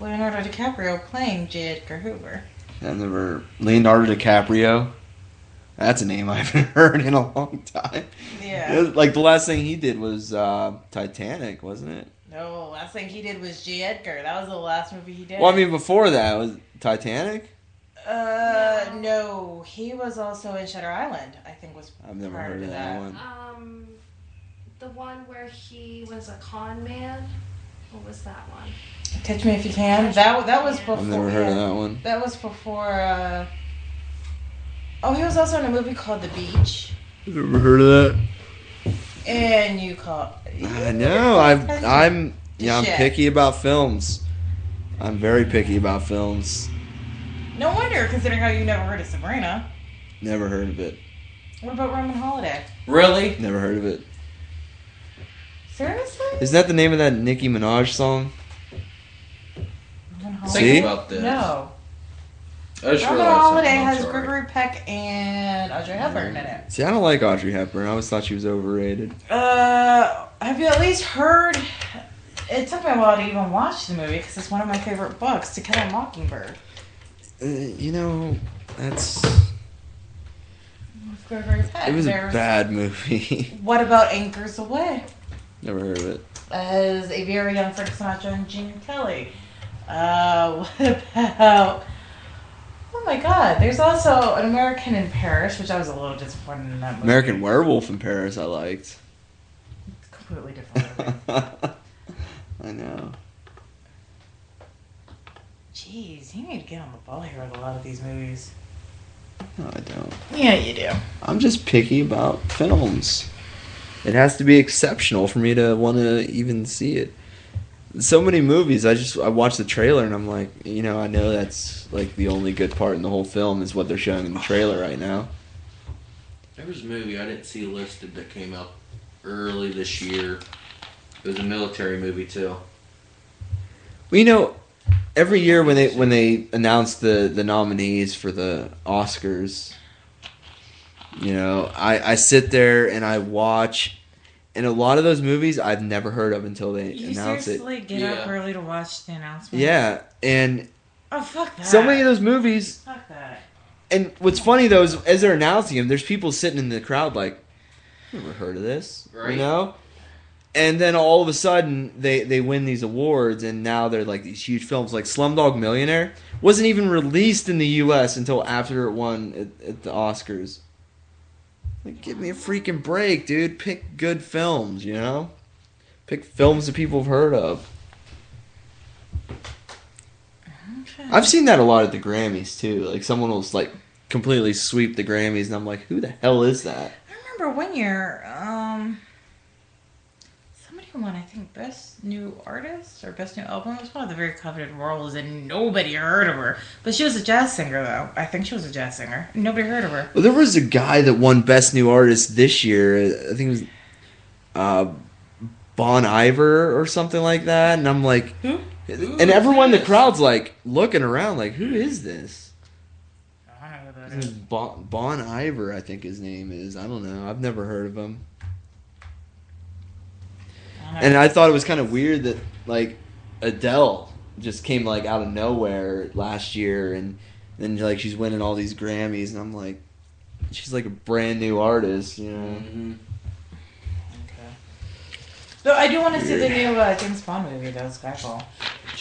Speaker 4: Leonardo DiCaprio playing J. Edgar Hoover.
Speaker 2: I've never Leonardo DiCaprio. That's a name I haven't heard in a long time. It
Speaker 4: Yeah.
Speaker 2: was- like the last thing he did was uh, Titanic, wasn't it?
Speaker 4: No, last thing he did was J. Edgar. That was the last movie he did.
Speaker 2: Well, I mean, before that was Titanic.
Speaker 4: uh, no, he was also in Shutter Island. I think was
Speaker 2: I've never
Speaker 4: prior
Speaker 2: heard
Speaker 4: to
Speaker 2: of that one.
Speaker 5: Um, the one where he was a con man. What was that one?
Speaker 4: Catch Me If You Can. That that was before.
Speaker 5: I've
Speaker 2: I've never heard of that one.
Speaker 4: That was before. Uh... Oh, he was also in a movie called The Beach.
Speaker 2: Never heard of that.
Speaker 4: And you call.
Speaker 2: I know. I'm. Uh, I'm. Yeah, I'm
Speaker 4: Shit.
Speaker 2: picky about films. I'm very picky about films.
Speaker 4: No wonder, considering how you never heard of Sabrina.
Speaker 2: Never heard of it.
Speaker 4: What about Roman Holiday?
Speaker 3: Really?
Speaker 2: Never heard of it.
Speaker 4: Seriously?
Speaker 2: Is that the name of that Nicki Minaj song?
Speaker 4: Roman Holiday?
Speaker 2: See?
Speaker 3: Think about this.
Speaker 4: No.
Speaker 3: I just
Speaker 4: Roman
Speaker 3: realized
Speaker 4: Holiday
Speaker 3: something. I'm
Speaker 4: has
Speaker 3: sorry.
Speaker 4: Gregory Peck and Audrey Hepburn in it.
Speaker 2: See, I don't like Audrey Hepburn. I always thought she was overrated.
Speaker 4: Uh, have you at least heard? It took me a while to even watch the movie because it's one of my favorite books, To Kill a Mockingbird.
Speaker 2: Uh, you know, that's.
Speaker 4: With Gregory Peck.
Speaker 2: It was a
Speaker 4: There's-
Speaker 2: bad movie.
Speaker 4: What about Anchors Away?
Speaker 2: Never heard of it.
Speaker 4: as a very young Frank Sinatra and Gene Kelly. Uh, what about? Oh my God! There's also an American in Paris, which I was a little disappointed in that movie.
Speaker 2: American Werewolf in Paris. I liked.
Speaker 4: completely different. movie.
Speaker 2: I know.
Speaker 4: Jeez, you need to get on the ball here with a lot of these movies.
Speaker 2: No, I don't.
Speaker 4: Yeah, you do.
Speaker 2: I'm just picky about films. It has to be exceptional for me to want to even see it. So many movies, I just I watch the trailer and I'm like, you know, I know that's like the only good part in the whole film is what they're showing in the trailer right now.
Speaker 3: There was a movie I didn't see listed that came out early this year. It was a military movie too.
Speaker 2: Well, you know, every year when they when they announce the the nominees for the Oscars, you know, I I sit there and I watch, and a lot of those movies I've never heard of until they
Speaker 4: You
Speaker 2: announce it.
Speaker 4: seriously get up
Speaker 3: Yeah.
Speaker 4: early to watch the announcement?
Speaker 2: Yeah, and
Speaker 4: Oh fuck that.
Speaker 2: So many of those movies,
Speaker 4: Fuck that.
Speaker 2: and what's funny though is as they're announcing them, there's people sitting in the crowd like, "Never heard of this," you
Speaker 3: Right.
Speaker 2: know. And then all of a sudden, they they win these awards, and now they're like these huge films. Like Slumdog Millionaire wasn't even released in the U.S. until after it won at, at the Oscars. Like, give me a freaking break, dude! Pick good films, you know. Pick films that people have heard of.
Speaker 4: Okay.
Speaker 2: I've seen that a lot at the Grammys too. Like someone will like completely sweep the Grammys, and I'm like, who the hell is that?
Speaker 4: I remember one year, um, some Somebody won, I think, best new artist or best new album. It was one of the very coveted roles, and nobody heard of her. But she was a jazz singer, though. I think she was a jazz singer. Nobody heard of her.
Speaker 2: Well, there was a guy that won Best New Artist this year. I think it was uh, Bon Iver or something like that. And I'm like,
Speaker 4: Who?
Speaker 3: Who
Speaker 2: and everyone in the
Speaker 3: is?
Speaker 2: crowd's like looking around, like, who is this?
Speaker 4: I don't know who that is.
Speaker 2: Bon, bon Iver, I think his name is. I don't know. I've never heard of him.
Speaker 4: I don't know.
Speaker 2: And I thought it was kind of weird that like Adele just came like out of nowhere last year, and then like she's winning all these Grammys, and I'm like, she's like a brand new artist, you know.
Speaker 3: hmm
Speaker 4: Though I do want to see the new uh, James Bond movie, though, Skyfall.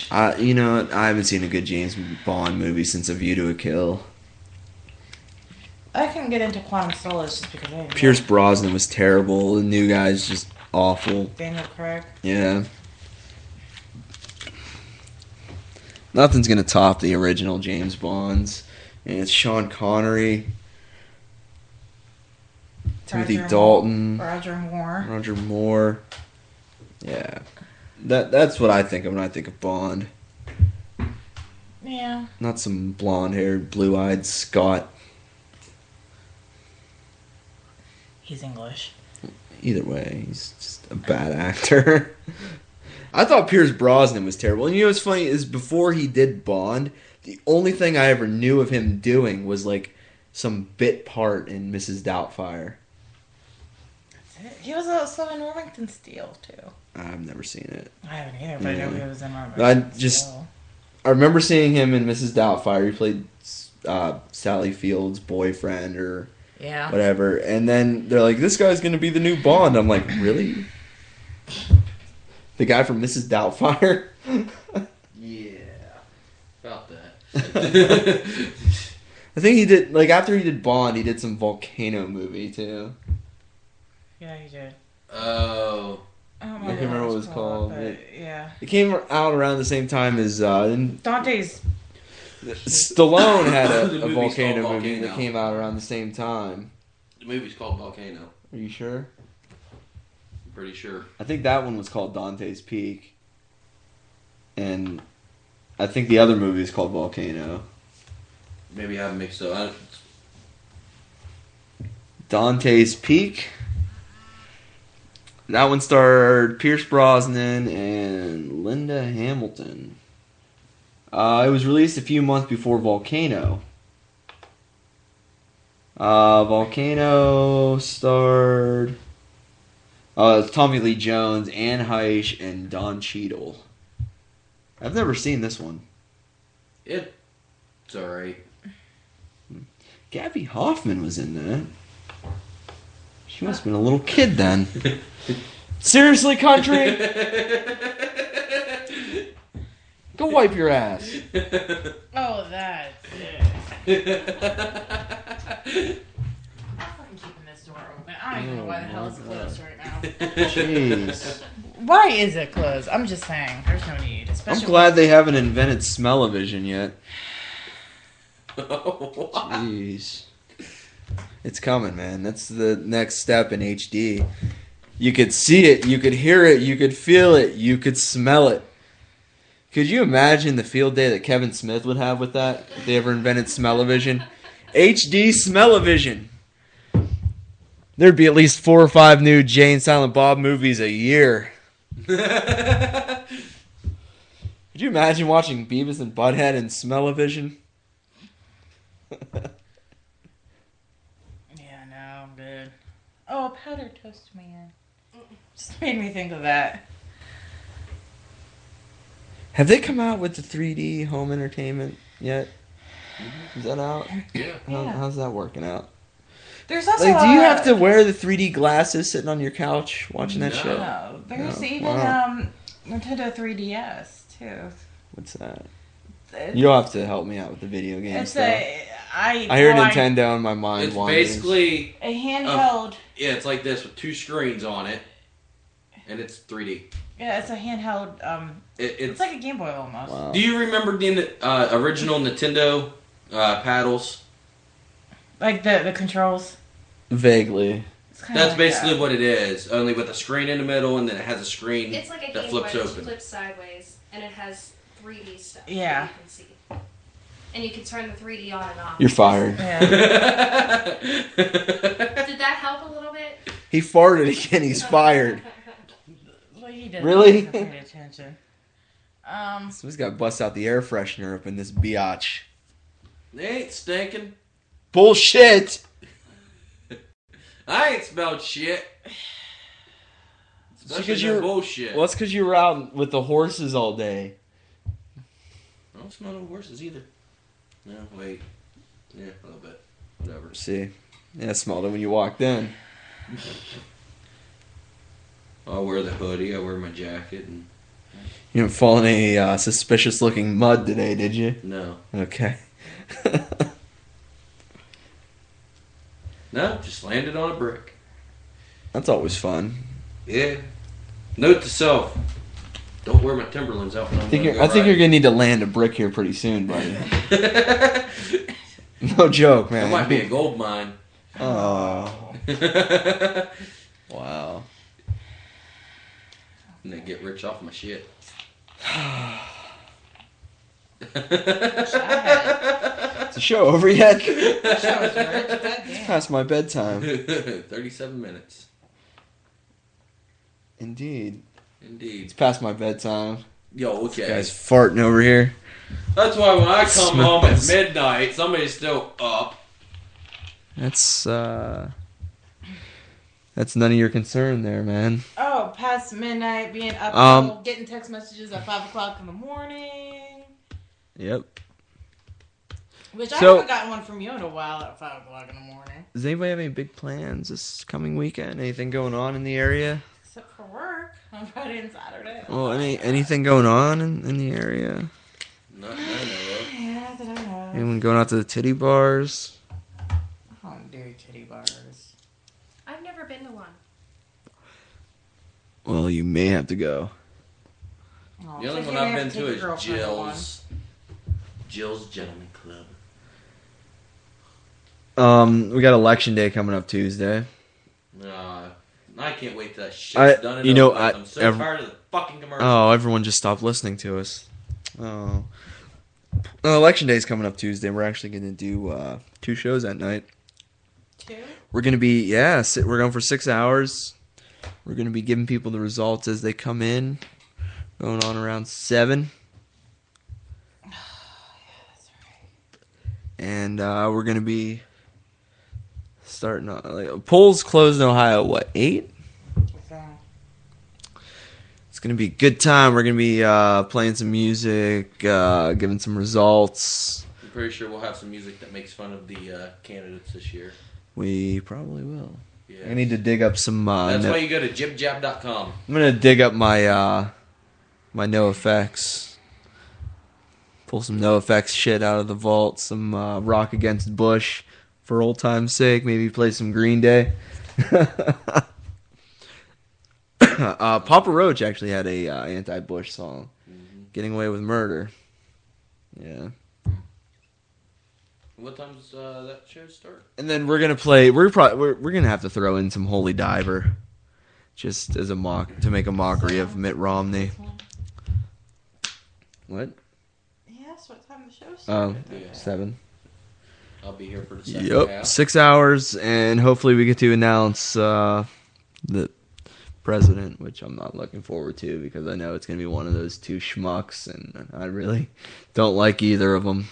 Speaker 2: I, you know, I haven't seen a good James Bond movie since A View to a Kill.
Speaker 4: I couldn't get into Quantum Solace just because I didn't
Speaker 2: Pierce Brosnan was terrible. The new guy's just awful.
Speaker 4: know Daniel Craig.
Speaker 2: Yeah. Nothing's gonna top the original James Bonds, and it's Sean Connery, Timothy
Speaker 4: Roger
Speaker 2: Dalton,
Speaker 4: Moore- Roger Moore.
Speaker 2: Roger Moore. Yeah, that that's what I think of when I think of Bond.
Speaker 4: Yeah.
Speaker 2: Not some blonde-haired, blue-eyed Scot.
Speaker 4: He's English.
Speaker 2: Either way, he's just a bad actor. I thought Pierce Brosnan was terrible. And you know what's funny is before he did Bond, the only thing I ever knew of him doing was like some bit part in Mrs. Doubtfire.
Speaker 4: He was also in Wilmington Steel, too.
Speaker 2: I've never seen it.
Speaker 4: I haven't either, but I know
Speaker 2: Yeah.
Speaker 4: he was in Wilmington
Speaker 2: I just-
Speaker 4: Steel.
Speaker 2: I remember seeing him in Mrs. Doubtfire. He played uh, Sally Field's boyfriend or
Speaker 4: Yeah.
Speaker 2: whatever. And then they're like, "This guy's gonna be the new Bond." I'm like, "Really?" The guy from Mrs. Doubtfire.
Speaker 3: Yeah. About that.
Speaker 2: I think he did like after he did Bond, he did some volcano movie too.
Speaker 4: Yeah, he did.
Speaker 3: oh.
Speaker 4: I don't
Speaker 2: I can't remember what it was called,
Speaker 4: But yeah.
Speaker 2: It came out around the same time as uh, and
Speaker 4: Dante's.
Speaker 2: Stallone had
Speaker 3: The
Speaker 2: a, a
Speaker 3: movie's
Speaker 2: volcano
Speaker 3: called
Speaker 2: movie that
Speaker 3: Volcano.
Speaker 2: came out around the same time.
Speaker 3: The movie's called Volcano.
Speaker 2: Are you sure?
Speaker 3: I'm pretty sure.
Speaker 2: I think that one was called Dante's Peak, and I think the other movie is called Volcano.
Speaker 3: Maybe I mixed up. I,
Speaker 2: Dante's Peak. That one starred Pierce Brosnan and Linda Hamilton. Uh, it was released a few months before Volcano. Uh, Volcano starred uh, Tommy Lee Jones, Anne Heche, and Don Cheadle. I've never seen this one.
Speaker 3: it, it's alright.
Speaker 2: Gabby Hoffman was in that. She must have been a little kid then. Seriously, country, go wipe your ass.
Speaker 4: Oh, that. I'm fucking keeping this door open. I don't even
Speaker 2: Oh
Speaker 4: know why the hell it's closed right now.
Speaker 2: Jeez,
Speaker 4: Why is it closed? I'm just saying. There's no need.
Speaker 2: I'm
Speaker 4: Especially
Speaker 2: glad they haven't invented smell-o-vision yet.
Speaker 3: What?
Speaker 2: Jeez, it's coming, man. That's the next step in HD. You could see it, you could hear it, you could feel it, you could smell it. Could you imagine the field day that Kevin Smith would have with that? If they ever invented smell-o-vision? HD Smell-O-Vision. There'd be at least four or five new Jane Silent Bob movies a year. Could you imagine watching Beavis and Butthead and Smell-O-Vision?
Speaker 4: Yeah, no, I'm good. Oh, a powdered toast man. Just made me think of that.
Speaker 2: Have they come out with the 3D home entertainment yet? Is that out?
Speaker 3: yeah.
Speaker 2: How,
Speaker 4: Yeah.
Speaker 2: How's that working out?
Speaker 4: There's also
Speaker 2: Like, do you
Speaker 4: uh,
Speaker 2: have to wear the 3D glasses sitting on your couch watching that
Speaker 3: No.
Speaker 2: show?
Speaker 4: No, Oh, there's
Speaker 2: No.
Speaker 4: even
Speaker 2: Wow.
Speaker 4: um Nintendo 3DS too.
Speaker 2: What's that?
Speaker 4: It-
Speaker 2: You don't have to help me out with the video game
Speaker 4: it's
Speaker 2: stuff.
Speaker 4: a I.
Speaker 2: I hear
Speaker 4: well,
Speaker 2: Nintendo and my mind
Speaker 3: It's
Speaker 2: wanders.
Speaker 3: basically
Speaker 4: a handheld.
Speaker 3: Yeah, it's like this with two screens on it, and it's 3D.
Speaker 4: yeah, it's a handheld. Um,
Speaker 3: It,
Speaker 4: it's,
Speaker 3: it's.
Speaker 4: like a Game Boy almost.
Speaker 2: Wow.
Speaker 3: do you remember the uh, original Nintendo uh, paddles?
Speaker 4: Like the the controls.
Speaker 2: Vaguely.
Speaker 4: It's kinda
Speaker 3: That's
Speaker 4: like
Speaker 3: basically what it is, only with a screen in the middle, and then it has a screen
Speaker 5: It's like a
Speaker 3: that
Speaker 5: game
Speaker 3: flips
Speaker 5: where
Speaker 3: open.
Speaker 5: you flip sideways, and it has 3D stuff. that
Speaker 4: Yeah.
Speaker 5: you can see, and you can turn the 3D on and off.
Speaker 2: You're fired.
Speaker 4: that. Yeah.
Speaker 5: Did that help a little bit?
Speaker 2: He farted again. He's fired.
Speaker 4: Well, he didn't
Speaker 2: Really?
Speaker 4: pay attention. Um,
Speaker 2: Somebody's got to bust out the air freshener up in this biatch.
Speaker 3: they ain't stinking.
Speaker 2: Bullshit.
Speaker 3: I ain't smelled shit. Especially
Speaker 2: because
Speaker 3: no
Speaker 2: you're-
Speaker 3: bullshit.
Speaker 2: Well, that's because you were out with the horses all day.
Speaker 3: I don't smell no horses either. No, wait. Yeah, a little bit. Whatever.
Speaker 2: See, yeah, I smelled it when you walked in.
Speaker 3: I wear the hoodie. I wear my jacket. And
Speaker 2: You didn't fall in any uh, suspicious-looking mud today, did you?
Speaker 3: no,
Speaker 2: Okay.
Speaker 3: no, just landed on a brick.
Speaker 2: that's always fun.
Speaker 3: Yeah. Note to self: Don't wear my Timberlands out when I'm
Speaker 2: I think
Speaker 3: gonna
Speaker 2: you're.
Speaker 3: go
Speaker 2: I think you're
Speaker 3: riding.
Speaker 2: gonna need to land a brick here pretty soon, buddy. No joke, man.
Speaker 3: that might be a gold mine.
Speaker 2: Oh,
Speaker 3: and
Speaker 2: wow.
Speaker 3: they get rich off my shit.
Speaker 2: Is the show over yet?
Speaker 4: that was rich. God damn.
Speaker 2: Past my bedtime.
Speaker 3: Thirty-seven minutes,
Speaker 2: Indeed.
Speaker 3: indeed.
Speaker 2: It's past my bedtime.
Speaker 3: Yo, okay.
Speaker 2: Guys farting over here.
Speaker 3: That's why when I come home at
Speaker 2: Smells.
Speaker 3: midnight, somebody's still up.
Speaker 2: That's uh That's none of your concern there, man.
Speaker 4: Oh, past midnight, being up,
Speaker 2: Um,
Speaker 4: till- getting text messages at five o'clock in the morning.
Speaker 2: Yep.
Speaker 4: Which I
Speaker 2: So-
Speaker 4: haven't gotten one from you in a while at five o'clock in the morning,
Speaker 2: Does anybody have any big plans this coming weekend? Anything going on in the area?
Speaker 4: except for work on Friday and Saturday.
Speaker 3: Mm.
Speaker 2: Well, any anything going on in, in the area?
Speaker 3: Not that I know of.
Speaker 4: Yeah, that I know.
Speaker 2: Anyone going out to the titty bars?
Speaker 4: I don't do kitty bars.
Speaker 5: I've never been to one.
Speaker 2: Well, you may have to go.
Speaker 4: Oh,
Speaker 3: The only
Speaker 4: so
Speaker 3: one
Speaker 4: you
Speaker 3: I've
Speaker 4: have
Speaker 3: been
Speaker 4: take your
Speaker 3: to is
Speaker 4: girlfriend one.
Speaker 3: Jill's. Jill's Gentleman Club.
Speaker 2: Um, we got election day coming up Tuesday.
Speaker 3: Nah, I can't wait till that shit's
Speaker 2: I-
Speaker 3: done. and
Speaker 2: you know,
Speaker 3: over with.
Speaker 2: I-
Speaker 3: I'm so
Speaker 2: every-
Speaker 3: tired of the fucking commercial.
Speaker 2: Oh, everyone just stopped listening to us. Oh. Uh, Election Day's coming up Tuesday. We're actually going to do uh, two shows that night.
Speaker 4: Two?
Speaker 2: We're going to be, yeah, si we're going for six hours. We're going to be giving people the results as they come in, going on around seven. And uh, we're going to be starting, uh, like, polls closed in Ohio, what, eight?
Speaker 4: So-
Speaker 2: It's gonna be a good time. We're gonna be uh, playing some music, uh, giving some results.
Speaker 3: I'm pretty sure we'll have some music that makes fun of the uh, candidates this year.
Speaker 2: We probably will.
Speaker 3: Yeah.
Speaker 2: I need to dig up some. Uh,
Speaker 3: That's
Speaker 2: no-
Speaker 3: why you go to jibjab.com.
Speaker 2: I'm gonna dig up my uh, my no effects. Pull some no effects shit out of the vault. Some uh, rock against Bush, for old times' sake. Maybe play some Green Day. uh, Papa Roach actually had a uh, anti-Bush song,
Speaker 3: Mm-hmm.
Speaker 2: "Getting Away with Murder." Yeah.
Speaker 3: What time's uh, that show start?
Speaker 2: And then we're gonna play. We're probably we're, we're gonna have to throw in some Holy Diver, just as a mock to make a mockery of Mitt Romney. What?
Speaker 4: Yeah, that's what time the show starts.
Speaker 2: Um,
Speaker 3: Yeah.
Speaker 2: seven.
Speaker 3: I'll be here for the second
Speaker 2: Yep,
Speaker 3: half.
Speaker 2: six hours, and hopefully we get to announce uh, the president, which I'm not looking forward to because I know it's gonna be one of those two schmucks, and I really don't like either of them.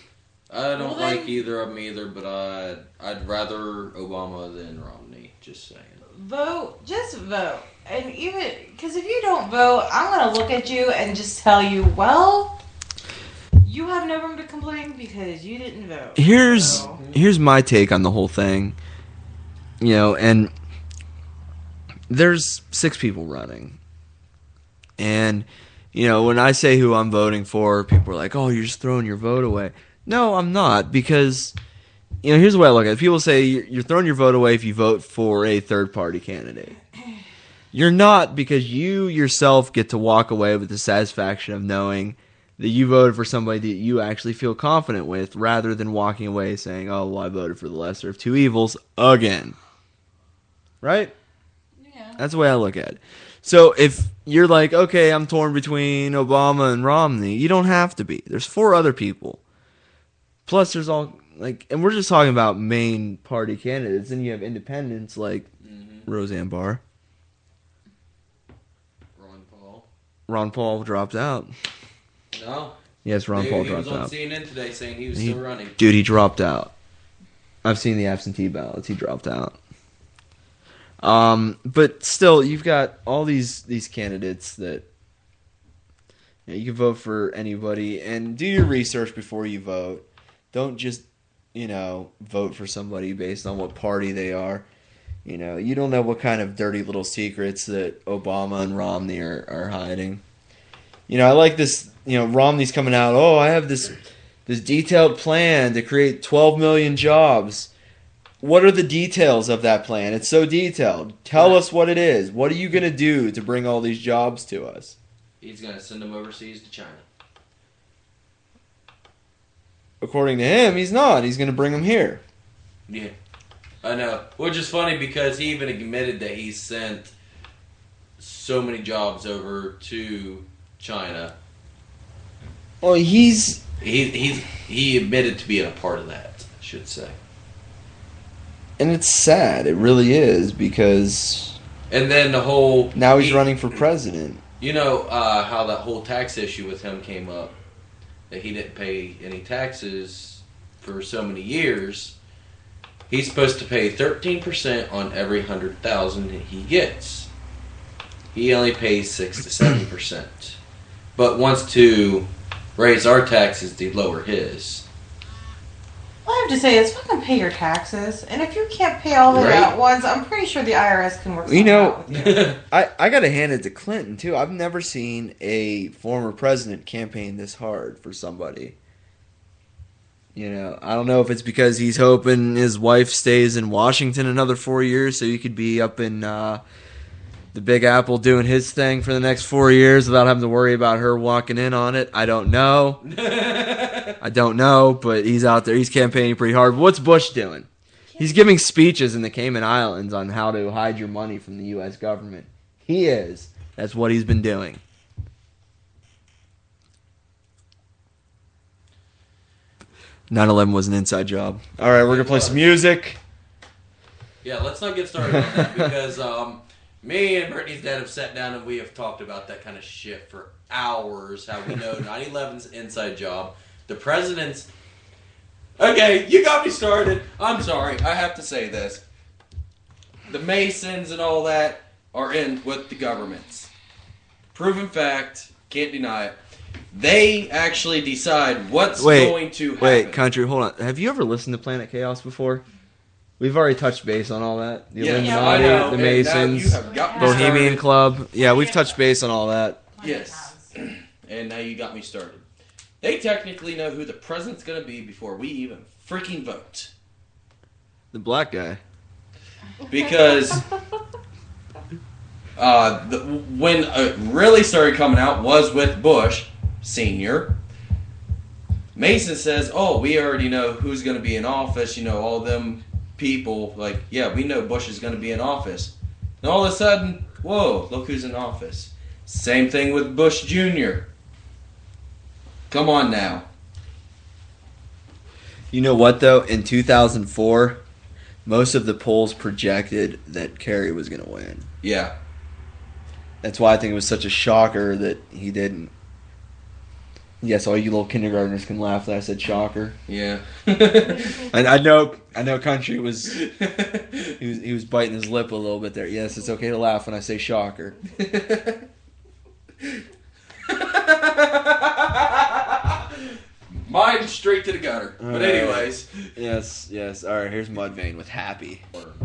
Speaker 3: I don't
Speaker 4: Well, then-
Speaker 3: like either of them either, but I'd, I'd rather Obama than Romney. Just saying.
Speaker 4: Vote, just vote. And even, because if you don't vote, I'm going to look at you and just tell you, well, you have no room to complain because you didn't vote.
Speaker 2: here's
Speaker 4: So,
Speaker 2: here's my take on the whole thing you know and there's six people running and you know when i say who i'm voting for people are like oh you're just throwing your vote away no i'm not because you know here's the way i look at it people say you're you're throwing your vote away if you vote for a third party candidate you're not because you yourself get to walk away with the satisfaction of knowing that you voted for somebody that you actually feel confident with rather than walking away saying, oh, well, I voted for the lesser of two evils again. right?
Speaker 4: Yeah.
Speaker 2: That's the way I look at it. So if you're like, okay, I'm torn between Obama and Romney, you don't have to be. There's four other people. Plus, there's all like, and we're just talking about main party candidates. Then you have independents like
Speaker 3: Mm-hmm.
Speaker 2: Roseanne Barr.
Speaker 3: Ron Paul.
Speaker 2: Ron Paul dropped out.
Speaker 3: No.
Speaker 2: Yes, Ron
Speaker 3: Dude,
Speaker 2: Paul
Speaker 3: he
Speaker 2: dropped
Speaker 3: was on
Speaker 2: out.
Speaker 3: CNN today saying he was
Speaker 2: He-
Speaker 3: still running.
Speaker 2: Dude, he dropped out. I've seen the absentee ballots. He dropped out. Um, but still, you've got all these these candidates that you, know, you can vote for anybody, and do your research before you vote. Don't just you know vote for somebody based on what party they are. You know, you don't know what kind of dirty little secrets that Obama and Romney are, are hiding. You know, I like this. You know, Romney's coming out. Oh, I have this this detailed plan to create 12 million jobs. What are the details of that plan? It's so detailed. Tell us what it is. What are you going to do to bring all these jobs to us?
Speaker 3: He's gonna send them overseas to China.
Speaker 2: According to him, he's not. He's going to bring them here.
Speaker 3: Yeah, I know. Which is funny because he even admitted that he sent so many jobs over to China.
Speaker 2: Well, he's
Speaker 3: He he's he admitted to being a part of that. I should say.
Speaker 2: and it's sad. It really is because
Speaker 3: And then the whole
Speaker 2: now he's
Speaker 3: he-
Speaker 2: running for president.
Speaker 3: You know uh, how that whole tax issue with him came up that he didn't pay any taxes for so many years. He's supposed to pay 13% on every 100,000 that he gets. He only pays 6 to 7%. But wants to raise our taxes to lower his.
Speaker 4: Well, I have to say is fucking pay your taxes, and if you can't pay all of it
Speaker 3: Right.
Speaker 4: at once, I'm pretty sure the IRS can work.
Speaker 2: You
Speaker 4: something
Speaker 2: know-
Speaker 4: out with you.
Speaker 3: yeah.
Speaker 2: I, I got to hand it to Clinton, too. I've never seen a former president campaign this hard for somebody. You know, I don't know if it's because he's hoping his wife stays in Washington another four years so he could be up in uh, the Big Apple doing his thing for the next four years without having to worry about her walking in on it. I don't know. I don't know, but he's out there. He's campaigning pretty hard. What's Bush doing? He's giving speeches in the Cayman Islands on how to hide your money from the U.S. government. He is. That's what he's been doing. Nine Eleven was an inside job. All right, we're gonna play some music.
Speaker 3: let's not get started on that because um, me and Brittany's dad have sat down and we have talked about that kind of shit for hours. How we know 9 11's inside job, the president's. Okay, you got me started. I'm sorry, I have to say this. The Masons and all that are in with the governments. Proven fact, can't deny it. They actually decide what's
Speaker 2: Wait,
Speaker 3: going to happen.
Speaker 2: Wait, country, hold on. Have you ever listened to Planet Chaos before? We've already touched base on all that. The
Speaker 3: Yes, I
Speaker 2: Illuminati,
Speaker 3: know,
Speaker 2: the
Speaker 3: and now you
Speaker 2: Masons,
Speaker 3: have got me
Speaker 2: Bohemian
Speaker 3: started.
Speaker 2: Club. Yeah, we've touched base on all that.
Speaker 3: Yes. and now you got me started. They technically know who the president's going to be before we even freaking vote.
Speaker 2: The black guy.
Speaker 3: Because uh, the, when it really started coming out was with Bush Sr. Mason says, Oh, we already know who's going to be in office. You know, all them people. Like, yeah, we know Bush is going to be in office. And all of a sudden, whoa, look who's in office. Same thing with Bush Jr. Come on now.
Speaker 2: You know what though? In 2004, most of the polls projected that Kerry was going to win.
Speaker 3: Yeah.
Speaker 2: That's why I think it was such a shocker that he didn't. Yes, all you little kindergartners can laugh that I said shocker.
Speaker 3: Yeah.
Speaker 2: And I know, I know, country was
Speaker 3: yeah,
Speaker 2: he was he was biting his lip a little bit there. Yes, it's okay to laugh when I say shocker.
Speaker 3: Mine straight to the gutter. But anyways.
Speaker 2: Yes, yes. All right, here's Mudvayne with happy. All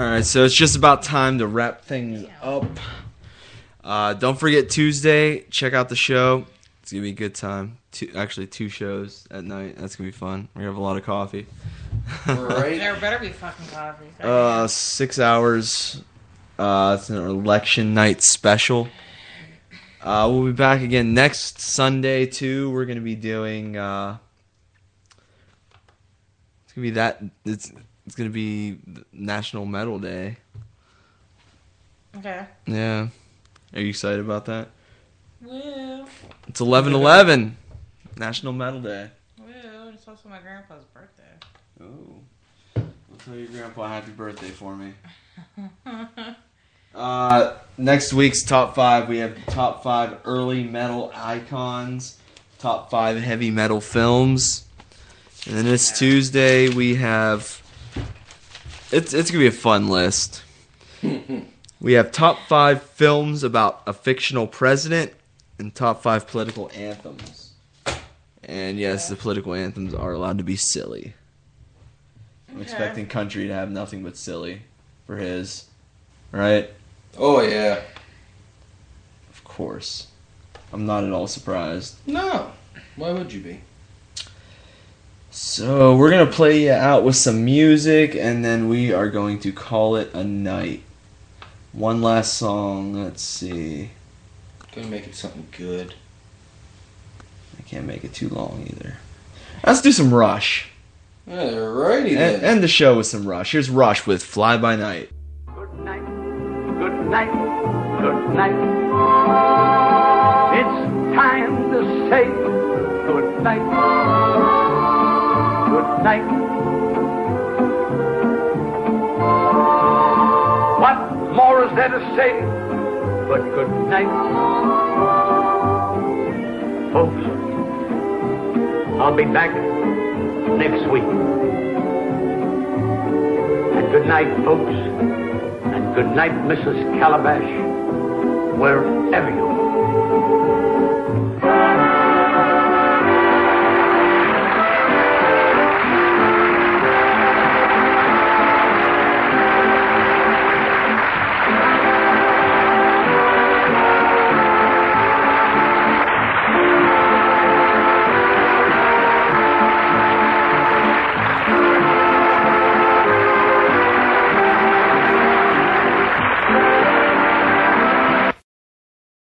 Speaker 2: right, so it's just about time to wrap things up. Uh, don't forget Tuesday. Check out the show. It's gonna be a good time. Two, actually, two shows at night. That's gonna be fun. We're gonna have a lot of coffee.
Speaker 3: Right.
Speaker 6: There better be fucking coffee.
Speaker 2: uh, six hours. Uh, it's an election night special. Uh, we'll be back again next Sunday too. We're gonna be doing. Uh, it's gonna be that. It's it's gonna be National Metal Day.
Speaker 6: Okay.
Speaker 2: Yeah. Are you excited about that?
Speaker 6: Woo.
Speaker 2: It's 11 11, National Metal Day.
Speaker 6: Woo. It's also my grandpa's birthday.
Speaker 2: Oh. I'll tell your grandpa happy birthday for me. Uh, next week's top five, we have top five early metal icons, top five heavy metal films, and then this Tuesday we have. It's it's gonna be a fun list. we have top five films about a fictional president and top five political anthems. And yes, the political anthems are allowed to be silly. I'm expecting country to have nothing but silly for his, right?
Speaker 3: Oh yeah.
Speaker 2: Of course. I'm not at all surprised.
Speaker 3: No. Why would you be?
Speaker 2: So, we're going to play you out with some music and then we are going to call it a night. One last song. Let's see.
Speaker 3: Gonna make it something good.
Speaker 2: I can't make it too long either. Let's do some Rush.
Speaker 3: Alrighty
Speaker 2: And,
Speaker 3: then.
Speaker 2: end the show with some Rush. Here's Rush with Fly By Night.
Speaker 7: Good night. Good night. Good night. It's time to say good night. Good night. What more is there to say but good night? Folks, I'll be back next week. And good night, folks. And good night, Mrs. Calabash, wherever you are.